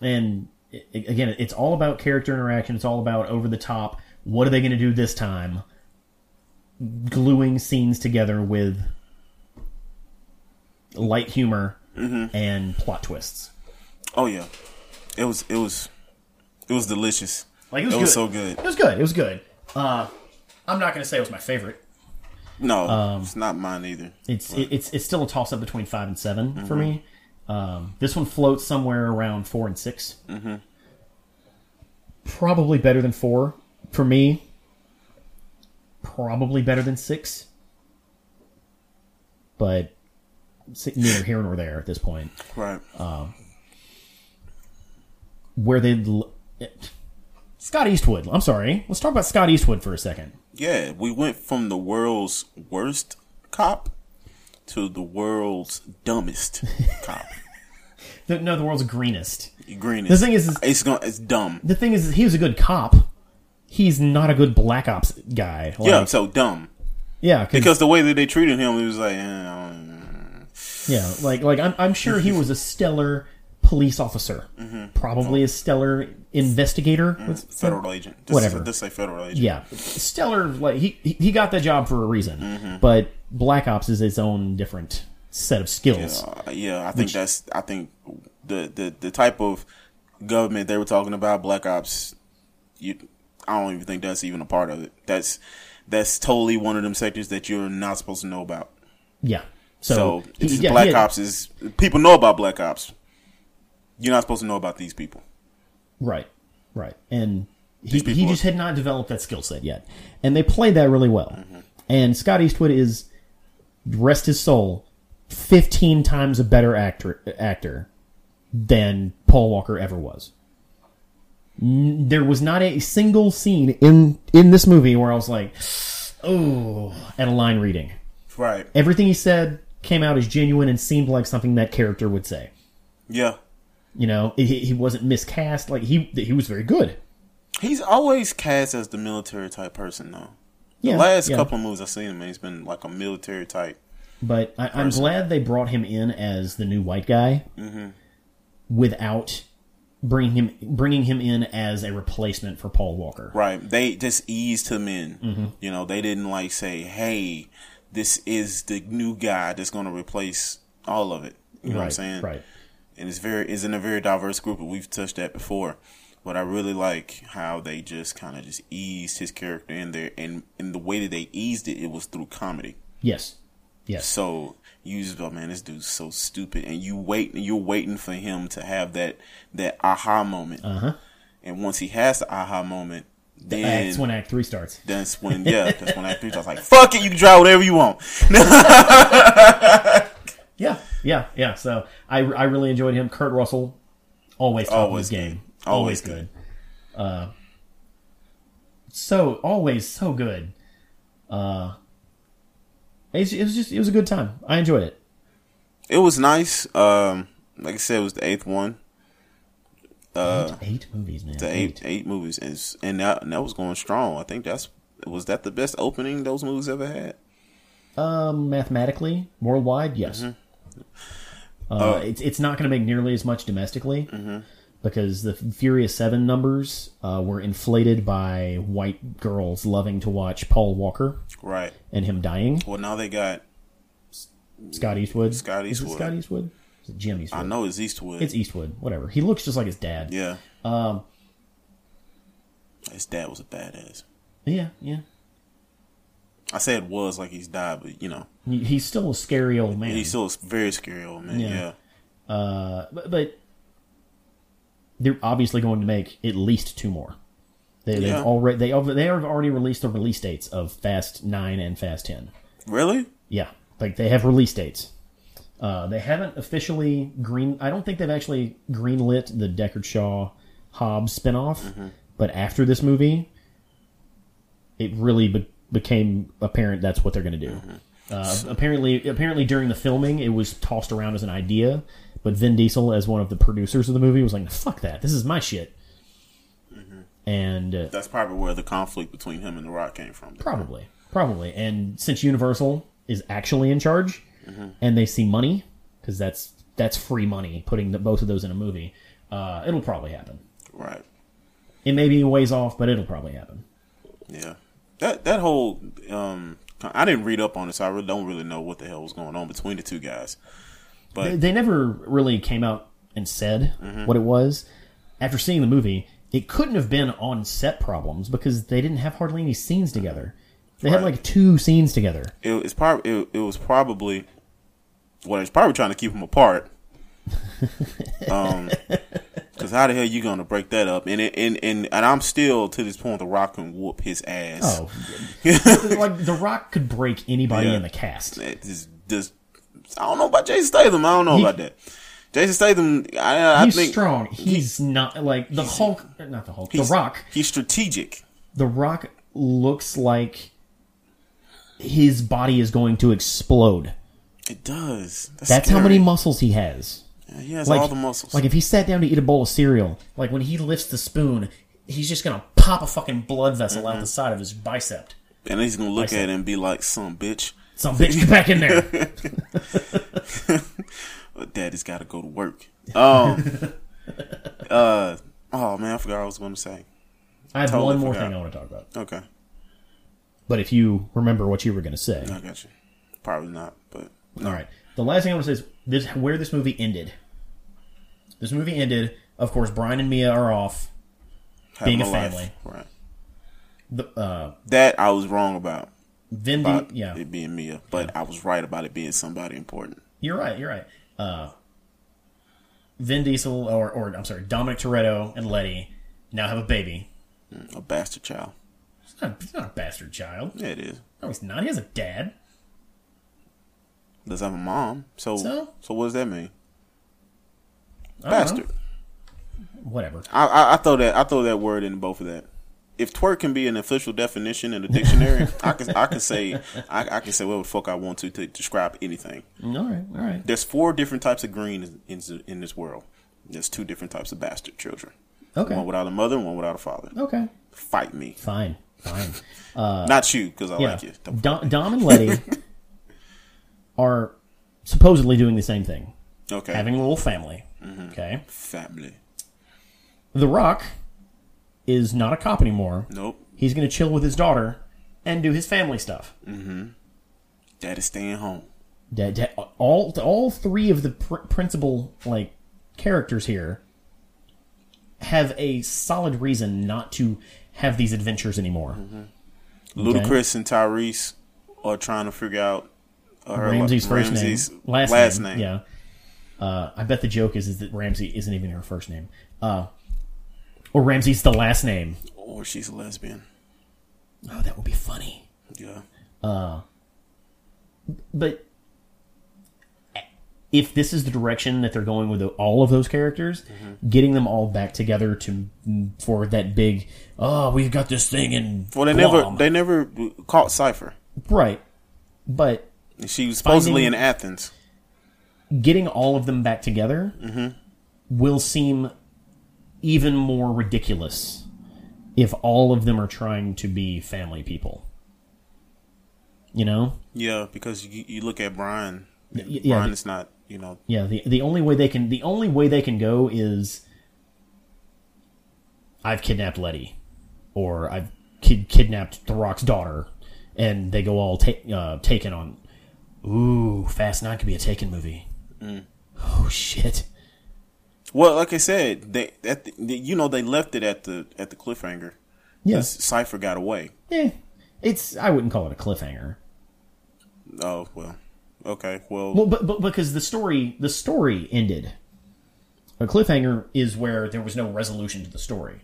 S1: And i- i- again, it's all about character interaction. It's all about over the top. What are they going to do this time? Gluing scenes together with light humor and plot twists.
S3: Oh yeah, it was it was it was delicious.
S1: Like it was,
S3: it was
S1: good.
S3: so good.
S1: It was good. It was good. Uh, I'm not going to say it was my favorite.
S3: No, it's not mine either.
S1: It's it, it's it's still a toss up between five and 7 for me. Um, this one floats somewhere around four and 6 Mm-hmm. Probably better than four for me. Probably better than six, but si- neither here nor there at this point.
S3: Right.
S1: uh, Where they l- Scott Eastwood. I'm sorry. Let's talk about Scott Eastwood for a second.
S3: yeah, we went from the world's worst cop to the world's dumbest cop.
S1: (laughs) The, no, the world's greenest.
S3: Green
S1: The
S3: is
S1: thing is, is
S3: it's going it's dumb.
S1: the thing is, is he was a good cop. He's not a good black ops guy. Like,
S3: yeah, so dumb.
S1: yeah, 'cause-
S3: Because the way that they treated him, it was like, eh, I don't know.
S1: yeah. Like, like I'm, I'm sure he was a stellar police officer,
S3: Mm-hmm.
S1: probably
S3: Oh.
S1: a stellar investigator. Let's-
S3: federal agent. Just,
S1: Whatever.
S3: Just say federal agent.
S1: yeah, stellar. Like he, he he got that job for a reason.
S3: Mm-hmm.
S1: But black ops is its own different set of skills.
S3: Uh, yeah, I think that's. I think the, the the type of government they were talking about, black ops. You, I don't even think that's even a part of it. That's that's totally one of them sectors that you're not supposed to know about.
S1: Yeah. So,
S3: So it's
S1: he- (laughs) yeah, he
S3: black
S1: had-
S3: ops is people know about black ops. You're not supposed to know about these people.
S1: Right, right. And he,
S3: people
S1: he
S3: are-
S1: just had not developed that skill set yet. And they played that really well. And Scott Eastwood is, rest his soul, 15 times a better actor, actor than Paul Walker ever was. N- There was not a single scene in, in this movie where I was like, oh, at a line reading.
S3: Right.
S1: Everything he said came out as genuine and seemed like something that character would say.
S3: Yeah.
S1: You know, he, he wasn't miscast. Like he he was very good.
S3: He's always cast as the military type person though. The
S1: Yeah,
S3: last
S1: yeah.
S3: couple of movies I've seen him, in, he's been like a military type.
S1: But I, I'm glad they brought him in as the new white guy, without bringing him bringing him in as a replacement for Paul Walker.
S3: Right. They just eased him in.
S1: Mm-hmm.
S3: You know, they didn't like say, "Hey, this is the new guy that's going to replace all of it." You know
S1: right,
S3: what I'm saying?
S1: right.
S3: And it's very is in a very diverse group, and we've touched that before. But I really like how they just kind of just eased his character in there, and and the way that they eased it, it was through comedy.
S1: Yes, yes,
S3: So you just go, man, this dude's so stupid, and you wait, you're waiting for him to have that that aha moment.
S1: Uh-huh.
S3: And once he has the aha moment, then
S1: that's when Act Three starts.
S3: that's when, yeah, that's when I preach. I was like, fuck it, you can drive whatever you want.
S1: Yeah, yeah, yeah. So I, I really enjoyed him. Kurt Russell, always top
S3: Always
S1: of his game,
S3: good. Always good.
S1: Uh, so always so good. Uh, it's- it was just it was a good time. I enjoyed it.
S3: It was nice. Um, like I said, it was the eighth one, Uh,
S1: eight movies, man.
S3: the eight eight movies, and s- and that, and that was going strong. I think that's was that the best opening those movies ever had.
S1: mathematically worldwide yes uh, it's, it's not going to make nearly as much domestically because the furious seven numbers uh, were inflated by white girls loving to watch paul walker
S3: Right.
S1: and him dying
S3: Well, now they got.
S1: scott eastwood
S3: Scott
S1: Is it
S3: Eastwood.
S1: scott eastwood Is it jim eastwood
S3: I know it's Eastwood.
S1: it's eastwood whatever he looks just like his dad
S3: yeah. Um. His dad was a badass.
S1: yeah yeah
S3: I said was like he's died, but you know
S1: He- he's still a scary old man
S3: he's still a very scary old Oh, man.
S1: Yeah.
S3: Yeah.
S1: but, but they're obviously going to make at least two more. They,
S3: Yeah.
S1: They've already they over- they have already released the release dates of Fast Nine and Fast Ten.
S3: Really?
S1: Yeah, like they have release dates. Uh, they haven't officially green. I don't think they've actually greenlit the Deckard Shaw Hobbs spinoff. But after this movie, it really be- became apparent that's what they're going to do. Uh, apparently, apparently during the filming, it was tossed around as an idea. But Vin Diesel, as one of the producers of the movie, was like, "Fuck that! This is my shit." And uh,
S3: That's probably where the conflict between him and The Rock came from.
S1: Probably, probably. And since Universal is actually in charge,
S3: Mm-hmm.
S1: and they see money because that's that's free money putting the, both of those in a movie, uh, it'll probably happen.
S3: Right.
S1: It may be a ways off, but it'll probably happen.
S3: Yeah. That that whole um I didn't read up on it, so I really don't really know what the hell was going on between the two guys.
S1: They, they never really came out and said
S3: Mm-hmm.
S1: what it was. After seeing the movie, it couldn't have been on set problems because they didn't have hardly any scenes together. They had
S3: Right.
S1: like two scenes
S3: (laughs)
S1: together.
S3: It, it's probably it, it was probably well, it's probably trying to keep
S1: (laughs)
S3: them apart. um, because how the hell you gonna break that up? And it, and and and I'm still to this point the Rock can whoop his ass.
S1: Oh, like The Rock could break anybody
S3: Yeah.
S1: in the cast.
S3: It just, just I don't know about Jason Statham. I don't know
S1: He-
S3: about that. Jason Statham, I, I
S1: he's
S3: think
S1: strong. He's not like the Hulk. Not the Hulk. The
S3: he's-
S1: Rock.
S3: He's strategic.
S1: The Rock looks like his body is going to explode.
S3: It does.
S1: That's how many muscles he has.
S3: many. He has
S1: Like
S3: all the muscles.
S1: Like if he sat down to eat a bowl of cereal, like when he lifts the spoon, he's just gonna pop a fucking blood vessel out the side of his bicep.
S3: and he's gonna look
S1: said-
S3: at it and be like, "Some bitch,
S1: Some bitch, get back in there.
S3: but daddy's got to go
S1: (laughs)
S3: to work." Um. (laughs) uh. Oh man, I forgot what I was gonna say.
S1: I have
S3: Totally
S1: one more
S3: forgot.
S1: thing I want to talk about.
S3: Okay,
S1: But if you remember what you were gonna say,
S3: I got you. Probably not, but
S1: All right. The last thing I want to say is this: where this movie ended. This movie ended. Of course, Brian and Mia are off.
S3: have
S1: Being
S3: my
S1: a
S3: life.
S1: family.
S3: right?
S1: The, uh,
S3: That I was wrong about.
S1: Vin, Di-
S3: About
S1: yeah,
S3: it being Mia, but I was right about it being somebody important.
S1: you're right. You're right. Uh, Vin Diesel, or, or I'm sorry, Dominic Toretto and Letty now have a baby.
S3: A bastard child.
S1: He's not, he's not a bastard child.
S3: Yeah, it is.
S1: No, he's not. He has a dad.
S3: Does have a mom. So so,
S1: So?
S3: what does that mean?
S1: I don't know.
S3: Bastard.
S1: Whatever.
S3: I, I, I throw that I throw that word in both of that. If twerk can be an official definition in the dictionary, I can I can say I, I can say whatever the fuck I want to to describe anything.
S1: All right. All right.
S3: There's four different types of green in in, in this world. There's two different types of bastard children.
S1: Okay.
S3: One without a mother, one without a father.
S1: Okay.
S3: Fight me,
S1: Fine. Fine.
S3: (laughs) not you, because I
S1: Yeah.
S3: like you. Don't-
S1: Dom, Dom and
S3: (laughs)
S1: Letty are supposedly doing the same thing,
S3: Okay, Mm-hmm.
S1: having a little family. Okay.
S3: family.
S1: The Rock is not a cop anymore.
S3: Nope,
S1: He's going to chill with his daughter and do his family stuff.
S3: daddy's Mm-hmm. staying home.
S1: Da- da- all all three of the pr- principal like characters here have a solid reason not to have these adventures anymore.
S3: Ludacris and Tyrese are trying to figure out uh, her
S1: Ramsey's first
S3: Ramsey's
S1: name, last,
S3: last
S1: name.
S3: name.
S1: Yeah. Uh, I bet the joke is, is that Ramsey isn't even her first name. Uh, or Ramsey's the last name.
S3: or she's a lesbian.
S1: Oh, that would be funny.
S3: Yeah.
S1: but if this is the direction that they're going with all of those characters,
S3: Mm-hmm.
S1: getting them all back together to for that big, oh, we've got this thing in
S3: Well, they
S1: Guam."
S3: never they never caught Cipher.
S1: right, but
S3: She was supposedly
S1: Finding-
S3: in Athens.
S1: getting all of them back together
S3: Mm-hmm.
S1: will seem even more ridiculous if all of them are trying to be family people. You know,
S3: Yeah, because you, you look at Brian.
S1: y- yeah,
S3: Brian
S1: the-
S3: is not you know
S1: Yeah, the the only way they can the only way they can go is I've kidnapped Letty, or I've kid, kidnapped The Rock's daughter, and they go all ta- uh, taken on. Ooh, Fast Nine could be a Taken movie. Oh shit!
S3: well like I said they at the, you know they left it at the at the cliffhanger.
S1: Yes,
S3: Cipher got away.
S1: eh, it's I wouldn't call it a cliffhanger.
S3: Oh well, okay well,
S1: Well, but, but because the story the story ended. A cliffhanger is where there was no resolution to the story.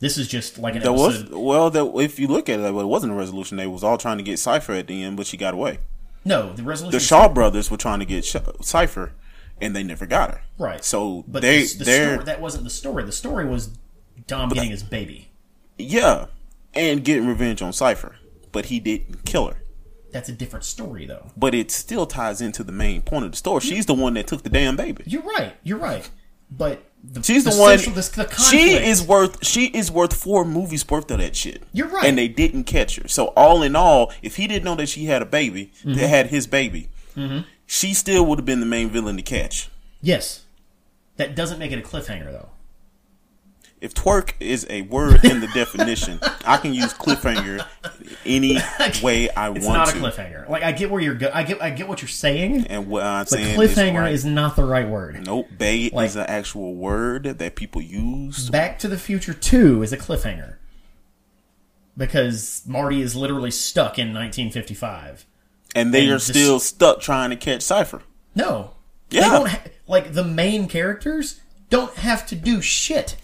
S1: This is just like an
S3: there was
S1: episode.
S3: well that if you look at it, well, it wasn't a resolution. They was all trying to get Cipher at the end, but she got away.
S1: No, the resolution.
S8: The Shaw brothers were trying to get Sh- Cipher, and they never got her.
S1: Right.
S8: So
S1: But
S8: they
S1: the, the
S8: they're
S1: story, that wasn't the story. The story was Dom getting his baby.
S8: yeah, and getting revenge on Cipher, but he didn't kill her.
S1: That's a different story, though.
S8: But it still ties into the main point of the story. She's the one that took the damn baby.
S1: You're right. You're right. But the,
S8: She's the,
S1: the
S8: one.
S1: Social, the, the conflict,
S8: she is worth. She is worth four movies worth of that shit.
S1: You're right.
S8: And they didn't catch her. So all in all, if he didn't know that she had a baby,
S1: Mm-hmm.
S8: that had his baby, she still would have been the main villain to catch.
S1: Yes. That doesn't make it a cliffhanger, though.
S8: If twerk is a word in the definition,
S1: (laughs)
S8: I can use cliffhanger any way I
S1: It's
S8: want
S1: not a
S8: to.
S1: cliffhanger. Like I get where you're. Go- I get. I get what you're saying.
S8: and what I'm
S1: But
S8: saying
S1: cliffhanger
S8: right.
S1: is not the right word.
S8: nope. Bay
S1: Like-
S8: is an actual word that people use.
S1: Back to the Future Two is a cliffhanger because Marty is literally stuck in 1955.
S8: and they
S1: And
S8: are
S1: this-
S8: still stuck trying to catch Cypher.
S1: No, they
S8: Yeah.
S1: don't. Ha- like the main characters don't have to do shit.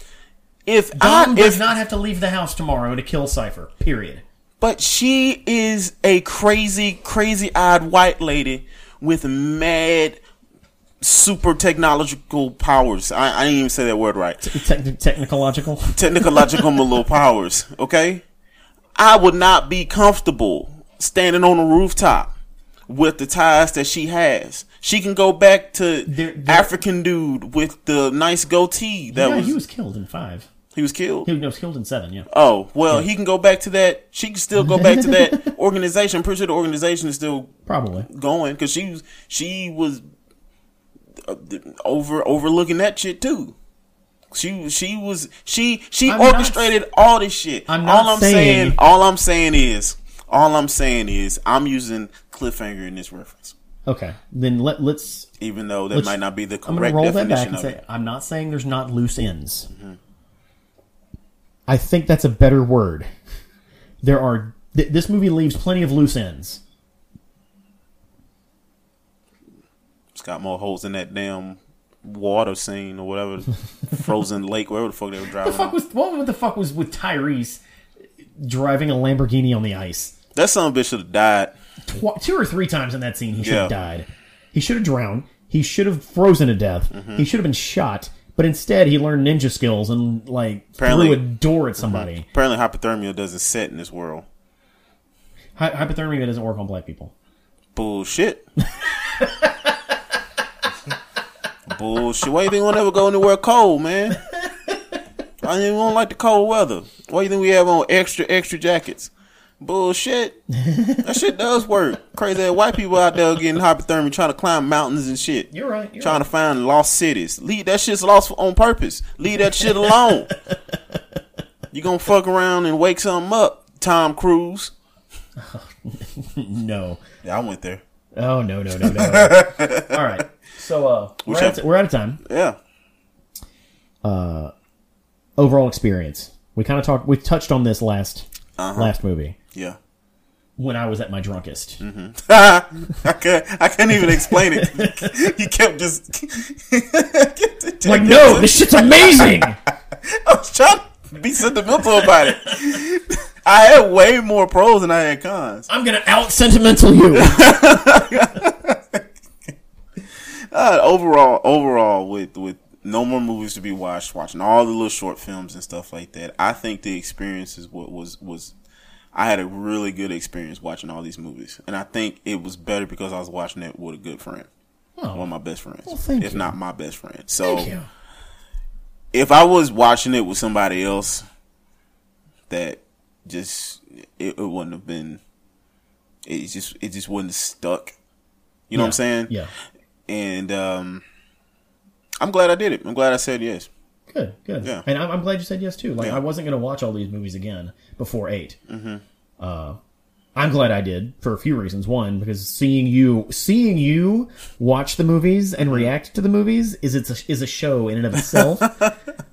S8: If
S1: Dom
S8: I,
S1: does
S8: if,
S1: not have to leave the house tomorrow to kill Cipher. Period.
S8: but she is a crazy, crazy eyed white lady with mad super technological powers. I, I didn't even say that word right.
S3: Techn- technological.
S8: Technological (laughs) little powers. Okay, I would not be comfortable standing on a rooftop. With the ties that she has, she can go back to
S1: There- there-
S8: African dude with the nice goatee that
S1: yeah,
S8: was,
S1: he was killed in five.
S8: he was killed.
S1: He was killed in seven. Yeah.
S8: Oh, well, he can go back to that. She can still go back
S1: (laughs)
S8: to that organization. I'm pretty sure the organization is still
S3: Probably.
S8: going because she was she was uh, over overlooking that shit too. She she was she she
S1: I'm not-
S8: orchestrated all this shit.
S3: I'm not
S8: all I'm
S3: saying-
S8: all I'm saying is all I'm saying is I'm using cliffhanger in this reference,
S3: Okay. Then let let's.
S8: even though that
S3: Let's-
S8: might not be the
S3: I'm gonna
S8: correct
S3: roll that back
S8: definition
S3: and
S8: of
S3: say
S8: it.
S3: I'm not saying there's not loose ends. I think that's a better word. There are. Th- this movie leaves plenty of loose ends.
S8: It's got more holes in that damn water scene
S3: (laughs)
S8: or whatever, frozen lake, wherever the fuck they were driving.
S1: What the
S8: on.
S1: fuck was what the fuck was with Tyrese
S3: Driving a Lamborghini on the ice.
S8: That son of a bitch should have died.
S1: tw- two or three times in that scene? He should
S8: Yeah.
S1: have died.
S3: He should have drowned. He should have frozen to death.
S8: Mm-hmm.
S3: He should have been shot. But instead, he learned ninja skills and like
S8: Apparently-
S3: threw a door at somebody.
S8: Apparently, hypothermia doesn't set in this world.
S3: Hy- hypothermia doesn't work on black people.
S8: Bullshit. Bullshit. Why you think we'll never go anywhere cold, man? I mean, we don't like the cold weather. Why you think we have on extra, extra jackets? Bullshit. That shit does work. Crazy ass white people out there getting hypothermia trying to climb mountains and shit.
S1: You're right. You're
S8: trying to find lost cities. Leave that shit's lost on purpose. Leave that
S1: (laughs)
S8: shit alone. you gonna fuck around and wake something up, Tom Cruise.
S1: No.
S8: Yeah, I went there.
S1: Oh no no
S8: (laughs)
S1: no no. All right. So uh,
S3: We're out, of, we're out of time.
S8: Yeah.
S1: Uh,
S3: Overall experience. We kind of talked. We touched on this last last movie
S8: Uh-huh. Yeah. Mm.
S1: when I was at my drunkest,
S8: I could I couldn't even explain it. you kept just
S3: like, no, this shit's amazing.
S8: I was trying to be sentimental about it. I had way more pros than I had cons.
S1: I'm gonna out.
S3: Sentimental you.
S8: Uh, overall, overall, with with no more movies to be watched, watching all the little short films and stuff like that, I think the experience is what was was. I had a really good experience watching all these movies, and I think it was better because I was watching it with a good friend, one of my best friends,
S3: Oh. thank
S8: if
S3: you.
S8: not my best friend. So, if I was watching it with somebody else, that just it, it wouldn't have been. It just it just wouldn't have stuck. You know what I'm saying?
S1: Yeah.
S8: and um, I'm glad I did it. I'm glad I said yes.
S1: Good. Good.
S8: Yeah.
S1: And I'm, I'm glad you said yes too. Like
S8: Yeah.
S1: I wasn't gonna watch all these movies again before 8 Mm-hmm. Uh, I'm glad I did for a few reasons. One, because
S3: seeing you seeing you watch the movies and react to the movies is it's a, is a show in and of itself.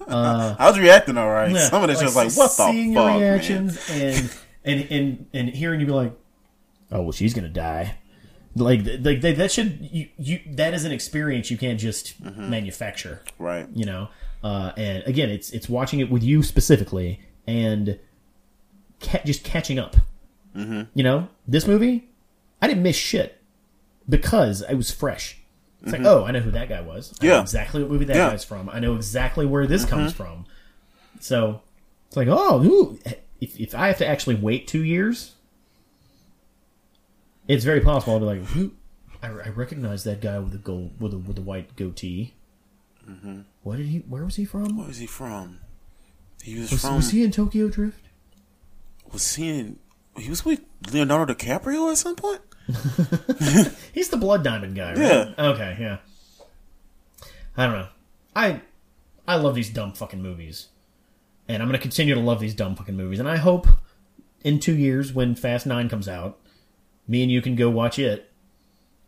S8: I was reacting all right.
S1: Yeah,
S8: Some of this was like, what the
S3: seeing your
S8: fuck, man?
S3: reactions and and and and hearing you be like, oh well, she's gonna die.
S1: like th- like they, that should you, you that is an experience you can't just
S8: Mm-hmm.
S1: manufacture.
S8: Right.
S3: You know, uh, and again, it's it's watching it with you specifically and Mm-hmm. ca- just catching up. You know, this movie, I didn't miss shit.
S1: because it was fresh. It's like, oh, I know who that guy was. I know
S3: Mm-hmm. Yeah.
S1: exactly what movie that
S3: Yeah. Mm-hmm.
S1: guy's from. I know exactly where this comes from. So it's like, oh, ooh, if if I have to actually wait two years, it's very possible I'll be like, who? I, I recognize that guy with the gold with the with the white goatee. What did he? Where was he from?
S3: Where is he from? He was,
S1: Was,
S3: from.
S1: was he in Tokyo Drift?
S3: was he in? He was with Leonardo DiCaprio at some point.
S1: He's the blood diamond guy, right?
S3: Yeah.
S1: Okay, yeah. I don't know. I I love these dumb fucking movies. And I'm gonna continue to love these dumb fucking movies. And I hope in two years when Fast Nine comes out, me and you can go watch it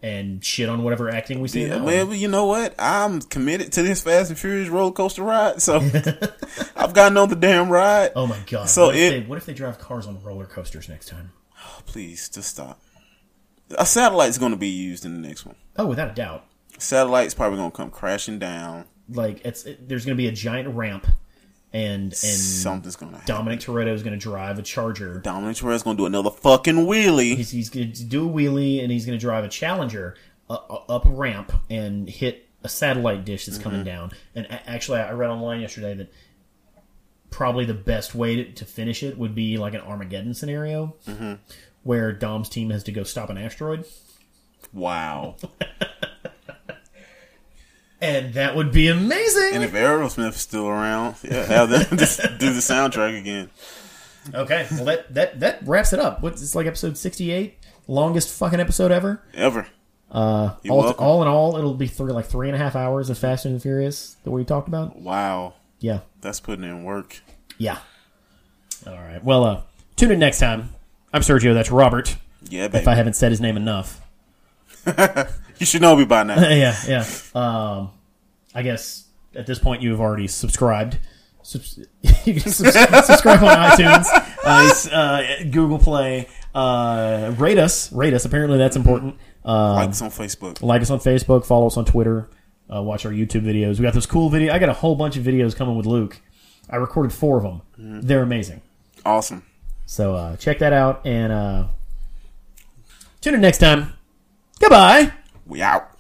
S1: and shit on whatever acting we see. in
S3: Yeah,
S1: that one.
S3: man. Well, you know what? I'm committed to this Fast and Furious roller coaster ride, so (laughs) I've gotten on the damn ride.
S1: Oh my god.
S3: So
S1: what, if
S3: it-
S1: they, what if they drive cars on roller coasters next time?
S3: Please, just stop. A satellite's going to be used in the next one.
S1: Oh, without a doubt.
S3: Satellite's probably going to come crashing down.
S1: Like it's it, there's gonna be a giant ramp and and
S3: Something's going to happen.
S1: Dominic Toretto is gonna drive a charger
S3: Dominic Torres going to do another fucking wheelie.
S1: He's, he's going to do a wheelie and he's going to drive a Challenger uh, uh, up a ramp and hit a satellite dish that's coming
S3: Mm-hmm.
S1: down. And a- actually, I read online yesterday that probably the best way to, to finish it would be like an Armageddon scenario
S3: Mm-hmm.
S1: where Dom's team has to go stop an asteroid.
S3: wow.
S1: (laughs) And that would be amazing.
S3: and if Aerosmith's still around, yeah, have them just do the soundtrack again.
S1: okay, well that, that that wraps it up. What's it's like episode sixty eight, longest fucking episode ever.
S3: Ever. Uh, You're
S1: All,
S3: welcome.
S1: all in all, it'll be three like three and a half hours of Fast and Furious that we talked about.
S3: wow.
S1: Yeah,
S3: That's putting in work.
S1: Yeah. All right. Well, uh, tune in next time. I'm Sergio. That's Robert.
S3: Yeah,
S1: If I
S3: baby.
S1: haven't said his name enough.
S3: You should know me by now.
S1: yeah, yeah. Um, I guess at this point you have already subscribed. Subs- (laughs) you can subs- subscribe on iTunes, uh, s- uh, Google Play. Uh, rate us. Rate us. Apparently that's important.
S3: like us on Facebook.
S1: Like us on Facebook. Follow us on Twitter. Uh, watch our YouTube videos. We got this cool video. I got a whole bunch of videos coming with Luke. I recorded four of them. They're amazing.
S3: Awesome.
S1: So uh, check that out and uh, tune in next time. Goodbye.
S3: We out.